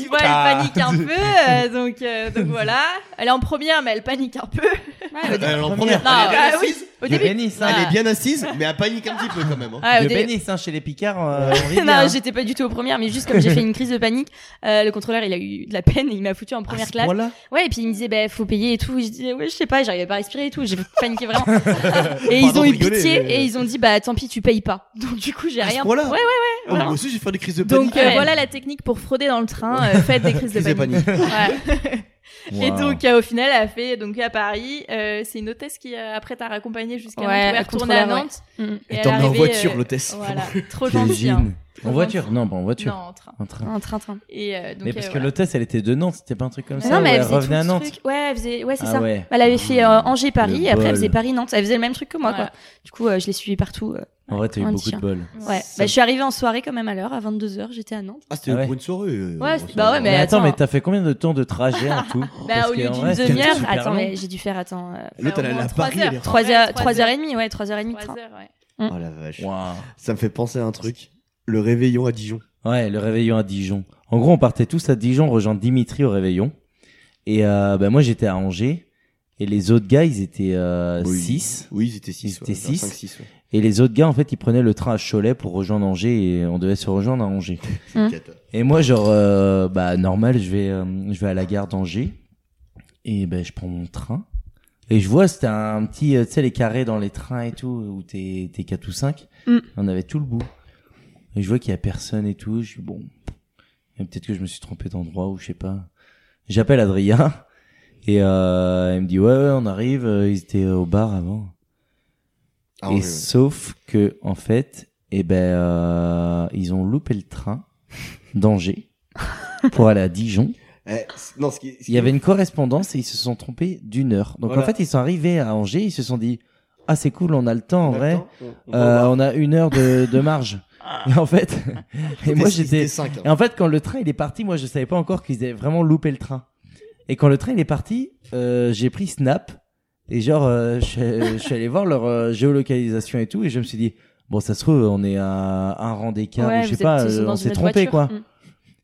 S6: vois, elle
S4: Ah.
S6: panique hein. un peu, euh, donc, euh, donc voilà. Elle est en première, mais elle panique un peu.
S3: Elle est en
S4: première.
S3: première.
S6: Non,
S3: Elle est bien
S6: bah oui,
S3: assise.
S6: au
S4: Le
S6: début.
S4: pénis,
S6: Ah.
S4: hein.
S3: Elle est bien assise, mais elle panique un petit peu quand même. hein.
S6: Ouais, au
S4: Le
S6: dé-
S4: pénis, hein, chez les Picards, euh, on rit bien, hein.
S5: Ah, Non, j'étais pas du tout aux premières, mais juste comme j'ai fait une crise de panique, euh, le contrôleur il a eu de la peine et il m'a foutu en
S4: À
S3: Ah,
S5: première
S4: ce
S5: classe.
S4: point-là
S5: Ouais, et puis il me disait, bah, faut payer et tout. Je disais, ouais, je sais pas, j'arrivais pas à respirer et tout. J'ai paniqué vraiment. et ils
S3: Pardon
S5: ont eu
S3: de rigoler,
S5: pitié
S3: mais-
S5: et ils ont dit, bah, tant pis, tu payes pas. Donc, du coup, j'ai
S3: À ce
S5: rien.
S3: point-là
S5: Ouais, ouais,
S3: Oh,
S5: voilà.
S3: Moi aussi, j'ai fait des crises de panique.
S6: Donc euh,
S5: Ouais.
S6: voilà la technique pour frauder dans le train, euh, faites des crises de
S3: Crise de
S6: panique. Ouais. Et
S4: Wow.
S6: donc euh, au final, elle a fait donc à Paris. euh, c'est une hôtesse qui euh, après t'a raccompagnée jusqu'à
S5: Ouais,
S6: Nantes, où elle est
S5: elle
S6: retournée à
S5: contrôleur, ouais.
S6: Nantes.
S5: Mm.
S6: Et elle est
S3: T'emmenes en
S6: arrivée,
S3: voiture,
S6: euh,
S3: l'otesse.
S6: Voilà, trop gentil. hein.
S4: J'imagine. En voiture Non, pas en voiture.
S6: Non, en train.
S4: En train.
S5: Un train, train.
S6: Et euh, donc
S4: mais
S6: euh,
S4: parce que
S6: voilà.
S4: l'hôtesse, elle était de Nantes, c'était pas un truc comme ça.
S5: non, mais
S4: où
S5: elle
S4: elle
S5: faisait
S4: revenait
S5: tout
S4: à
S5: ce
S4: Nantes.
S5: truc. Ouais, elle faisait, ouais, c'est
S4: Ah
S5: ça.
S4: ouais.
S5: Elle avait fait euh, Angers-Paris
S4: Le
S5: et après
S4: bol.
S5: elle faisait Paris-Nantes. Elle faisait le même truc que moi,
S6: Voilà.
S5: quoi. Du coup, euh, je l'ai suivi partout. euh.
S4: En vrai, t'as eu
S5: Un
S4: beaucoup de
S5: chien.
S4: bol.
S5: Ouais.
S4: Ça-
S5: Bah, je suis arrivée en soirée quand même à l'heure, à 22h, j'étais à Nantes.
S3: Ah, c'était
S4: Ah ouais.
S3: pour une soirée. euh,
S6: Ouais,
S3: bon,
S6: c'est-
S3: ça
S6: bah
S3: va.
S6: ouais,
S4: Mais
S6: Mais
S4: attends,
S6: attends,
S4: mais
S6: hein.
S4: t'as fait combien de temps de trajet en tout
S6: Bah,
S4: Parce
S6: au
S4: que,
S6: lieu
S4: en
S6: d'une
S4: vrai, c'était
S5: Demi-heure.
S4: super
S5: Attends,
S4: long.
S5: mais j'ai dû faire, attends, euh,
S3: L'autre, elle
S6: Au
S3: allait
S6: moins
S3: à
S6: trois
S3: Paris.
S6: heures.
S3: elle est-
S6: Trois-
S5: 3h,
S6: trois heures.
S5: 3h30, ouais, 3h30 de train.
S6: Trois heures, ouais.
S3: Oh la vache.
S4: Waouh.
S3: Ça me fait penser à un truc. Le réveillon à Dijon.
S4: Ouais, le réveillon à Dijon. En gros, on partait tous à Dijon rejoindre Dimitri au réveillon. Et euh, bah, moi, j'étais à Angers. Et les autres gars, ils étaient euh, 6.
S3: Oui. Oui, ils étaient 6.
S4: Ils étaient six.
S3: 5, 6.
S4: Et les autres gars, en fait, ils prenaient le train à Cholet pour rejoindre Angers. Et on devait se rejoindre à Angers.
S5: Hum.
S4: Et moi, genre, euh, bah, normal, je vais, euh, je vais à la gare d'Angers. Et ben, je prends mon train. Et je vois, c'était un petit, euh, tu sais, les carrés dans les trains et tout, où t'es, t'es 4 ou 5.
S5: Mm.
S4: On avait tout le bout. Et je vois qu'il y a personne et tout. Je suis bon. Et peut-être que je me suis trompé d'endroit ou je sais pas. J'appelle Adrien. Et, euh, il me dit, ouais, ouais, on arrive. Euh, Ils étaient au bar avant.
S3: Ah,
S4: et
S3: ouais, ouais.
S4: sauf que, en fait, eh ben, euh, ils ont loupé le train d'Angers pour aller à Dijon.
S3: Eh, c- non, ce qui, ce
S4: Il
S3: qui-
S4: y avait une correspondance et ils se sont trompés d'une heure. Donc
S3: Voilà.
S4: en fait, ils sont arrivés à Angers, ils se sont dit ah c'est cool, on a le temps en vrai,
S3: Attends, on- on va
S4: Euh,
S3: voir. Ah.
S4: on a une heure de, de marge. et en fait, et moi j'étais,
S3: 5.
S4: et en fait quand le train il est parti, moi je savais pas encore qu'ils avaient vraiment loupé le train. Et quand le train il est parti, euh, j'ai pris Snap et genre euh, je, je suis allé voir leur euh, géolocalisation et tout et je me suis dit bon ça se trouve on est à un rang d'écart ou
S5: Ouais,
S4: je
S5: vous
S4: sais
S5: êtes-
S4: pas,
S5: ils sont
S4: euh,
S5: dans
S4: on
S5: une
S4: s'est
S5: autre
S4: trompé
S5: voiture.
S4: quoi.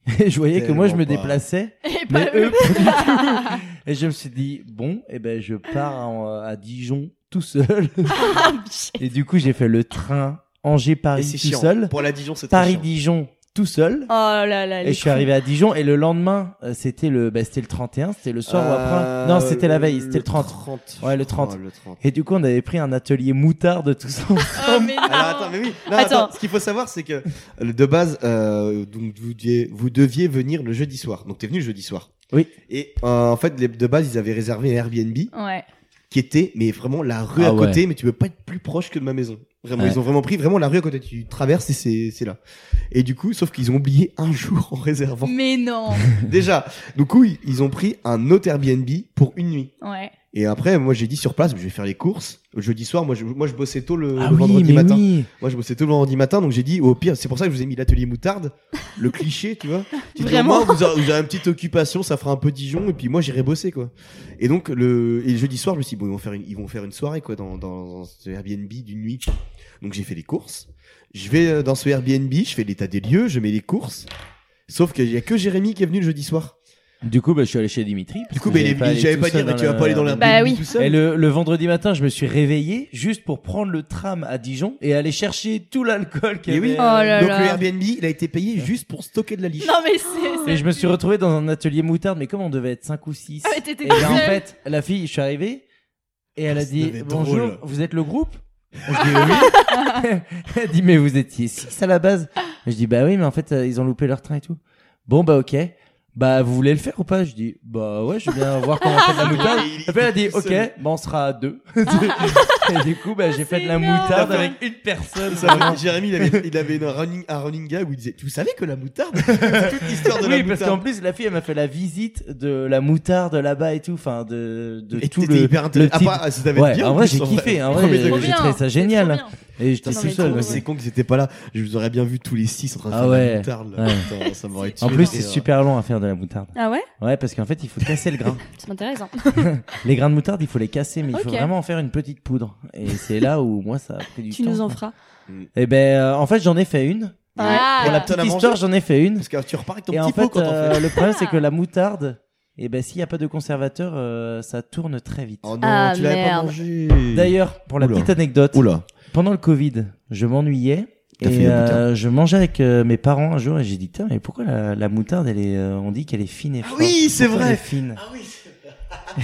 S5: Mm.
S4: Et je voyais que moi je me
S3: Tellement pas.
S4: déplaçais
S6: Et
S4: mais
S6: pas
S4: eux,
S6: eux.
S4: pas du tout. Et je me suis dit, bon, et ben, je pars en- à Dijon tout seul. et du coup, j'ai fait le train
S3: Et
S4: Angers-Paris
S3: c'est
S4: tout
S3: chiant.
S4: seul,
S3: Pour la Dijon, c'est très chiant.
S4: Paris-Dijon tout seul.
S5: Oh là là.
S4: Et
S5: les
S4: je suis
S5: cons.
S4: arrivé à Dijon et le lendemain, euh, c'était le, bah, c'était le 31, c'était le soir ou
S3: Euh,
S4: après. Non, c'était la veille, c'était le 30.
S3: 30.
S4: Ouais, le
S3: je
S4: 30.
S3: crois, le 30.
S4: Et du coup, on avait pris un atelier moutarde tous
S3: Ah
S4: ensemble.
S6: Oh, mais non.
S3: Alors attends, mais oui. Non,
S5: Attends.
S3: attends. Ce qu'il faut savoir, c'est que euh, de base, euh, donc vous deviez, vous deviez venir le jeudi soir. Donc t'es venu le jeudi soir.
S4: Oui.
S3: Et euh, en fait, les- de base, ils avaient réservé un Airbnb
S6: Ouais.
S3: qui était, mais vraiment la rue
S4: Ah
S3: à
S4: ouais.
S3: côté. Mais tu peux pas être plus proche que de ma maison. Vraiment,
S4: Ouais.
S3: ils ont vraiment pris vraiment la rue à côté. Tu traverses et c'est c'est là. Et du coup, sauf qu'ils ont oublié un jour en réservant.
S6: Mais non.
S3: Déjà, du coup, ils- ils ont pris un autre Airbnb pour une nuit.
S6: Ouais.
S3: Et après, moi, j'ai dit sur place, je vais faire les courses. Le jeudi soir, moi, je, moi, je bossais tôt le,
S4: Ah
S3: le
S4: oui,
S3: vendredi
S4: mais
S3: matin.
S4: oui.
S3: Moi, je bossais tôt le vendredi matin, donc j'ai dit, au pire, c'est pour ça que je vous ai mis l'atelier moutarde, le cliché, tu vois. Tu dis, au moins,
S5: Vraiment.
S3: vous, aurez- vous avez une petite occupation, ça fera un peu Dijon, et puis moi, j'irai bosser, quoi. Et donc, le, et le jeudi soir, je me suis dit, bon, ils vont faire une, ils vont faire une soirée, quoi, dans, dans ce Airbnb d'une nuit. Donc, j'ai fait les courses. Je vais euh, dans ce Airbnb, je fais l'état des lieux, je mets les courses. Sauf qu'il y a que Jérémy qui est venu le jeudi soir.
S4: Du coup, bah, je suis allé chez Dimitri. parce
S3: Du coup,
S4: que
S3: ben,
S4: j'avais
S3: il est-
S4: allé
S3: j'avais
S4: tout
S3: pas
S4: seul
S3: dire, mais tu vas
S4: le-
S3: pas aller dans l'Airbnb
S6: Bah oui.
S3: tout seul.
S4: Et le, le vendredi matin, je me suis réveillé juste pour prendre le tram à Dijon et aller chercher tout l'alcool qu'il y
S3: Eh oui.
S4: avait.
S6: Oh là
S3: Donc
S6: là.
S3: le Airbnb, il a été payé juste pour stocker de la liche.
S6: Non mais c'est. Oh, c'est
S4: Et je me suis retrouvé dans un atelier moutarde, mais comme on devait être 5 ou 6.
S6: Ah, mais t'étais
S4: et ben, en
S6: seul.
S4: fait, la fille, je suis arrivé et elle a
S3: Ça
S4: dit
S3: devait être
S4: Bonjour,
S3: Ah, drôle.
S4: vous êtes le groupe Je dis oui. elle dit Mais vous étiez 6 à la base Je dis Bah oui, mais en fait, euh, ils ont loupé leur train et tout. Bon, bah ok. bah vous voulez le faire ou pas Je dis bah ouais, je viens voir comment on fait de la moutarde.
S3: Il- il-
S4: Après elle a dit
S3: tout
S4: ok,
S3: seul.
S4: bah on sera à deux. et du coup bah j'ai fait de la
S6: énorme.
S4: moutarde avec une personne.
S3: Ça, Jérémy, il avait, il avait une running, un running gag où il disait Tu savais que la moutarde C'est toute l'histoire de la
S4: oui, parce qu'en
S3: moutarde.
S4: plus la fille elle m'a fait la visite de la moutarde là-bas et tout, enfin de de
S3: Et
S4: tout
S3: t'étais
S4: le.
S3: hyper
S4: le
S3: intelligent.
S4: petit-
S3: Ah, bah, ça t'avait
S4: Ouais,
S3: dit,
S4: en vrai, j'ai kiffé, en vrai,
S3: Premier
S4: j'ai-
S3: degré.
S6: Trop
S4: j'ai
S6: bien,
S4: trouvé ça
S6: c'est
S4: génial.
S6: trop bien.
S4: Et j'étais
S6: Non,
S4: tout
S6: mais
S4: seul.
S6: trop
S4: ouais.
S3: Mais c'est con qu'ils étaient pas là. Je vous aurais bien vu tous les six en train de
S4: Ah
S3: faire
S4: ouais.
S3: la moutarde. là.
S4: Ouais.
S3: Putain, ça m'aurait tué.
S4: En plus,
S3: Et,
S4: c'est
S3: euh,
S4: super long à faire de la moutarde.
S5: Ah ouais
S4: Ouais, parce qu'en fait, il faut casser le grain.
S5: C'est intéressant.
S4: Les grains de moutarde, il faut les casser, mais il faut
S5: Ok.
S4: vraiment en faire une petite poudre. Et c'est là où moi, ça a pris du
S5: Tu
S4: temps.
S5: nous en feras.
S4: Eh ben, euh, en fait, j'en ai fait une.
S6: Ah,
S4: Pour la
S3: t'en as
S4: petite
S3: mangé
S4: histoire, j'en ai fait une.
S3: Parce que tu repars avec ton
S4: Et en
S3: petit pot
S4: fait,
S3: quand on
S4: euh,
S3: fait.
S4: le problème, c'est
S5: Ah.
S4: que la moutarde, eh ben, s'il n'y a pas de conservateur, euh, ça tourne très vite.
S3: Oh non,
S5: Ah,
S3: tu l'avais pas
S5: merde.
S3: mangé.
S4: D'ailleurs, Ah pour la
S3: Oula.
S4: petite anecdote,
S3: Oula.
S4: pendant le Covid, je m'ennuyais.
S3: T'as fait
S4: Et
S3: la moutarde.
S4: euh, je mangeais avec euh, mes parents un jour et j'ai dit tiens mais pourquoi la, la moutarde elle est euh, on dit qu'elle est fine et
S3: Ah
S4: forte.
S3: oui, c'est
S4: Pourquoi
S3: vrai. Ah
S4: elle est fine.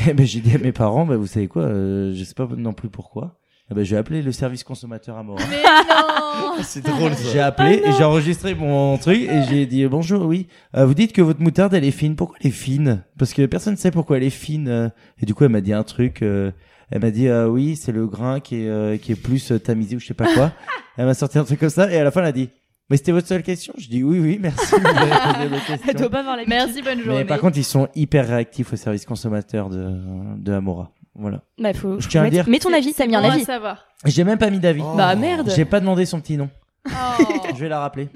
S4: Eh ben, j'ai dit à mes parents, ben, vous savez quoi, euh, je sais pas non plus pourquoi. Eh ben, j'ai appelé le service consommateur à Morin.
S6: Mais non
S3: Ah, C'est drôle
S4: J'ai
S3: ça.
S4: appelé et j'ai enregistré mon truc et j'ai dit bonjour, oui. euh, vous dites que votre moutarde elle est fine. Pourquoi elle est fine Parce que personne ne sait pourquoi elle est fine. euh. Et du coup, elle m'a dit un truc. euh, elle m'a dit euh, oui, c'est le grain qui est euh, qui est plus euh, tamisé ou je sais pas quoi. elle m'a sorti un truc comme ça et à la fin elle a dit mais c'était votre seule question. Je dis oui, oui, merci. vous m'avez posé vos questions.
S5: Elle doit pas avoir la
S6: Merci, bonne journée.
S4: Mais par contre, ils sont hyper réactifs au service consommateur de de Amora. Voilà.
S5: Bah, faut,
S4: Je tiens à
S5: mettre-
S4: dire-
S5: Mets ton avis, ça a mis un
S6: Bon à
S5: avis.
S6: savoir.
S4: J'ai même pas mis d'avis.
S3: Oh.
S5: Bah, merde.
S4: J'ai pas demandé son petit nom.
S6: Oh.
S4: Je vais la rappeler.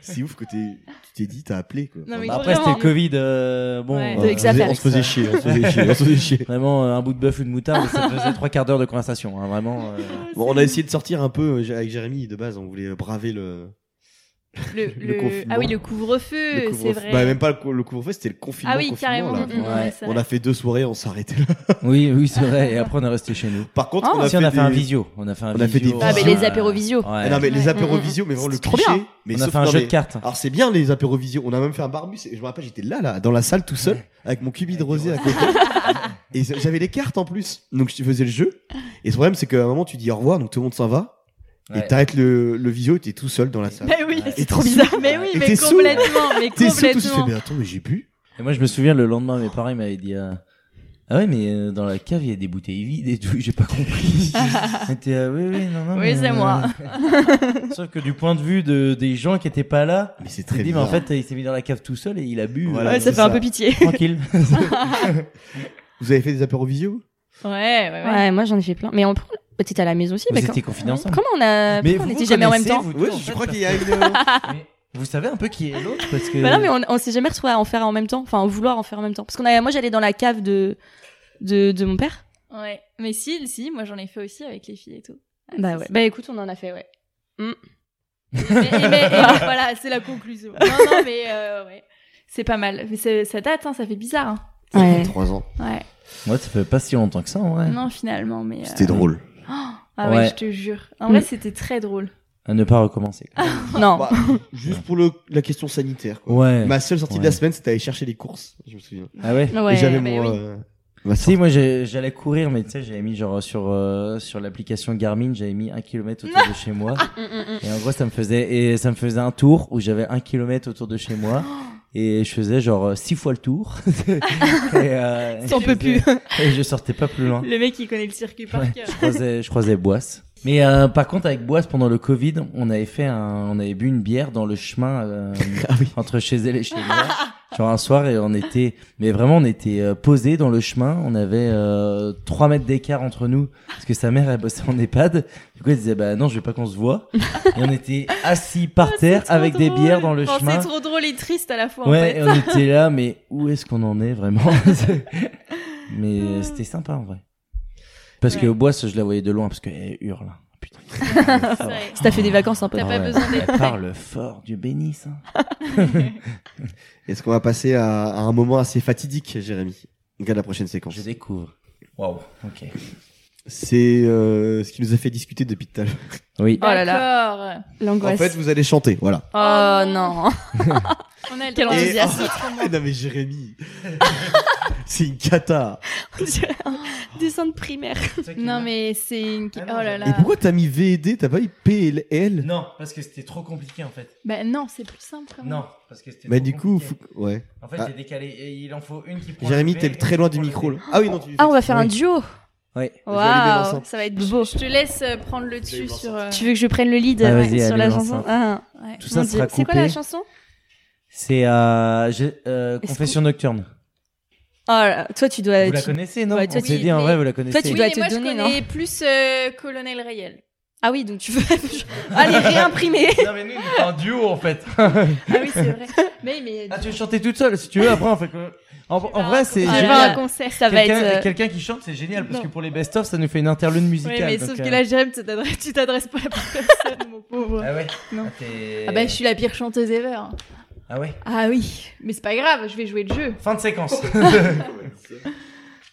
S3: C'est ouf que t'es- tu t'es dit, t'as appelé quoi.
S6: Non, mais
S4: Bah après, c'était le Covid. euh, bon,
S6: Ouais.
S4: euh,
S5: Avec
S3: on,
S5: sa
S3: se faisait,
S5: perte.
S3: on se faisait chier, on se faisait chier, on se faisait chier.
S4: Vraiment, euh, un bout de bœuf, une moutarde, ça faisait trois quarts d'heure de conversation. hein, vraiment. euh.
S3: Bon, on a essayé de sortir un peu euh, avec Jérémy de base, on voulait euh, braver le.
S6: le,
S3: Le
S6: le-
S3: confinement.
S6: Ah oui, le couvre-feu,
S3: le
S6: c'est
S3: couvre-feu.
S6: vrai.
S3: Bah, même pas le, cou- le couvre-feu, c'était le confinement.
S6: ah oui,
S3: confinement,
S6: carrément.
S3: là.
S6: mm, mm,
S4: Ouais.
S6: ouais, c'est
S3: On
S6: vrai.
S3: a fait deux soirées, on s'arrêtait là.
S4: Oui, oui, c'est vrai. Et après, on est resté chez nous.
S3: Par contre,
S4: on, a fait
S3: des...
S4: Ah, on a fait un visio. On a fait un
S3: On a fait des
S4: visio.
S3: Ah, mais
S5: les apérovisio.
S4: Ouais.
S3: Ah non, mais les
S6: Ouais.
S3: apérovisio, mais vraiment le
S5: C'est trop
S3: cliché.
S5: bien.
S3: Mais
S4: on a
S3: sauf
S4: fait un
S3: dans
S4: jeu
S3: les-
S4: de cartes.
S3: Alors c'est bien les apérovisio. On a même fait un barbus. Je me rappelle, j'étais là, là, dans la salle tout seul, avec mon cubi de rosé à côté. et j'avais les cartes en plus. Donc je faisais le jeu. Et le problème, c'est qu'à un moment, tu dis au revoir, donc tout le monde s'en va.
S4: Ouais.
S3: Et t'arrêtes le, le visio et t'es tout seul dans la salle.
S6: Bah oui,
S4: Ouais.
S6: c'est trop bizarre. Mais oui,
S3: Et
S6: mais
S3: t'es sous.
S6: complètement. Mais
S3: T'es surtout, tu fais,
S6: complètement.
S3: mais attends, mais j'ai bu.
S4: Et moi, je me souviens, le lendemain, mes parents ils m'avaient dit euh, Ah ouais, mais euh, dans la cave, il y a des bouteilles vides et tout. J'ai pas compris. J'étais, ah oui, oui, non, non.
S6: Oui,
S4: mais-
S6: c'est moi.
S4: Sauf que du point de vue de, des gens qui étaient pas là,
S3: Mais c'est
S4: Tu
S3: très
S4: dis, mais en
S3: bizarre.
S4: fait, il s'est mis dans la cave tout seul et il a bu.
S3: Voilà,
S4: euh,
S5: Ouais, ça
S3: c'est
S5: fait un
S3: ça.
S5: peu pitié.
S4: Tranquille.
S3: Vous avez fait des apérovisio
S6: Ouais, ouais, ouais.
S5: Ouais, moi j'en ai fait plein. Mais en plus, oh, t'étais à la maison aussi,
S4: Vous
S5: mais quand-
S4: étiez confinés ensemble.
S5: Comment on
S4: Mais
S5: a. Ah pourquoi on
S4: vous
S5: n'était
S4: vous
S5: jamais en même
S4: connaissez,
S5: temps
S4: vous deux,
S3: Oui,
S4: en
S3: je
S4: fait,
S3: crois
S4: parce
S3: qu'il y a une.
S4: que- mais euh, Vous savez un peu qui est l'autre parce que.
S5: Bah non, mais on, on s'est jamais retrouvé à en faire en même temps, enfin, en vouloir en faire en même temps. Parce qu'on a, moi, j'allais dans la cave de, de, de mon père.
S6: Ouais. Mais si, si, moi j'en ai fait aussi avec les filles et tout. Ah,
S5: Bah
S6: si,
S5: ouais.
S6: si.
S5: Bah écoute, on en a fait, ouais.
S6: Mais, mais- mais- voilà, c'est la conclusion. Non, non, mais euh, ouais. C'est pas mal. Mais c'est- ça date, hein, ça fait bizarre. hein.
S5: Ouais.
S3: Trois ans.
S6: Ouais.
S4: Moi, ça fait pas si longtemps que ça, en vrai.
S6: Non, finalement, mais. euh,
S3: C'était drôle.
S6: Ah ouais,
S4: Ouais.
S6: je te jure. En
S5: Mm.
S6: vrai, c'était très drôle.
S4: À ne pas recommencer.
S5: Ah. Non.
S3: Bah, juste pour le, la question sanitaire. quoi.
S4: Ouais.
S3: Ma seule sortie
S4: Ouais.
S3: de la semaine, c'était aller chercher les courses. Je me souviens.
S4: Ah ouais.
S3: Et j'avais
S6: mais
S3: mon.
S6: oui.
S3: euh, ma sortie-
S4: Si, moi, j'ai- j'allais courir, mais tu sais, j'avais mis genre sur euh, sur l'application Garmin, j'avais mis un kilomètre autour de chez moi.
S5: Mm,
S4: Et en gros, ça me faisait et ça me faisait un tour où j'avais un kilomètre autour de chez moi.
S5: Oh.
S4: Et je faisais genre euh, six fois le tour. et, euh,
S5: T'en
S4: je
S5: peux
S4: faisais- Et je sortais pas plus loin.
S6: Le mec, il connaît le circuit par
S4: Ouais,
S6: cœur.
S4: je croisais, je croisais Boisse. Mais euh, par contre, avec Boisse, pendant le Covid, on avait fait un, on avait bu une bière dans le chemin euh,
S3: Ah
S4: entre chez elle et chez moi. Genre un soir et on était, mais vraiment on était euh, posés dans le chemin. On avait euh, 3 mètres d'écart entre nous parce que sa mère elle bossait en EHPAD. Du coup elle disait bah non je veux pas qu'on se voit. Et on était assis par terre
S6: Ah, C'est trop
S4: avec des
S6: drôle.
S4: bières dans le
S6: Enfin,
S4: chemin.
S6: C'est trop drôle et triste à la fois. en
S4: Ouais
S6: fait.
S4: et on était là mais où est-ce qu'on en est vraiment Mais euh, c'était sympa en vrai. Parce que
S6: Ouais.
S4: Boisse je la voyais de loin parce qu'elle hurle. hein. Putain.
S6: C'est vrai.
S5: Ça fait des vacances hein, un peu.
S6: T'as
S4: Ah
S6: pas besoin d'être
S4: Elle
S6: prêt.
S4: parle fort, Dieu bénisse. hein.
S3: Est-ce qu'on va passer à, à un moment assez fatidique, Jérémy Regarde la prochaine séquence.
S4: Je découvre. Waouh. Ok.
S3: C'est euh, ce qui nous a fait discuter depuis tout à l'heure.
S4: Oui.
S7: Ah,
S5: Oh là là.
S6: D'accord.
S3: En
S5: L'angoisse.
S3: fait, vous allez chanter, voilà.
S5: Oh non.
S6: On a le
S5: Quel
S3: oh,
S6: droit.
S5: enthousiasme.
S3: non mais Jérémy, c'est une cata.
S5: du centre primaire.
S6: Non, mais c'est une.
S7: Ah
S6: oh
S7: non,
S6: là là.
S3: Et pourquoi t'as mis VD T'as pas mis PLL
S7: Non, parce que c'était trop compliqué en fait.
S6: Bah non, c'est plus simple. quand même.
S7: Non, parce que c'était.
S3: Bah
S7: trop
S3: du coup,
S7: compliqué.
S3: faut- ouais.
S7: En fait,
S3: Ah.
S7: j'ai décalé. Et il en faut une qui prend.
S3: Jérémy,
S7: le
S3: t'es
S7: V,
S3: très
S7: une
S3: loin
S7: qui
S3: du
S7: prend le
S3: micro.
S7: D.
S3: là. Ah oui, non, tu.
S5: Ah, on va faire un
S3: Oui.
S5: duo.
S4: Ouais.
S6: Waouh,
S3: l'enceinte.
S6: ça va être
S5: Bobo.
S6: beau. Je te laisse euh, prendre le dessus sur. euh,
S5: Tu veux que je prenne le lead
S4: Ah,
S5: euh,
S4: vas-y,
S5: sur
S4: allez,
S5: la
S4: lance
S5: chanson
S4: un.
S5: Ah,
S6: ouais.
S4: Tout ça
S5: mon
S4: sera
S5: Dieu. C'est quoi la
S4: coupé.
S5: chanson
S4: C'est euh, j'ai- euh,
S5: Est-ce
S4: Confession nocturne.
S5: Oh là, toi tu dois.
S6: Euh,
S4: vous la
S5: tu-
S4: connaissez, non
S5: Ouais,
S4: On
S5: toi,
S4: s'est
S6: tu-
S4: dit en
S6: mais-
S4: vrai, vous la
S5: Toi,
S4: connaissez.
S5: tu
S6: Oui,
S5: dois
S6: mais
S5: te
S6: moi,
S5: donner,
S6: je connais plus euh, Colonel Rayel.
S5: Ah oui, donc tu veux aller réimprimer.
S7: Non, mais nous, on était en duo en fait.
S6: Ah oui, c'est vrai. mais mais
S7: Ah, tu veux chanter toute seule si tu veux. Après, on fait que. En, en vrai, c'est
S6: je
S5: Ah là
S6: vais
S7: génial.
S6: à un
S5: là.
S6: concert.
S5: Ça va
S7: Quelqu'un
S5: être. euh,
S7: quelqu'un qui chante, c'est génial parce
S6: Non.
S7: que pour les best-of, ça nous fait une interlude musicale.
S6: Oui, mais
S7: donc,
S6: sauf
S7: euh,
S6: que là, Jérém, tu t'adresses- tu t'adresses pas à la bonne personne, mon pauvre.
S7: Ah ouais.
S6: Non.
S7: Ah, t'es-
S6: Ah bah, je suis la pire chanteuse ever.
S7: Ah ouais.
S6: Ah oui, mais c'est pas grave, je vais jouer le jeu.
S7: Fin de séquence.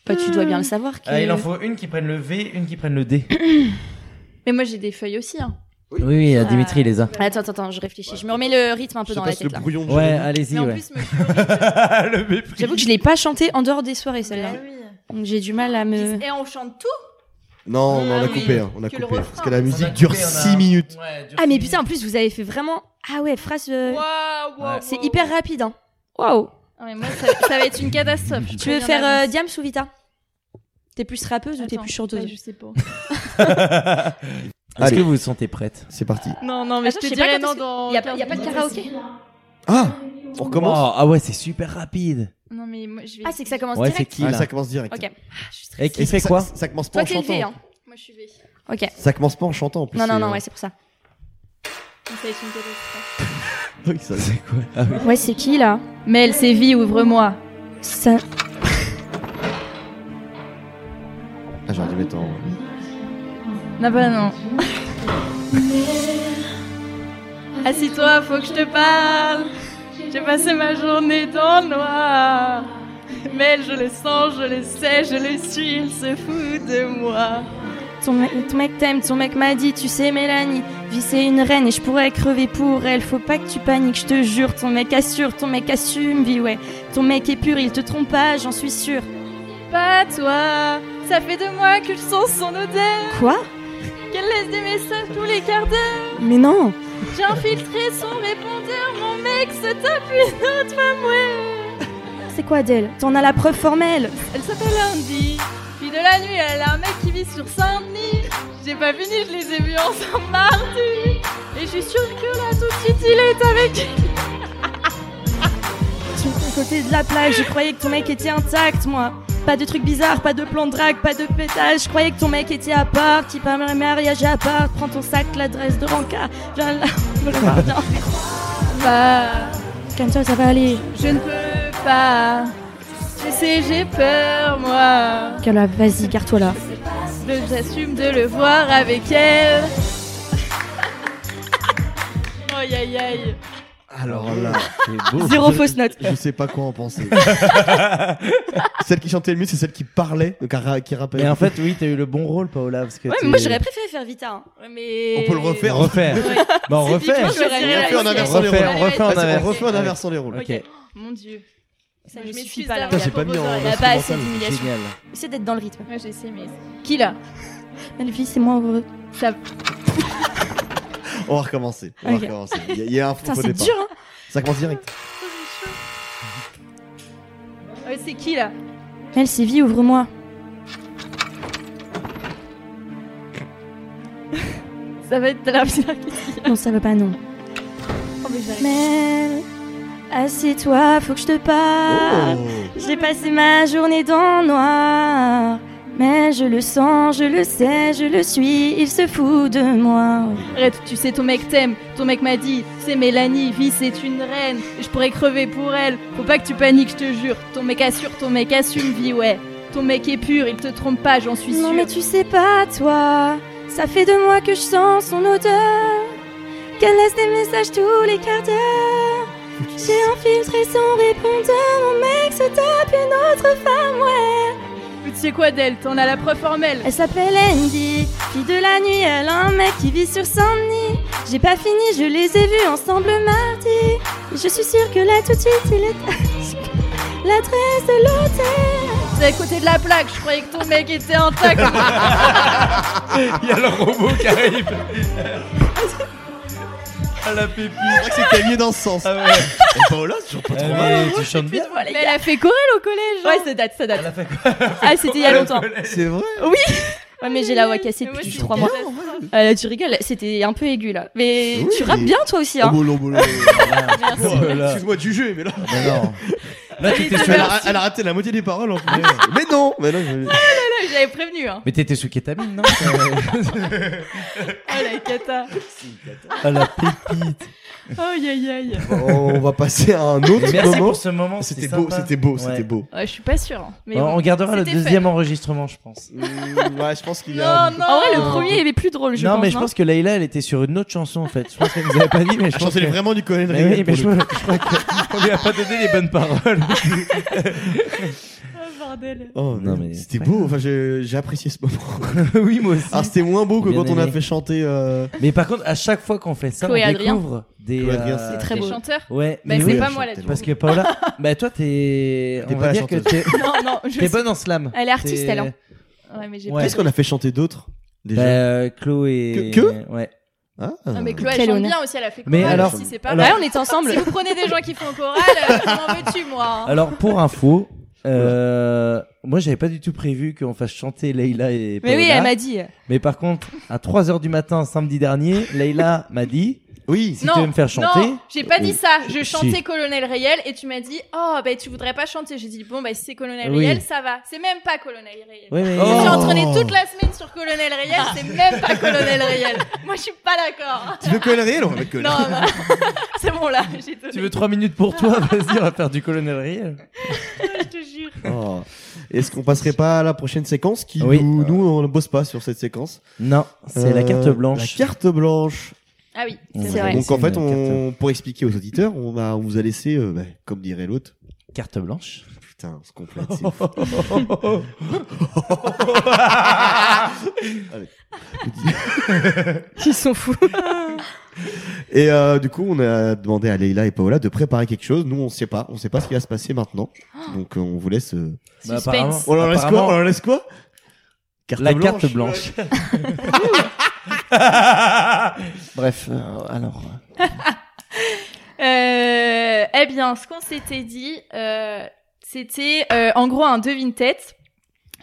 S5: bah, tu dois bien le savoir. que-
S7: Ah, il en faut une qui prenne le V, une qui prenne le D.
S6: Mais moi, j'ai des feuilles aussi. Hein.
S4: Oui, oui, euh, Dimitri
S6: Ah.
S4: les a.
S5: Attends, attends, attends, je réfléchis. Je me remets le rythme un
S3: Je
S5: peu
S3: sais
S5: dans
S3: pas
S5: la
S3: si le
S5: tête là.
S3: brouillon. de
S4: Ouais,
S3: Jérémy-
S4: allez-y.
S6: Mais en
S4: ouais.
S6: plus, me jouer
S7: Ah, le mépris.
S5: J'avoue que je l'ai pas chanté en dehors des soirées
S6: au
S5: celle-là.
S6: jeu.
S5: Donc j'ai
S6: Ah,
S5: du mal à me.
S6: Et on chante tout.
S3: Non, on en a
S6: Ah oui,
S3: coupé. hein, On a
S6: que le
S3: coupé.
S6: refrain,
S3: Parce que la
S6: on a
S7: On a
S3: musique
S7: coupé,
S3: dure
S7: on a-
S3: 6 minutes.
S7: Ouais, dure
S5: Ah
S7: six
S5: mais putain,
S7: minutes.
S5: en plus vous avez fait vraiment. Ah ouais, phrase. euh,
S6: Waouh, waouh,
S4: Ouais.
S5: C'est
S6: waouh.
S5: hyper rapide. Hein. Waouh.
S6: Ah, mais moi, ça, ça va être une catastrophe. je
S5: Tu veux
S6: préviens
S5: faire euh,
S6: d'avance.
S5: Diams ou Vita T'es plus rappeuse ou t'es
S6: Attends,
S5: plus chanteuse
S6: ouais, Je sais pas.
S4: Est-ce
S3: Allez.
S4: que vous vous sentez prête
S3: C'est parti.
S6: Non, non, mais
S5: Attends,
S6: je
S5: je
S6: te
S5: sais pas quand
S6: dirai non
S5: est-ce que-
S6: dans.
S5: Il y a, pas- y a pas de
S6: 15
S5: karaoké
S3: Ah On recommence
S4: Oh, Ah ouais, c'est super rapide.
S6: Non, mais moi, je vais.
S5: Ah, c'est que ça commence
S4: Ouais, c'est
S5: direct
S4: qui
S3: Ah,
S4: là
S3: Ça commence direct.
S5: Ok.
S4: Et qui
S3: Et
S4: fait
S3: ça-
S4: quoi
S3: Ça commence pas
S5: Toi
S3: en
S5: t'es levée,
S3: chantant.
S5: hein
S6: Moi, je suis vée.
S5: Ok.
S3: Ça commence pas en chantant en plus.
S5: Non, non,
S3: c'est- euh,
S5: non, ouais, c'est pour ça.
S6: Ça va être une catastrophe.
S3: Oui, ça-
S4: C'est quoi Ah oui.
S5: Ouais, c'est qui là
S6: Mel, c'est vie, ouvre-moi.
S5: Ça.
S3: Ah, j'aurais dû mettre en.
S6: Non, bah non. Assis-toi, faut que je te parle. J'ai passé ma journée dans le noir. Mais je le sens, je le sais, je le suis, il se fout de moi.
S5: Ton mec, ton mec t'aime, ton mec m'a dit, tu sais, Mélanie, vie c'est une reine et je pourrais crever pour elle. Faut pas que tu paniques, je te jure. Ton mec assure, ton mec assume, vie, ouais. Ton mec est pur, il te trompe pas, j'en suis sûre.
S6: Pas toi, ça fait de moi que je sens son odeur.
S5: Quoi
S6: Qu'elle laisse des messages tous les quarts d'heure.
S5: Mais non
S6: J'ai infiltré son répondeur, mon mec se tape une autre femme, ouais.
S5: C'est quoi, Adèle T'en as la preuve formelle
S6: Elle s'appelle Andy. Puis de la nuit, elle a un mec qui vit sur Saint-Denis. J'ai pas fini, je les ai vus ensemble mardi. Et je suis sûre que là, tout de suite, il est avec.
S5: Sur le côté de la plage, je croyais que ton mec était intact, moi. Pas de trucs bizarres, pas de plan de drague, pas de pétage. Je croyais que ton mec était à part, qui parle un mariage à part. Prends ton sac, l'adresse de Ranka. Viens là, me le voir, viens.
S6: Bah,
S5: Calme-toi, ça va aller.
S6: je ne peux pas. Tu sais, j'ai peur, moi.
S5: Calme là, vas-y, garde-toi là.
S6: De- J'assume de le voir avec elle. aïe aïe aïe.
S3: Alors là,
S4: C'est beau.
S5: Zéro
S3: Je-
S5: fausse note.
S3: je sais pas quoi en penser. celle qui chantait le mieux, c'est celle qui parlait, donc à- qui rappelait.
S4: Mais en fait, oui, t'as eu le bon rôle, Paola. Parce que
S5: Ouais,
S4: t'es-
S5: mais moi j'aurais préféré faire Vita. hein.
S6: Mais...
S3: On peut le refaire.
S4: Refaire. Bah, on refait.
S6: Typiquement, j'aurais
S3: On refait en
S6: réalisé.
S3: inversant les
S4: Refait,
S3: rôles.
S4: on refait en
S3: Vas-y,
S4: inversant.
S3: Ah, On refait en inversant les rôles.
S4: Ok.
S6: Mon dieu.
S5: Ça
S6: Je
S5: me
S6: m'excuse
S5: suffit pas là.
S3: Putain, j'ai pas mis en
S4: hein,
S5: Là pas assez
S3: instrumental.
S5: d'humiliation.
S4: Génial.
S5: Essaie d'être dans le rythme.
S6: Moi j'essaie mais... Qui là
S5: Melvie, c'est moins heureux.
S6: Ça-
S3: On va recommencer. On va
S5: Ok.
S3: recommencer. Il y a- il y a un faux
S5: Putain, c'est
S3: départ.
S5: dur, hein.
S3: Ça commence direct.
S6: Ah Ouais, c'est qui là
S5: hein. Mel, c'est vie, ouvre-moi.
S6: Ça va être la bizarre qui
S5: Non, ça va pas, non.
S6: Oh, mais j'arrive.
S5: Mel, assieds-toi, faut que je te parle.
S3: Oh.
S5: J'ai passé ma journée dans le noir. Mais je le sens, je le sais, je le suis, il se fout de moi.
S6: Arrête, tu sais, ton mec t'aime. Ton mec m'a dit, c'est Mélanie, vie, c'est une reine. Je pourrais crever pour elle. Faut pas que tu paniques, je te jure. Ton mec assure, ton mec assume, vie, ouais. Ton mec est pur, il te trompe pas, j'en suis
S5: Non
S6: sûre.
S5: mais tu sais pas toi, ça fait de moi que je sens son odeur, qu'elle laisse des messages tous les quarts d'heure. J'ai infiltré son répondeur, mon mec se tape une autre femme, ouais.
S6: Mais tu sais quoi d'elle T'en as la preuve formelle.
S5: Elle s'appelle Andy, fille de la nuit, elle a un mec qui vit sur Saint-Denis. J'ai pas fini, je les ai vus ensemble mardi. Je suis sûre que là tout de suite il est l'adresse de l'hôtel.
S6: t'es à côté de la plaque. Je croyais que ton mec était intact.
S7: Il y a le robot qui arrive. À la pépite.
S3: C'est vrai que c'était mieux dans ce sens.
S7: Ah ouais.
S3: Et Paola, c'est
S4: Eh
S3: toujours pas trop mal.
S7: Ah ouais, tu chantes bien.
S6: Mais elle a fait chorale au collège.
S5: Ouais,
S6: hein.
S5: ça date, ça date.
S7: Elle a fait quoi
S5: Ah, c'était il y a longtemps.
S3: C'est vrai.
S5: Ouais, mais j'ai la voix cassée
S6: Mais moi,
S5: depuis
S6: je
S5: trois
S6: suis
S5: mois.
S6: bien, en vrai.
S5: Ah, là, tu rigoles, c'était un peu aigu là. Mais
S3: Oui.
S5: tu rappes bien toi aussi, hein.
S3: Oh, bon, bon, bon, bon, bon.
S4: Oh
S7: Voilà.
S3: Excuse-moi de juger, mais là,
S2: Mais non.
S7: Là, t'étais
S3: elle,
S7: sous la-
S3: a, elle a raté la moitié des paroles en fait.
S4: Ah,
S3: mais non, mais non, je-
S6: Ouais, J'avais prévenu. Hein.
S7: Mais t'étais sous kétamine, non
S6: Ah la cata.
S4: Ah,
S7: À la pépite.
S6: Aïe aïe aïe.
S3: on va passer à un autre
S7: Merci
S3: moment.
S7: pour ce moment.
S3: C'était beau, c'était beau, c'était
S7: Ouais.
S3: beau.
S6: Ouais, je suis pas sûre. hein. Mais
S7: On-
S6: bon.
S7: on gardera le
S6: C'était
S7: deuxième enregistrement, je pense.
S3: Mmh, ouais, je pense qu'il y a.
S6: Non non.
S5: En vrai, Ah le
S3: Non.
S5: premier il est plus drôle, je
S4: non,
S5: pense.
S4: mais je pense que Layla, elle était sur une autre chanson en fait. Je pense qu'elle vous avait pas dit, mais
S3: La
S4: je pense
S3: chanson
S4: que...
S3: est Ah, vraiment du Cohen
S4: Mais oui,
S3: Reed.
S4: mais
S3: pour
S4: je,
S3: le coup.
S4: je crois que- on lui a pas donné les bonnes paroles.
S6: Oh, bordel.
S3: Oh,
S4: Non, mais-
S3: C'était beau, enfin, j'ai j'ai apprécié ce moment.
S4: oui, moi aussi.
S3: Alors, c'était moins beau que
S4: Bien
S3: quand on a
S4: aimé.
S3: fait chanter. euh,
S4: Mais par contre, à chaque fois qu'on fait ça,
S5: Chloé
S4: on
S5: Adrien.
S4: découvre des.
S3: Chloé Adrien,
S4: euh,
S5: C'est très
S6: Les
S5: beau.
S6: chanteurs.
S4: Ouais,
S6: Bah, c'est
S4: oui,
S6: pas
S3: elle
S6: moi là.
S3: chante
S6: du
S3: tellement.
S6: coup.
S4: Parce que Paola, bah toi t'es,
S3: T'es
S4: on
S3: pas
S4: va
S3: la
S4: dire que
S3: chanteuse.
S4: t'es,
S6: Non non. Je
S4: t'es
S6: sais.
S4: bonne en slam.
S5: Elle est artiste,
S4: T'es- bah,
S5: elle, hein.
S6: Ouais, mais j'ai
S4: Ouais.
S6: pas-
S3: Qu'est-ce qu'on a fait chanter d'autres
S4: Bah,
S3: déjà
S4: euh, Chloé.
S3: Que- que
S4: ouais.
S3: Ah.
S6: Non mais Chloé
S5: Quel
S6: elle chante
S5: honneur.
S6: bien aussi. Elle a fait
S4: Mais
S6: chorale.
S4: alors-
S6: si c'est pas
S4: alors-
S5: Ouais,
S6: mal.
S5: on était ensemble.
S6: Si vous prenez des gens qui font chorale, euh, comment veux-tu moi hein
S4: Alors pour info, euh, moi j'avais pas du tout prévu qu'on fasse chanter Leïla et
S5: Mais
S4: Paola.
S5: oui, elle m'a dit. euh,
S4: Mais par contre, à 3h du matin samedi dernier, Leïla m'a dit
S3: Oui.
S4: si tu veux me faire chanter.
S6: Non, j'ai pas dit
S4: Oh.
S6: ça.
S4: Si.
S6: Je chantais Colonel Rayel et tu m'as dit "Oh ben tu voudrais pas chanter." J'ai dit "Bon ben si c'est Colonel
S4: Oui.
S6: Rayel, ça va. C'est même pas Colonel Rayel."
S4: Ouais, mais-
S6: Je me suis
S3: Oh.
S6: entraînée toute la semaine sur Colonel Rayel, c'est même pas Colonel Rayel. Moi je suis pas d'accord.
S3: Tu veux Cohen Reed On va mettre Cohen
S6: Non, non. c'est bon là, j'ai donné.
S4: Tu veux 3 minutes pour toi Vas-y, on va faire du colonel réel.
S6: Je te jure.
S3: Oh. Est-ce qu'on passerait pas à la prochaine séquence qui
S4: Oui.
S3: nous, nous, on ne bosse pas sur cette séquence
S4: Non, c'est
S3: Euh,
S4: la carte blanche.
S3: La carte blanche.
S6: Ah oui,
S4: On
S5: C'est
S4: va
S5: vrai.
S4: laisser
S3: Donc en fait,
S4: une carte,
S3: on, pour expliquer aux auditeurs, on, a, on vous a laissé, euh, bah, comme dirait l'autre,
S4: carte blanche.
S3: putain, on se complète. c'est fou.
S5: Ils sont fous.
S3: et euh, du coup, on a demandé à Leïla et Paola de préparer quelque chose. Nous, on sait pas, on sait pas ce qui va se passer maintenant. Donc euh, on vous laisse. euh,
S4: Bah,
S6: Suspense.
S4: apparemment-
S3: On leur laisse quoi
S4: apparemment,
S3: On leur laisse quoi
S4: La carte blanche. Bref, euh, alors.
S6: Euh, eh bien, ce qu'on s'était dit, euh, c'était euh, en gros un devine-tête.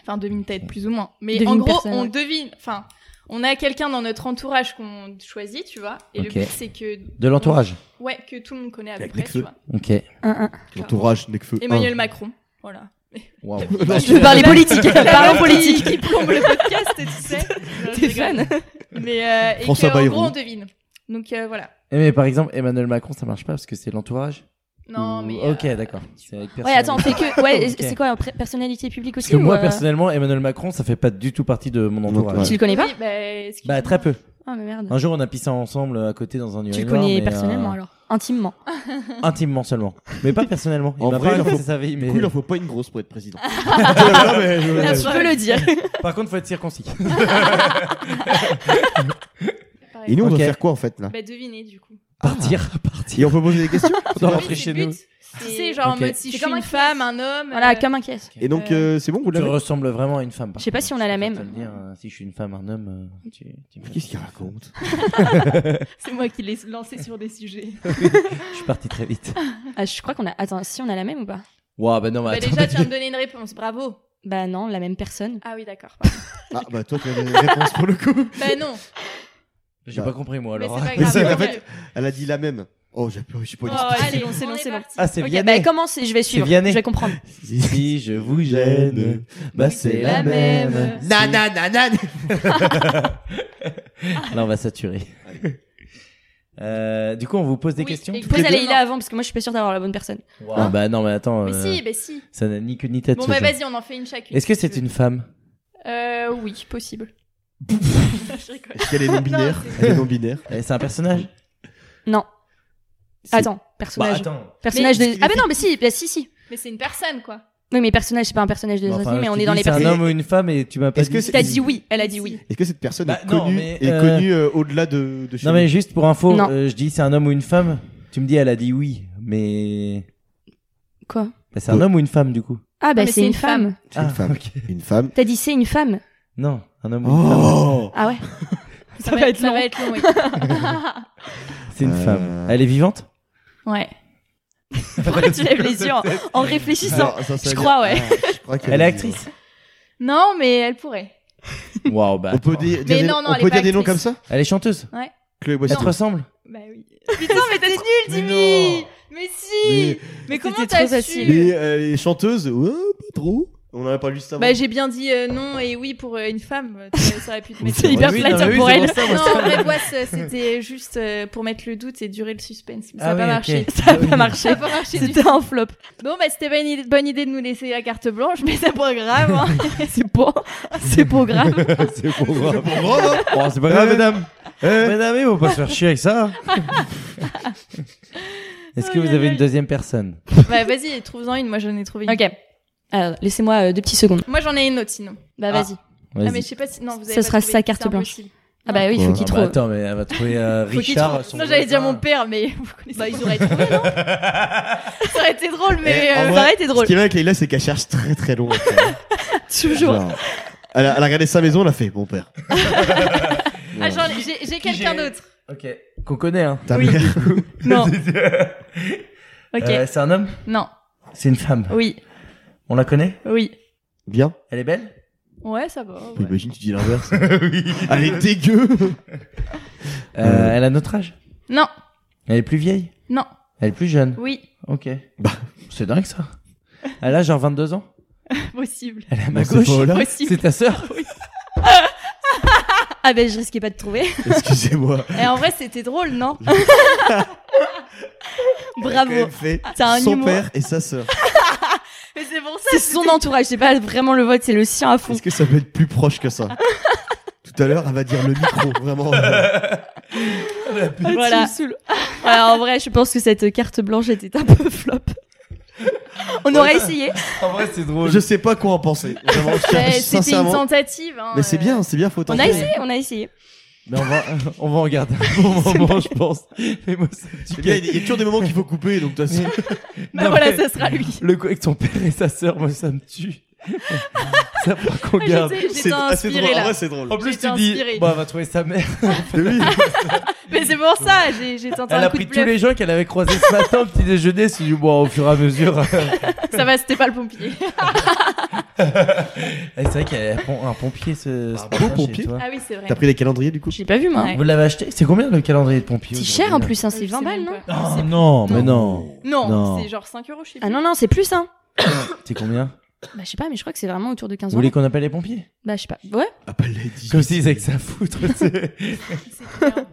S6: Enfin, devine-tête, plus ou moins. Mais
S5: Devine
S6: en gros,
S5: personne,
S6: on
S5: ouais.
S6: devine. Enfin, on a quelqu'un dans notre entourage qu'on choisit, tu vois. Et
S4: Ok.
S6: le but, c'est que.
S4: De l'entourage.
S6: Ouais, que tout le monde connaît à peu
S3: Avec
S6: près,
S3: des
S6: tu
S3: feux.
S6: vois.
S4: Ok.
S5: Un, un.
S3: L'entourage, Necfeu.
S6: Emmanuel Macron. Voilà.
S4: Waouh.
S5: Bah, Je veux parler politique. Parlons
S6: meuf
S5: politique.
S6: Qui, qui plombe le podcast, tu sais. Non, je
S5: T'es
S6: rigole.
S5: fan
S6: Mais euh, et
S3: François
S6: que, en
S3: Bayrou.
S6: gros, on devine. Donc euh, voilà.
S4: Eh, Mais par exemple, Emmanuel Macron, ça marche pas parce que c'est l'entourage.
S6: Non,
S4: Ou-
S6: mais.
S4: Ok,
S6: euh,
S4: d'accord. C'est avec
S5: Ouais, attends, on
S4: personnalité.
S5: fait que. Ouais,
S4: Ok.
S5: c'est quoi, pré- personnalité publique
S4: Parce
S5: aussi
S4: que
S5: ou,
S4: moi,
S5: euh,
S4: personnellement, Emmanuel Macron, ça fait pas du tout partie de mon entourage.
S5: Tu le connais pas
S6: oui, bah, excuse-moi.
S4: Bah, très peu.
S5: Ah, mais merde.
S4: Un jour, on a pissé ensemble à côté dans un
S5: Tu le
S4: urinoir,
S5: connais
S4: mais, euh,
S5: personnellement alors Intimement.
S4: Intimement seulement. Mais pas personnellement. Il
S3: En
S4: m'a
S3: vrai,
S4: pas
S3: il en
S4: raconté
S3: faut-
S4: sa vie, mais.
S3: Du coup, il en faut pas une grosse pour être président. Voilà, mais je-
S4: Ah,
S5: Tu peux le dire.
S4: Par contre, faut être circoncis.
S3: Et nous, on
S4: Ok.
S3: doit faire quoi en fait là
S6: Bah, devinez du coup.
S4: Partir,
S3: Et
S4: partir.
S3: on peut poser des questions
S4: On doit
S6: Oui,
S4: rentrer
S6: c'est
S4: chez
S6: le
S4: nous.
S6: but. Tu sais, genre
S4: Ok.
S6: en mode si
S5: C'est
S6: je suis
S5: comme un
S6: une femme, un homme.
S5: Voilà,
S6: euh,
S5: comme un caisse.
S3: Et donc, euh, c'est bon, vous
S4: Tu
S3: l'avez
S4: ressembles vraiment à une femme. par
S5: Je sais pas
S4: contre.
S5: si on a la
S4: Je peux
S5: même.
S4: te le dire, euh, si je suis une femme, un homme, euh, tu, tu me-
S3: Qu'est-ce qu'il raconte
S6: C'est moi qui l'ai lancé sur des sujets.
S4: Je suis parti très vite.
S5: Ah, je crois qu'on a. Attends, si on a la même ou pas
S4: Waouh, bah non, mais
S6: Bah,
S4: attends.
S6: déjà, tu viens de donner une réponse. Bravo.
S5: Bah non, la même personne.
S6: Ah oui, d'accord.
S3: Ah, bah toi, tu as une réponse pour le coup.
S6: bah non.
S3: Bah,
S4: J'ai pas compris moi
S6: Mais
S4: alors.
S6: c'est pas
S3: Mais c'est-
S6: grave.
S3: en fait- Elle a dit la même. Oh, j'ai pas, j'ai pas
S6: Oh,
S3: dit.
S5: c'est
S6: allez,
S5: long, c'est
S6: on
S5: long,
S6: est
S5: c'est long.
S6: parti.
S4: Ah, c'est
S5: Ok,
S4: Vianney.
S5: bah comment c'est Je vais suivre. Je
S4: Vianney.
S5: vais comprendre.
S4: Si je vous gêne, bah c'est la même.
S2: Nanana.
S4: Là, on va saturer. Euh, du coup, on vous pose des
S6: Oui,
S4: questions.
S6: et-
S5: Pose à
S6: deux
S5: Leïla
S6: Non.
S5: avant parce que moi je suis pas sûre d'avoir la bonne personne.
S4: Ah bah non, mais attends,
S6: Mais
S4: euh,
S6: si, mais si.
S4: ça n'a ni queue ni tête.
S6: Bon,
S4: ce
S6: bah
S4: jeu.
S6: vas-y, on en fait une chacune.
S4: Est-ce que
S6: si tu
S4: c'est
S6: veux.
S4: une femme
S6: Euh, oui, possible. Je rigole.
S3: Est-ce qu'elle est non-binaire
S6: Non, c'est-
S3: Elle est non-binaire.
S4: Eh, C'est un personnage
S5: Non.
S3: Si.
S5: Attends,
S3: Bah,
S5: personnage.
S7: attends.
S5: Personnage
S6: Mais-
S5: de. Ah, mais non, mais si, bah si, si.
S6: Mais c'est une personne, quoi.
S5: Oui, mais personnage, c'est pas un personnage de
S4: Bon, enfin,
S5: Disney, mais
S4: je
S5: on
S4: te
S5: est dans
S4: dis,
S5: les
S4: C'est un
S5: personnages.
S4: homme ou une femme et tu m'as pas
S3: Est-ce que
S4: dit.
S3: c'est-
S5: T'as dit oui, elle a dit oui.
S3: Est-ce que cette personne
S4: Bah,
S3: est
S4: non,
S3: connue,
S4: mais,
S3: est
S4: euh,
S3: connue euh, au-delà de, de chez
S4: Non, mais juste pour info,
S5: Non.
S4: euh, je dis c'est un homme ou une femme. Tu me dis elle a dit oui, mais
S5: Quoi
S4: Bah, c'est un
S3: Ouais.
S4: homme ou une femme du coup
S5: Ah bah
S6: mais
S5: c'est une femme.
S3: C'est une
S4: Ah,
S3: femme.
S4: ok.
S3: Une femme.
S5: T'as dit c'est une femme.
S4: Non, un homme ou une femme.
S3: Oh
S5: Ah ouais.
S6: Ça, va être, ça va être long, oui.
S4: C'est une
S3: Euh.
S4: femme. Elle est vivante
S6: Ouais.
S5: Pourquoi tu lèves les yeux en, en réfléchissant
S3: Alors, ça, ça
S5: Je
S3: veut
S5: crois,
S3: dire-
S5: ouais.
S3: Ah, je crois qu'elle
S4: Elle est
S3: est-
S4: actrice
S6: Non, mais elle pourrait.
S4: Waouh, bah.
S3: On peut
S4: attends.
S3: dire, dire
S6: Mais
S3: des,
S6: non, non,
S3: on
S6: elle
S3: peut
S6: est pas
S3: dire des noms comme
S6: actrice.
S3: ça
S4: Elle est chanteuse
S3: Chloé Boissy.
S4: Elle te ressemble
S6: Bah oui. Putain, mais t'es nul,
S3: Mais
S6: Jimmy
S3: non.
S6: Mais si Mais, comment
S5: C'était
S6: t'as
S5: trop
S6: su
S5: facile.
S3: Mais euh, elle est chanteuse Ouais, pas trop. On en a pas lu ça.
S6: Bah j'ai bien dit euh, non et oui pour euh, une femme, ça ça aurait pu te mettre...
S5: C'est hyper
S4: Oui,
S5: flatteur
S4: non, mais oui,
S5: pour
S4: c'est
S5: elle.
S4: ça, moi,
S6: Non,
S4: ça-
S6: en vrai, Boisse, euh, c'était juste euh, pour mettre le doute et durer le suspense. Mais ça
S4: Ah
S6: n'a
S4: oui,
S6: pas
S4: ok.
S6: marché.
S5: Ça a pas marché.
S6: Ça a pas marché du tout.
S5: C'était un flop.
S6: Bon, bah, c'était pas une idée- bonne idée de nous laisser la carte blanche, mais c'est pas grave. hein.
S5: C'est pas, c'est pas grave.
S4: C'est pour grave.
S3: Bravo
S4: Bon, c'est pas
S3: Eh.
S4: grave, mesdames.
S3: Eh.
S4: Mesdames, il faut pas se faire chier avec ça. Est-ce que
S6: Oh
S4: vous
S6: là
S4: avez
S6: là.
S4: une deuxième personne
S6: bah, vas-y, trouve-en une. Moi, j'en ai trouvé une.
S5: Ok. Alors, laissez-moi euh, deux petites secondes.
S6: Moi, j'en ai une autre sinon.
S5: Bah
S4: Ah.
S5: vas-y.
S6: Ah,
S4: Vas-y.
S6: mais je sais pas si. Non, vous avez
S5: Ce
S6: pas
S5: sera
S6: trouvé,
S5: sa carte
S6: c'est
S5: blanche.
S6: impossible.
S5: Ah bah oui, il faut
S3: Ouais.
S5: qu'il
S4: Ah bah
S5: trouve.
S4: attends, mais elle va trouver euh,
S6: Faut qu'il
S4: Richard.
S6: trouve-
S4: son
S6: Non, j'allais dire
S4: voisin.
S6: mon père, mais. vous connaissez pas. ils auraient trouvé, non Ça aurait été drôle, mais.
S3: Eh, en
S6: euh,
S3: vrai,
S6: Ça aurait été
S3: Ce
S6: drôle.
S3: qui est bien avec Leïla, c'est qu'elle cherche très très long.
S5: Toujours.
S3: Genre, elle, a, elle a regardé sa maison, elle a fait, mon père.
S6: Ah, j'en ai- j'ai j'ai quelqu'un d'autre.
S4: Ok. Qu'on connaît, hein.
S3: Ta mère.
S6: Non. Ok.
S4: Euh, c'est un homme
S6: Non.
S4: C'est une femme.
S6: Oui.
S4: On la connaît
S6: Oui.
S3: Bien.
S4: Elle est belle
S6: Ouais, ça va.
S3: Bah, Imagine, tu dis l'inverse. Elle est dégueu.
S4: Euh,
S3: Euh.
S4: Elle a notre âge
S6: Non.
S4: Elle est plus vieille
S6: Non.
S4: Elle est plus jeune
S6: Oui.
S4: Ok.
S3: Bah.
S4: C'est dingue ça. Elle a genre 22 ans
S6: Possible.
S4: Elle est à ma
S3: Non, c'est
S4: gauche
S3: pas Ola.
S4: Bah,
S6: Possible.
S4: C'est ta sœur
S5: Ah bah je risquais pas de trouver.
S3: Excusez-moi.
S6: Et Eh, en vrai, c'était drôle, non
S3: Quand
S5: Bravo.
S3: même fait
S5: T'as un
S3: son
S5: humour.
S3: père et sa sœur.
S6: Mais c'est pour ça.
S5: C'est son entourage, c'est pas vraiment le vote, c'est le sien à fond.
S3: Est-ce que ça peut être plus proche que ça Tout à l'heure, elle va dire le micro, vraiment.
S4: Euh,
S5: Voilà. Alors, en vrai, je pense que cette carte blanche était un peu flop. On aurait essayé.
S4: En vrai, c'est drôle.
S3: Je sais pas quoi en penser. Vraiment, je
S5: Eh,
S3: cherche
S6: Ouais, Eh, C'était une
S3: sincèrement.
S6: tentative. hein,
S3: Mais c'est
S6: euh.
S3: bien, c'est bien, faut
S5: On
S3: tenter.
S5: a essayé, on a essayé.
S4: Mais on va, on va en garder un bon moment, je pense. Mais moi, ça me tue.
S3: C'est bien, Il y a toujours des moments qu'il faut couper, donc de toute façon.
S6: Bah
S4: Non,
S6: voilà,
S4: mais
S6: ça sera lui.
S4: Le coup avec ton père et sa sœur, moi, ça me tue. ça, par qu'on garde.
S6: J'étais
S3: C'est
S6: j'étais
S3: assez
S6: inspirée
S3: drôle. En
S6: là.
S3: vrai, c'est drôle.
S4: En plus,
S6: j'étais
S4: tu dis,
S6: inspirée.
S4: bon, elle va trouver sa mère.
S3: Oui.
S6: Mais c'est pour ça, j'ai j'ai tenté
S4: Elle
S6: un
S4: a
S6: coup de
S4: pris tous
S6: bluff.
S4: les gens qu'elle avait croisés ce matin au petit déjeuner. C'est du bon, au fur et à mesure.
S6: Ça va, c'était pas le pompier.
S4: Eh, c'est vrai qu'il y a un pom- un pompier ce, ce
S3: Un
S4: matin
S3: beau
S4: chez
S3: pompier.
S4: toi.
S6: Ah oui, c'est vrai.
S3: T'as pris les calendriers du coup
S5: J'ai pas vu, moi.
S6: Ouais.
S4: Vous l'avez acheté C'est combien le calendrier de pompier
S5: Ah C'est
S4: aujourd'hui,
S5: cher en
S4: là
S5: plus, hein,
S6: Je
S5: c'est
S6: sais
S5: 20 balles,
S6: même
S5: non
S6: pas.
S4: Oh non, mais non.
S6: Non,
S4: Non.
S6: c'est genre 5 euros, je sais
S5: Ah
S6: plus.
S5: non, non, c'est plus, hein.
S4: C'est combien
S5: Bah, je sais pas, mais je crois que c'est vraiment autour de
S4: Vous
S5: 15 euros.
S4: voulez qu'on appelle les pompiers
S5: Bah, je sais pas. Ouais.
S3: Appelle les dix.
S4: Comme s'ils disaient que ça foutre. c'est-
S6: C'est bien.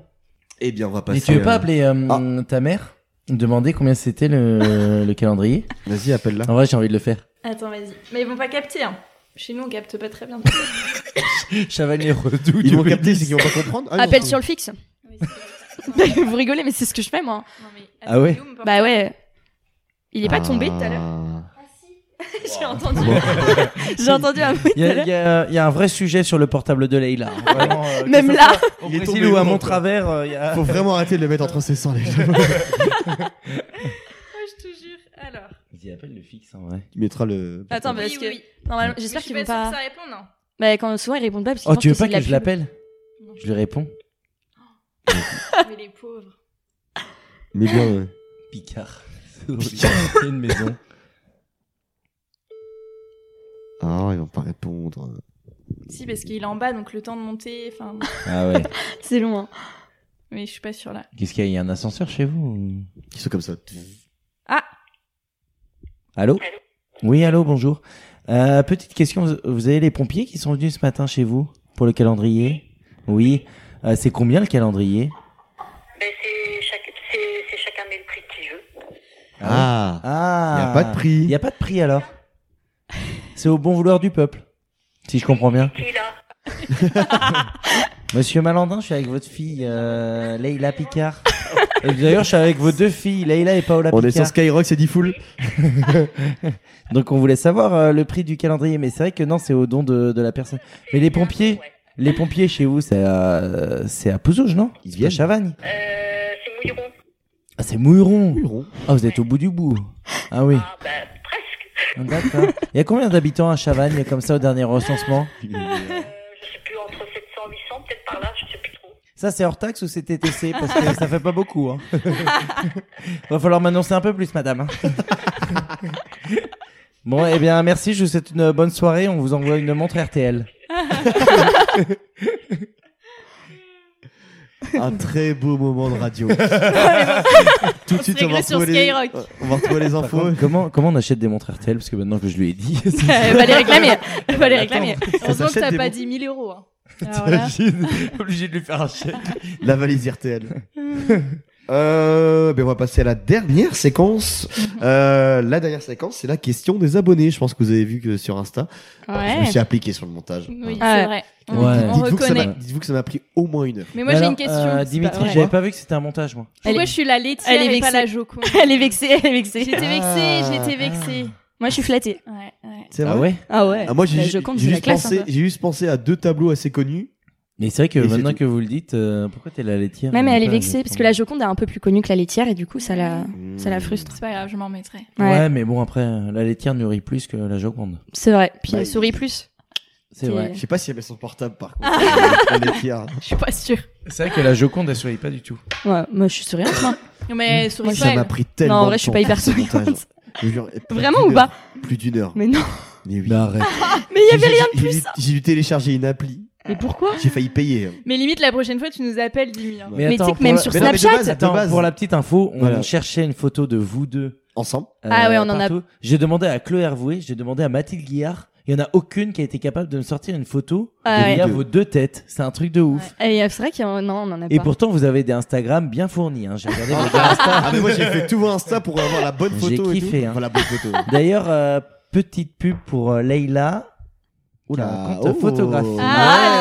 S3: Eh bien, on va passer.
S4: Mais tu veux
S3: euh,
S4: pas appeler euh, ta mère Demander combien c'était le, le calendrier
S3: Vas-y, appelle-la.
S4: En vrai, j'ai envie de le faire.
S6: Attends, vas-y. Mais ils vont pas capter. Hein. Chez nous, on capte pas très bien.
S4: Chevalier redoux.
S3: Ils vont capter, c'est qu'ils vont pas comprendre. Ah, non,
S5: Appel
S3: c'est-
S5: sur le fixe.
S6: Oui, c'est vrai.
S5: Vous rigolez, mais c'est ce que je fais, moi.
S6: Non, mais
S4: Ah
S6: attends,
S4: ouais
S6: il est où, mon portable
S5: Bah ouais. Il est pas tombé tout à l'heure.
S3: l'heure.
S5: J'ai entendu. J'ai entendu un bruit
S4: Il y,
S5: tout à
S4: a,
S5: l'heure.
S4: il y a- il y a un vrai sujet sur le portable de Leïla. hein. Vraiment, euh, que
S5: Même
S4: ça
S5: là.
S4: soit Au
S3: Il est
S4: Brésil
S3: tombé
S4: ou à
S3: au
S4: mon
S3: monde,
S4: travers, euh, il y a-
S3: Faut vraiment arrêter de le mettre entre ses seins, les gens.
S6: Ah, je te jure. Alors.
S4: Vas-y, appelle le fixe en vrai.
S3: Tu mettras le.
S5: Attends, parce que normalement, j'espère qu'ils
S6: vont
S5: vont pas.
S6: ça hein. répond, non
S5: Bah, quand souvent ils répondent pas parce qu'ils
S4: Oh,
S5: pensent
S4: tu veux
S5: c'est
S4: pas
S5: de la
S4: que je
S5: pub.
S4: l'appelle
S6: Non.
S4: Je lui réponds.
S6: Mais les pauvres.
S3: Mais bien, ouais.
S4: Picard.
S3: Picard.
S4: Il y a une maison.
S3: Ah, ils vont pas répondre.
S6: Si, parce qu'il est en bas, donc le temps de monter. Enfin,
S4: Ah ouais.
S5: C'est long. hein.
S6: mais je suis pas sûre là.
S4: Qu'est-ce qu'il y a Il y a un ascenseur chez vous ou-
S3: Ils sont comme ça.
S4: Allô Oui, allô, bonjour. Euh, petite question, vous- vous avez les pompiers qui sont venus ce matin chez vous pour le calendrier Oui. Euh, c'est combien le calendrier
S8: Ben, c'est chaque- c'est- c'est chacun met le prix qu'il veut.
S3: Ah, il
S4: Ah
S3: a pas de
S4: Il
S3: prix.
S4: n'y a pas de prix alors C'est au bon vouloir du peuple, si je comprends bien.
S8: Qui là
S4: Monsieur Malandin, je suis avec votre fille euh, Leïla Picard. Et d'ailleurs, je suis avec vos deux filles, Leïla et Paola
S3: On est sur
S4: Picard.
S3: Skyrock, c'est 10 full.
S4: Donc on voulait savoir euh, le prix du calendrier, mais c'est vrai que non, c'est au don de, de la personne. Mais les pompiers,
S8: Ouais.
S4: les pompiers chez vous, c'est à, euh, c'est à Pouzouge, non
S3: Ils
S4: C'est
S3: viennent.
S4: à Chavagne.
S8: Euh, c'est Mouilleron.
S4: Ah, c'est Mouilleron.
S3: Mouilleron.
S4: Ah, vous êtes au bout du bout. Ah oui.
S8: Ah, ben, presque.
S4: D'accord. Il y a combien d'habitants à Chavagne comme ça au dernier recensement
S8: Euh, je sais plus, entre 700 et 800, peut-être par là, je sais plus trop.
S4: Ça, c'est hors taxe ou c'est TTC Parce que ça fait pas beaucoup. Hein. Va falloir m'annoncer un peu plus, madame. hein. bon, eh bien, merci. Je vous souhaite une bonne soirée. On vous envoie une montre RTL.
S3: Un très beau moment de radio. Tout de suite, on va
S6: réglait sur
S3: retrouver les,
S6: Skyrock.
S3: on va retrouver les
S4: Par
S3: infos.
S4: contre, comment, comment on achète des montres RTL Parce que maintenant que je lui ai dit. c'est-
S5: Eh,
S6: Elle va les réclamer. Elle va les réclamer.
S3: s'achète
S6: Heureusement que t'as
S3: des
S6: pas
S3: bons-
S6: dit 1000 euros. hein.
S5: Ah,
S4: T'imagines Obligé de lui faire un chèque.
S3: La valise RTL. Euh, ben on va passer à la dernière séquence. Euh, la dernière séquence, c'est la question des abonnés. Je pense que vous avez vu que sur Insta, je me
S5: Ouais.
S3: suis appliqué sur le montage.
S6: Oui,
S5: Ah ouais.
S6: c'est vrai.
S4: Ouais.
S6: On
S3: Dites-vous que ça m'a-
S6: reconnaît.
S3: Dites-vous que ça m'a pris au moins une heure.
S6: Mais moi, j'ai
S4: Alors,
S6: une question.
S4: euh,
S6: c'est pas
S4: Dimitri,
S6: vrai.
S4: j'avais pas vu que c'était un montage, moi.
S6: Pourquoi
S5: Elle-
S6: je suis la laitière
S5: elle est
S6: et pas
S5: vexée.
S6: la Joconde
S5: Elle est vexée, elle est vexée.
S6: J'étais vexée,
S4: Ah.
S6: j'étais vexée.
S5: Moi, je suis flattée.
S6: Ouais, ouais.
S3: C'est
S4: Ah ouais
S5: Ah ouais.
S3: Ah, moi, j'ai
S5: Bah,
S3: ju-
S5: je compte,
S3: j'ai
S5: j'ai la
S3: juste,
S5: classe. hein.
S3: pensé-
S5: un peu.
S3: j'ai juste pensé à deux tableaux assez connus.
S4: Mais c'est vrai que
S3: Et c'est
S4: maintenant
S3: tout.
S4: que vous le dites, euh, pourquoi t'es la laitière
S5: Ouais, mais elle est
S4: Pas,
S5: vexée
S4: mais-
S5: parce que la Joconde est un peu plus connue que la laitière et du coup, ça la, ça la frustre.
S6: C'est pas grave, je m'en mettrai.
S4: Ouais.
S5: Ouais,
S4: mais bon, après, euh, la laitière nourrit plus que la Joconde.
S5: c'est vrai. Puis
S3: Bah,
S5: elle sourit plus.
S4: C'est
S5: C'est-
S4: vrai.
S3: Je sais pas si elle met son portable par contre.
S5: Ah.
S3: Elle est fière.
S6: Je suis pas sûre.
S4: C'est vrai que la Joconde, elle sourit pas du tout.
S5: Ouais, moi, je suis souriante. moi.
S6: Mais souris
S3: ça m'a
S6: pas.
S3: pris tellement.
S5: Non, en vrai,
S3: de
S5: je suis
S3: temps,
S5: pas hyper
S3: ce montage.
S5: souriante.
S3: Je vous jure, plus
S5: Vraiment
S3: d'une
S5: ou pas
S3: heure, Plus d'une heure.
S5: Mais non.
S3: Mais oui.
S4: Mais Bah, arrête.
S5: Mais il y avait rien de
S3: J'ai- j'ai-
S5: plus. hein.
S3: J'ai dû télécharger une appli.
S5: Mais pourquoi
S3: J'ai failli payer. hein.
S6: Mais limite, la prochaine fois, tu nous appelles, Dimi. hein.
S5: Mais tu sais que
S4: pour
S5: même
S4: la-
S5: sur
S3: Mais non, mais de
S5: Snapchat.
S3: base, de
S4: Attends,
S3: base,
S4: pour la petite info, on
S3: Voilà.
S4: cherchait une photo de vous deux.
S3: ensemble.
S4: euh,
S5: Ah ouais, on en a-
S4: partout. J'ai demandé à Chloé Hervoué, j'ai demandé à Mathilde Guillard. Il y en a aucune qui a été capable de me sortir une photo
S5: Ah
S4: de
S5: ouais.
S4: lire vos deux têtes. C'est un truc de ouf.
S5: Et euh, c'est vrai qu'il y en a, non, on en a
S4: Et
S5: pas.
S4: pourtant, vous avez des Instagram bien fournis. hein. J'ai regardé vos
S3: Ah, mais moi j'ai fait tout mon Insta pour avoir la bonne
S4: J'ai
S3: photo. et
S4: kiffé,
S3: tout.
S4: hein.
S3: Enfin, la bonne photo.
S4: D'ailleurs, euh, petite pub pour euh, Leïla.
S3: Oula,
S4: compte
S3: oh.
S4: photographie.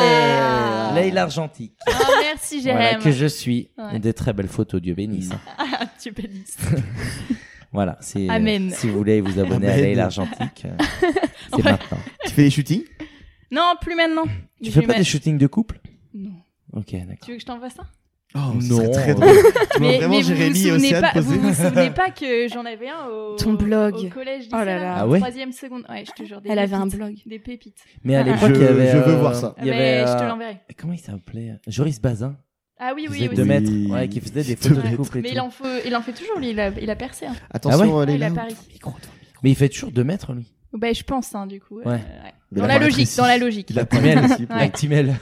S6: Ah, mais-
S4: Leïla Argentique.
S6: Ah, merci,
S4: Voilà,
S6: Jérém.
S4: que je suis.
S6: Ouais.
S4: Des très belles photos, Dieu bénisse. hein.
S6: Ah, tu bénisses.
S4: Voilà, c'est. euh,
S6: Amen.
S4: Si vous voulez vous abonner à
S3: Amen.
S4: Leïla Argentique, euh, c'est
S6: Ouais.
S4: maintenant.
S3: Tu fais les shootings
S6: Non, plus maintenant.
S4: Tu
S6: Je
S4: fais
S6: vais
S4: pas
S6: mettre-
S4: des shootings de couple
S6: Non.
S4: Ok, d'accord.
S6: Tu veux que je t'envoie ça
S3: Oh, ce
S4: Non.
S3: serait très drôle. Tu vois
S6: mais,
S3: vraiment
S6: mais vous
S3: Jérémy
S6: vous
S3: et
S6: souvenez
S3: Océane
S6: pas,
S3: poser.
S6: vous vous souvenez pas que j'en avais un au,
S5: Ton blog.
S6: au collège lycée,
S5: Oh là
S6: là,
S5: là.
S4: Ah ouais
S6: troisième seconde. Ouais, je te jure, des
S5: Elle avait un
S6: pépites.
S5: blog.
S6: Des pépites.
S4: Mais à l'époque,
S3: Je-
S4: il y avait.
S3: je veux
S4: euh,
S3: voir ça.
S4: Il y avait.
S6: Ah. Mais Ah bah, je te
S4: euh,
S6: l'enverrai.
S4: Comment il s'appelait Joris Bazin.
S6: Ah oui,
S4: qui
S6: oui,
S4: faisait
S6: oui.
S4: deux
S3: oui.
S4: mètres. Ouais, qui faisait des
S3: Deux
S4: photos de
S3: mètres.
S4: couple et
S6: Mais il
S4: tout.
S6: en, faut, il en fait toujours, lui, il a, il a percé. Hein.
S4: Ah
S3: Attention,
S4: ouais
S3: elle est
S6: il est à
S3: là.
S6: Paris.
S4: Mais il fait toujours deux mètres, lui.
S6: Ben, je pense, hein, du coup. euh,
S4: Ouais.
S3: Mais
S6: Dans
S3: la
S6: la
S3: paraît
S6: logique,
S3: précis.
S6: dans la logique.
S3: Il a pas
S4: Timel.
S3: de principe.
S4: Avec Timel.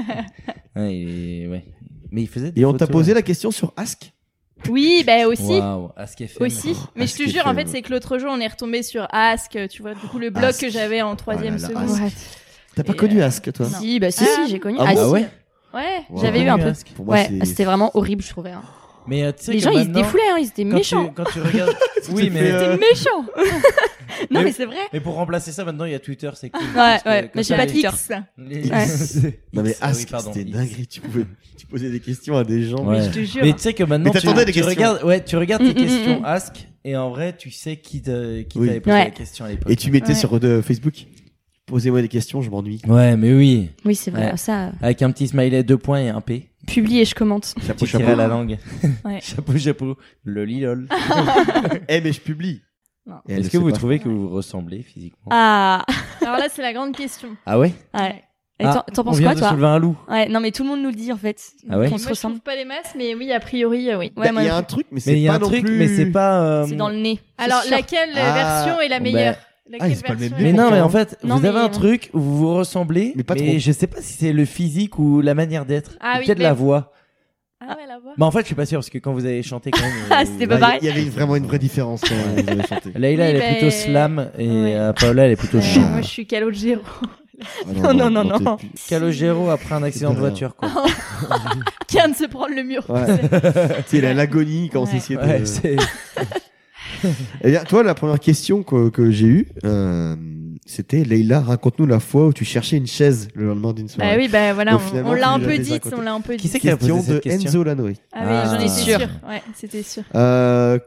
S4: ouais, il est- ouais. Mais il faisait des
S3: Et on t'a
S4: photos,
S3: posé
S4: ouais.
S3: la question sur Ask.
S6: Oui, ben aussi.
S4: Waouh, à ce qu'elle fait,
S6: Aussi,
S4: mec.
S6: mais
S3: Ah,
S6: je te
S3: c'était
S6: jure, en
S3: fait,
S6: fait,
S3: euh,
S6: c'est que l'autre jour, on est retombé sur Ask, tu vois, du coup, le blog
S3: Ask.
S6: que j'avais en troisième
S3: Ah, Oh là là,
S6: seconde.
S5: Ah, Ouais.
S3: T'as pas
S6: Et,
S3: connu Ask, toi
S6: non.
S5: Si, bah si,
S6: Ah.
S5: si, j'ai connu.
S3: Ah
S5: Ah,
S3: bon
S5: si.
S4: Ah ouais
S6: Ouais.
S4: Oh,
S3: Wow.
S5: J'avais eu un peu.
S3: Pour moi,
S5: Ouais,
S3: c'est-
S5: ah, c'était vraiment horrible, je trouvais. hein.
S4: Mais euh, tu sais
S5: Les
S4: que
S5: gens, ils se
S4: maintenant,
S5: défoulaient, hein, ils étaient
S4: quand
S5: méchants.
S4: Tu, quand tu regardes. oui,
S3: C'était
S4: mais.
S3: fait, euh,
S5: Méchants Non,
S4: Mais-
S5: mais c'est vrai.
S4: Mais pour remplacer ça, maintenant, il y a Twitter, c'est cool.
S5: Ouais,
S4: Parce que
S5: ouais,
S4: comme
S5: mais j'ai
S4: ça,
S5: pas
S4: les-
S5: Twitter.
S4: les-
S5: Ouais.
S3: Non, mais
S4: X, ah oui,
S3: Ask,
S4: pardon,
S3: c'était
S4: X.
S3: dingue. Tu pouvais- tu posais des questions à des gens.
S4: Ouais.
S6: Je te jure.
S4: Mais tu sais que maintenant,
S3: Mais
S4: tu,
S3: t'attendais des
S4: tu
S3: questions.
S4: regardes, ouais, tu regardes tes
S5: Mm, mm,
S4: questions
S5: mm.
S4: Ask, et en vrai, tu sais qui te- qui
S3: Oui.
S4: t'avait posé la
S5: Ouais.
S4: question à l'époque.
S3: Et tu mettais
S6: Ouais.
S3: sur euh, Facebook Posez-moi des questions, je m'ennuie.
S4: Ouais, mais oui.
S5: Oui, c'est vrai.
S4: Ouais.
S5: Ça, euh,
S4: Avec un petit smiley, deux points et un P.
S5: publie et je commente.
S3: Chapeau,
S4: Tu
S3: chapeau.
S4: tirais la langue.
S6: Ouais.
S4: chapeau, chapeau. Loli lol.
S5: Ah.
S3: Eh, mais je publie.
S6: Non.
S3: Et elle
S4: Est-ce
S3: le
S4: que
S3: sait
S4: vous
S3: pas.
S4: trouvez que vous vous ressemblez physiquement
S5: Ah
S6: Alors là, c'est la grande question.
S4: Ah ouais
S5: Ouais. Et
S4: Ah,
S5: t'en- t'en
S4: On
S5: penses
S4: vient
S5: quoi,
S4: de
S5: toi
S4: soulever un loup.
S5: Ouais, non, mais tout le monde nous le dit, en fait.
S4: Ah ouais
S5: Qu'on
S6: Moi,
S5: se
S6: je
S5: ressemble.
S6: trouve pas les masses, mais oui, a priori, euh, oui.
S5: Ouais,
S3: Bah,
S5: moi
S3: Il y a
S5: non
S3: un truc, mais
S4: Mais il
S3: c'est
S4: y a
S3: pas
S4: un
S3: non
S4: truc,
S3: plus.
S4: mais c'est pas. euh, Oh,
S5: plus. C'est dans le nez. c'est
S6: Alors,
S5: sûr.
S6: laquelle euh,
S3: Ah,
S6: version est la
S4: bon,
S6: meilleure
S4: bah,
S6: Laquelle
S3: c'est pas le même
S6: version
S4: Mais
S6: est-
S4: non,
S3: pourquoi
S4: mais en fait,
S5: Non,
S4: vous
S5: mais-
S4: avez un truc où vous vous ressemblez, mais,
S3: Mais pas trop.
S4: je sais pas si c'est le physique ou la manière d'être,
S6: Ah
S4: Ou
S6: oui,
S4: peut-être
S6: mais-
S4: la voix.
S6: Ah ouais, la voix.
S4: Mais en fait, je suis pas sûr parce que quand vous avez chanté, quand même,
S5: Ah,
S4: euh,
S5: c'était
S4: vous-
S5: pas
S3: Là,
S5: pareil.
S3: Il y avait vraiment une vraie différence quand vous avez chanté.
S4: Leïla,
S6: Oui,
S4: elle est
S6: mais-
S4: plutôt slam et
S6: Ouais.
S4: euh, Paola, elle est plutôt
S6: Euh,
S4: chant.
S6: moi, je suis Calogero.
S3: Ah
S5: Non, non, non, non.
S3: t'es plus-
S4: Calogero après un accident de
S3: rien.
S4: voiture, quoi.
S6: Qui vient de se prendre le mur.
S3: Ouais. Tu sais, la- l'agonie quand on
S6: Ouais.
S3: s'essayait
S4: Ouais,
S3: de.
S4: c'est-
S3: Eh bien, toi, la première question que, que j'ai eue, euh, c'était Leïla, raconte-nous la fois où tu cherchais une chaise le lendemain d'une soirée.
S5: Ah
S6: Bah oui, bah voilà,
S3: Donc,
S6: on- on,
S3: finalement,
S6: l'a
S3: tu
S6: un
S3: l'as
S6: peu
S3: déjà
S6: dit,
S3: côté.
S6: on l'a un peu
S4: Qui
S6: dit.
S4: c'est qui a
S3: Question
S4: posé
S3: de
S4: cette question
S3: Enzo Lanoé.
S6: Ah oui, j'en
S4: Ah.
S6: étais sûre. Ouais, c'était sûr.
S3: Euh,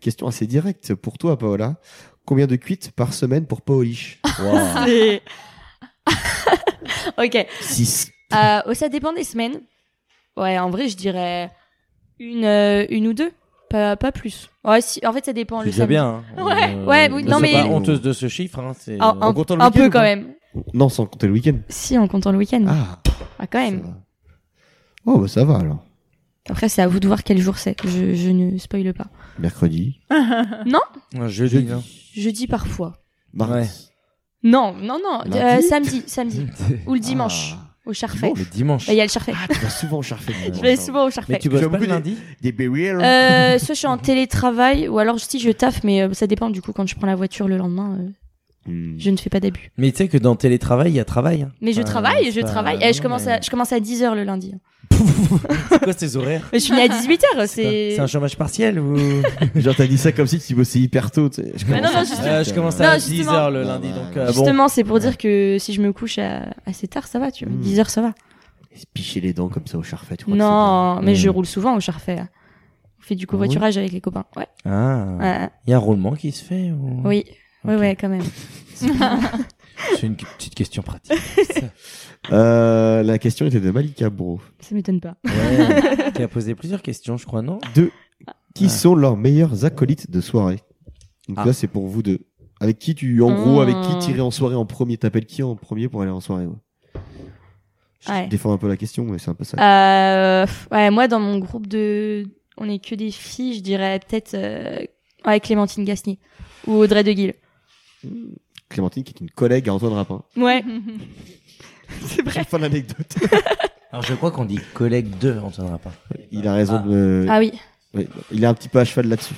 S3: question assez directe pour toi, Paola. Combien de cuites par semaine pour Paolish
S6: Ah.
S4: Wow.
S5: C'est- ok.
S3: 6.
S5: Euh, oh, ça dépend des semaines. Ouais, en vrai, je dirais une, euh, une ou deux. Pas, pas plus. Ouais, si- en fait, ça dépend.
S4: C'est
S5: Le
S4: déjà
S5: samedi.
S4: bien. hein. On,
S5: Ouais,
S4: euh,
S5: ouais, oui,
S4: on
S5: non,
S4: n'est
S5: mais-
S4: pas honteuse de ce chiffre. Hein, c'est-
S5: Ah,
S3: En
S5: un,
S3: comptant le
S5: un
S4: hein.
S3: week-end
S5: peu
S3: ou
S5: quand
S3: pas
S5: même.
S3: Non, sans compter le week-end.
S5: Si, en comptant le week-end. Ah,
S3: Ah,
S5: quand
S3: ça
S5: même.
S3: va. Oh, bah ça va alors.
S5: Après, c'est à vous de voir quel jour c'est. Je, je ne spoile pas.
S3: Mercredi,
S4: Un jeudi. non.
S5: Jeudi parfois.
S3: mardi. Ah.
S5: Non, non, non.
S3: Lundi
S5: euh, samedi, samedi. Ou le dimanche, au charfait.
S4: Le dimanche.
S5: Bah, Il y a le charfait.
S3: Ah, tu vas souvent au charfait.
S4: Je
S5: Je
S3: dimanche,
S5: vais
S3: hein.
S5: souvent au charfait.
S4: Mais tu
S3: J'ai
S4: bosses pas
S3: beaucoup
S4: le
S3: de-
S4: lundi
S3: Des BWL.
S5: Euh, soit je suis en télétravail, ou alors si je taffe, mais euh, ça dépend du coup quand je prends la voiture le lendemain, euh,
S3: Hmm.
S5: je ne fais pas d'abus.
S4: Mais tu sais que dans télétravail, il y a travail. hein.
S5: Mais je
S4: Euh,
S5: travaille, je
S4: c'est pas-
S5: travaille. Eh, je,
S4: non,
S5: commence
S4: mais-
S5: à, je commence à 10h le lundi.
S4: c'est quoi ces horaires
S5: Mais je finis à 18h, c'est.
S4: C'est un chômage partiel ou
S3: Genre, t'as dit ça comme si tu bossais hyper tôt. tu sais. Je
S5: Bah non,
S3: commence
S5: non,
S3: à-
S5: justement.
S4: Euh, Je commence
S5: Non,
S4: à
S5: justement.
S4: 10h le
S3: Non,
S4: lundi.
S3: bah,
S4: Donc, euh, bon.
S5: Justement, c'est pour dire que si je me couche à- assez tard, ça va, tu
S4: Hmm.
S5: vois.
S3: Mm.
S5: 10h, ça va.
S3: Se picher les dents comme ça au charfait. tu crois que c'est
S5: Non,
S4: bien.
S5: mais je
S4: Mm.
S5: roule souvent au charfait. là. On fait du covoiturage avec les copains. Ouais.
S4: Ah,
S5: ouais,
S4: il y a un roulement qui se fait ou...
S5: oui. Ouais,
S4: Ok.
S5: ouais, quand même.
S4: C'est une petite question pratique.
S3: bien Euh, La question était de Malika Bro.
S5: Ça m'étonne pas.
S4: Ouais. qui a posé plusieurs questions, je crois, non
S3: Deux. Qui
S4: Ah.
S3: sont leurs meilleurs acolytes de soirée Donc
S4: Ah.
S3: là, c'est pour vous deux. Avec qui tu, en gros,
S5: Hmm.
S3: avec qui tirer en soirée en premier T'appelles qui en premier pour aller en soirée ouais. Je
S5: Ouais.
S3: défends un peu la question, mais c'est un peu ça.
S5: Euh, pff, ouais, moi, dans mon groupe de. On est que des filles, je dirais peut-être. euh, Ouais, Clémentine Gasnier. Ou Audrey De Guil.
S3: Clémentine, qui est une collègue à Antoine Rapin.
S5: Ouais. c'est vrai.
S3: Fin de l'anecdote.
S4: Alors, je crois qu'on dit collègue 2, Antoine pas.
S3: Il a raison de me-
S5: Ah oui,
S3: Ouais, Il est un petit peu à cheval là-dessus.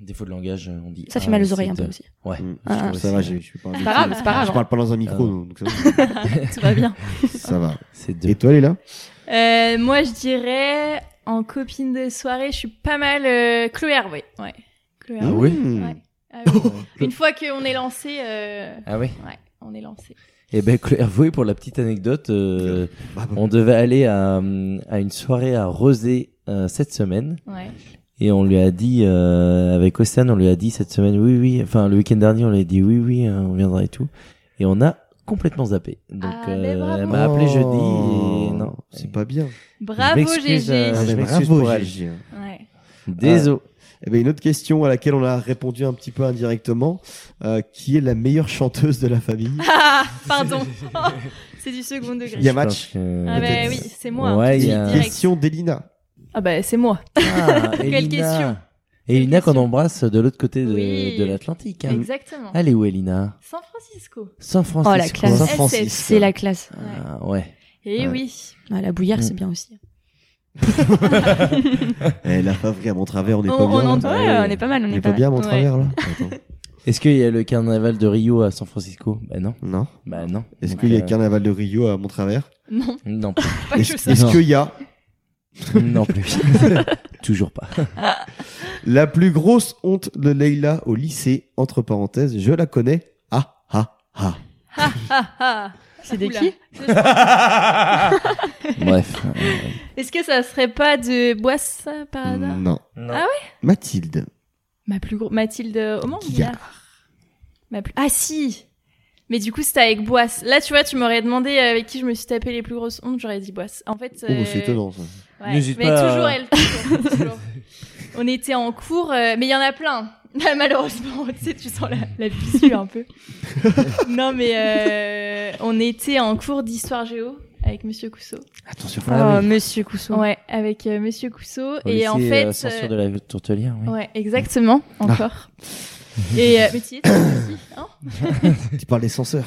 S4: Défaut de langage, on dit.
S5: ça fait
S4: ah,
S5: mal aux
S4: c'est
S5: oreilles un peu
S4: de-
S5: aussi.
S4: Ouais.
S3: Mm.
S5: Ah,
S4: Je trouve
S3: ça
S4: aussi,
S3: va,
S4: euh,
S3: je, je suis pas un
S6: pas grave, c'est pas grave.
S3: Je parle pas dans un micro,
S4: Ah.
S3: donc ça va.
S6: Tout va bien.
S3: ça va.
S4: C'est deux.
S3: Et toi, Léla
S6: Euh, moi, je dirais en copine de soirée, je suis pas mal euh, Chloé Hervé. Ouais. Chloé
S4: Ah
S6: Hervé.
S4: oui
S3: Hmm.
S6: Ouais.
S3: Oh.
S6: Ah oui. Une fois qu'on est lancé, euh,
S4: Ah oui
S6: ouais, on est lancé.
S4: Eh ben Claire Vouet, pour la petite anecdote, euh,
S3: Ah bah
S4: on devait aller à, hum, à une soirée à Rosé euh, cette semaine
S6: Ouais.
S4: et on lui a dit euh, avec Océane, on lui a dit cette semaine oui oui, enfin le week-end dernier on lui a dit oui oui, euh, on viendra et tout et on a complètement zappé. Donc euh,
S6: Ah, mais bravo.
S4: elle m'a appelé jeudi et non,
S3: Oh. C'est pas bien.
S6: Bravo
S4: m'excuse,
S6: GG.
S4: euh,
S3: mais
S4: je m'excuse pour elle.
S3: Gigi.
S6: Ouais.
S4: désolé.
S3: hein. Eh ben, une autre question à laquelle on a répondu un petit peu indirectement. euh, qui est la meilleure chanteuse de la famille
S6: Ah, pardon.
S5: Oh,
S6: c'est du second degré.
S3: Il y a match.
S6: Ah bah
S3: Peut-être.
S6: oui, c'est moi.
S5: Ah,
S4: Ouais,
S6: tout de
S4: il y a-
S6: suite, direct.
S3: Question d'Elina.
S6: Ah bah c'est moi.
S3: Ah,
S6: Quelle question
S4: Et Elina qu'on
S6: question
S4: embrasse de l'autre côté de,
S6: Oui.
S4: de l'Atlantique. hein.
S6: Exactement.
S4: Elle est où Elina
S6: San Francisco.
S4: San Francisco.
S5: Oh, la classe.
S3: San
S6: SF.
S3: Francisco.
S5: C'est la classe.
S4: Ah, ouais.
S6: Eh
S3: Ouais.
S6: oui.
S5: Ah, la
S3: Mm.
S5: bouillarde, c'est bien aussi.
S3: Eh, la Favre à mon travers, on est
S6: On,
S3: pas
S6: on
S3: bien.
S6: entend.
S5: Ouais, on est pas mal, on
S3: On
S5: est
S3: est pas
S5: pas
S3: bien
S5: mal.
S3: à mon
S6: Ouais.
S3: travers là. Attends.
S4: Est-ce qu'il y a le carnaval de Rio à San Francisco Bah non.
S3: Non.
S4: Bah non.
S3: Est-ce
S4: Donc,
S3: qu'il y a
S4: euh,
S3: Carnaval de Rio à mon travers
S6: Non,
S4: Non,
S6: pas que je
S3: Est-ce
S6: sache.
S3: est-ce
S4: Non.
S3: qu'il y a
S4: non plus. Toujours pas.
S3: la plus grosse honte de Leila au lycée Entre parenthèses, je la connais. Ah ah ah.
S6: Ah, ah.
S5: C'est de
S6: Oula.
S5: qui
S4: Bref.
S6: Est-ce que ça serait pas de Boisse par hasard
S3: Non.
S4: Ah
S3: Mathilde.
S6: Ma plus grosse Mathilde Aumont
S3: Guillard.
S6: Ma plus... Ah si Mais du coup, c'était avec Boisse. Là, tu vois, tu m'aurais demandé euh, avec qui je me suis tapé les plus grosses ondes, j'aurais dit Boisse. En fait,
S3: Oh,
S6: euh,
S3: c'est étonnant ça.
S6: ouais.
S4: N'hésite
S6: Mais
S4: pas à-
S6: toujours elle. toujours, toujours. On était en cours, euh, mais il y en a plein. Malheureusement, tu sais, tu sens la, la fissure un peu. non, mais euh, on était en cours d'histoire géo avec Monsieur Cousseau.
S4: Attention.
S3: Ah
S5: Oh, Monsieur Cousseau.
S6: Ouais, avec euh, Monsieur Cousseau. Euh, Et en fait,
S4: censure
S6: euh,
S4: de la tourtelière. Oui. Ah.
S6: Ouais, exactement, encore. Et euh, mais tu y étais aussi, hein
S3: Tu parles des censeurs.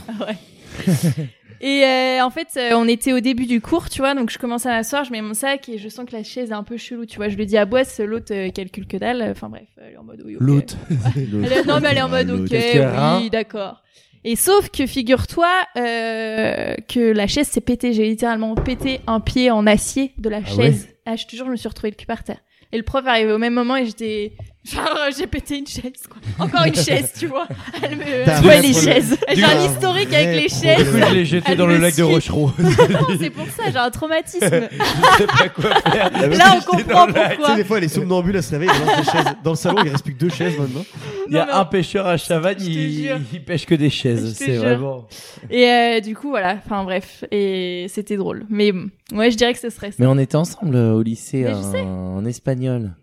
S6: Et euh, en fait, euh, on était au début du cours, tu vois, donc je commence à m'asseoir, je mets mon sac et je sens que la chaise est un peu chelou, tu vois. Je le dis à Boisse, l'autre euh, calcule que dalle, enfin bref, elle est en mode oui. ok.
S4: L'autre.
S6: Elle est- non, mais elle est en mode ok,
S4: Qu'est-ce qu'il y a, hein
S6: oui, d'accord. Et sauf que figure-toi euh, que la chaise s'est pétée, j'ai littéralement pété un pied en acier de la chaise. Ah, je te jure, je me suis retrouvée le cul par terre. Et le prof est arrivé au même moment et j'étais genre euh, j'ai pété une chaise quoi. Encore une chaise, tu vois. Elle me
S3: T'as un
S6: Ouais,
S3: vrai
S6: les
S3: problème.
S6: chaises. J'ai
S3: T'as
S6: un
S3: un
S6: historique
S3: vrai
S6: avec les
S3: problème.
S6: chaises.
S7: Je l'ai jeté
S6: Elle
S7: dans
S6: me
S7: le lac de
S6: suit.
S7: Rochereau.
S6: Non, c'est pour ça, j'ai un traumatisme.
S7: Je sais pas quoi faire.
S6: Là, on comprend
S3: Tu sais,
S6: pourquoi.
S3: des fois, elle est somnambule, elle se réveille, elle lance des chaises. Dans le salon, il reste plus que deux chaises maintenant.
S4: Il y
S6: Non, mais
S4: a
S6: on-
S4: un pêcheur à Chavannes,
S6: Je te jure.
S4: il, il pêche que des chaises.
S6: Je te
S4: C'est
S6: jure.
S4: vraiment.
S6: Et euh, du coup, voilà. Enfin, bref. Et c'était drôle. Mais moi, je dirais que ce serait ça.
S4: Mais on était ensemble euh, au lycée
S6: Mais je
S4: en, en espagnol.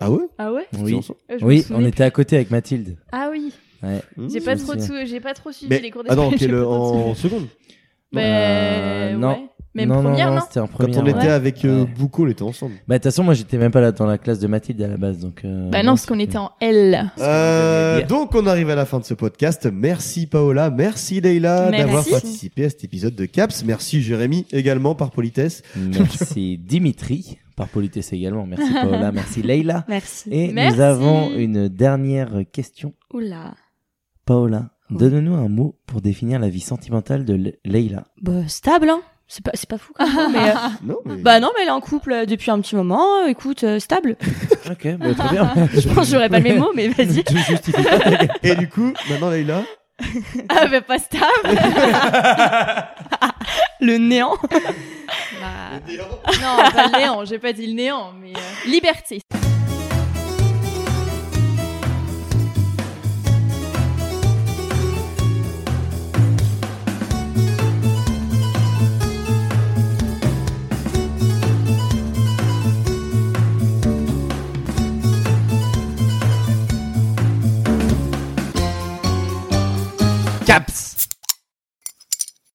S3: Ah ouais
S6: Ah ouais
S3: C'était
S4: Oui.
S3: ensemble
S6: Euh, je me
S4: Oui, on
S6: souvenais
S4: était à côté avec Mathilde.
S6: Ah oui.
S4: Ouais.
S6: J'ai
S3: Mmh.
S6: pas
S4: je
S6: trop
S4: me
S6: tout, j'ai pas trop suivi
S3: Mais-
S6: les cours
S3: Ah non,
S6: d'espagnol,
S3: quel-
S6: j'ai pas trop
S3: en
S6: suivi.
S3: seconde.
S6: Mais
S4: Euh, non.
S6: ouais. Même
S4: non,
S6: première,
S4: non,
S6: non, Bah
S4: non, c'était en
S3: Quand
S4: première.
S3: on
S4: ouais.
S3: était avec euh,
S4: Ouais.
S3: Boucault, on était ensemble.
S4: Bah, de toute façon, moi, j'étais même pas là dans la classe de Mathilde à la base, donc. euh,
S6: Bah non, parce qu'on
S4: c'était-
S6: était en L.
S3: Euh,
S4: Bien.
S3: donc on arrive à la fin de ce podcast. Merci Paola, merci Leïla
S5: Merci.
S3: d'avoir participé à cet épisode de Caps. Merci Jérémy également par politesse.
S4: Merci Dimitri, par politesse également. Merci Paola, merci Leïla.
S5: Merci.
S4: Et
S6: Merci.
S4: nous avons une dernière question.
S5: Oula.
S4: Paola,
S5: Oui.
S4: donne-nous un mot pour définir la vie sentimentale de Le- Leïla.
S5: Bah, stable, hein. C'est pas, c'est pas fou, quand même. mais, euh,
S6: Ah.
S3: Non, mais-
S5: Bah non, mais elle est en couple euh, depuis un petit moment. euh, Écoute, euh, stable.
S4: Ok, bah, très bien.
S5: Je pense que j'aurais pas mes mots, mais vas-y.
S4: Tu justifies pas.
S3: Et du coup, maintenant Leïla,
S6: Ah bah pas stable.
S5: Le néant.
S6: Bah, non, pas le néant, j'ai pas dit le néant, mais euh, liberté.
S1: Caps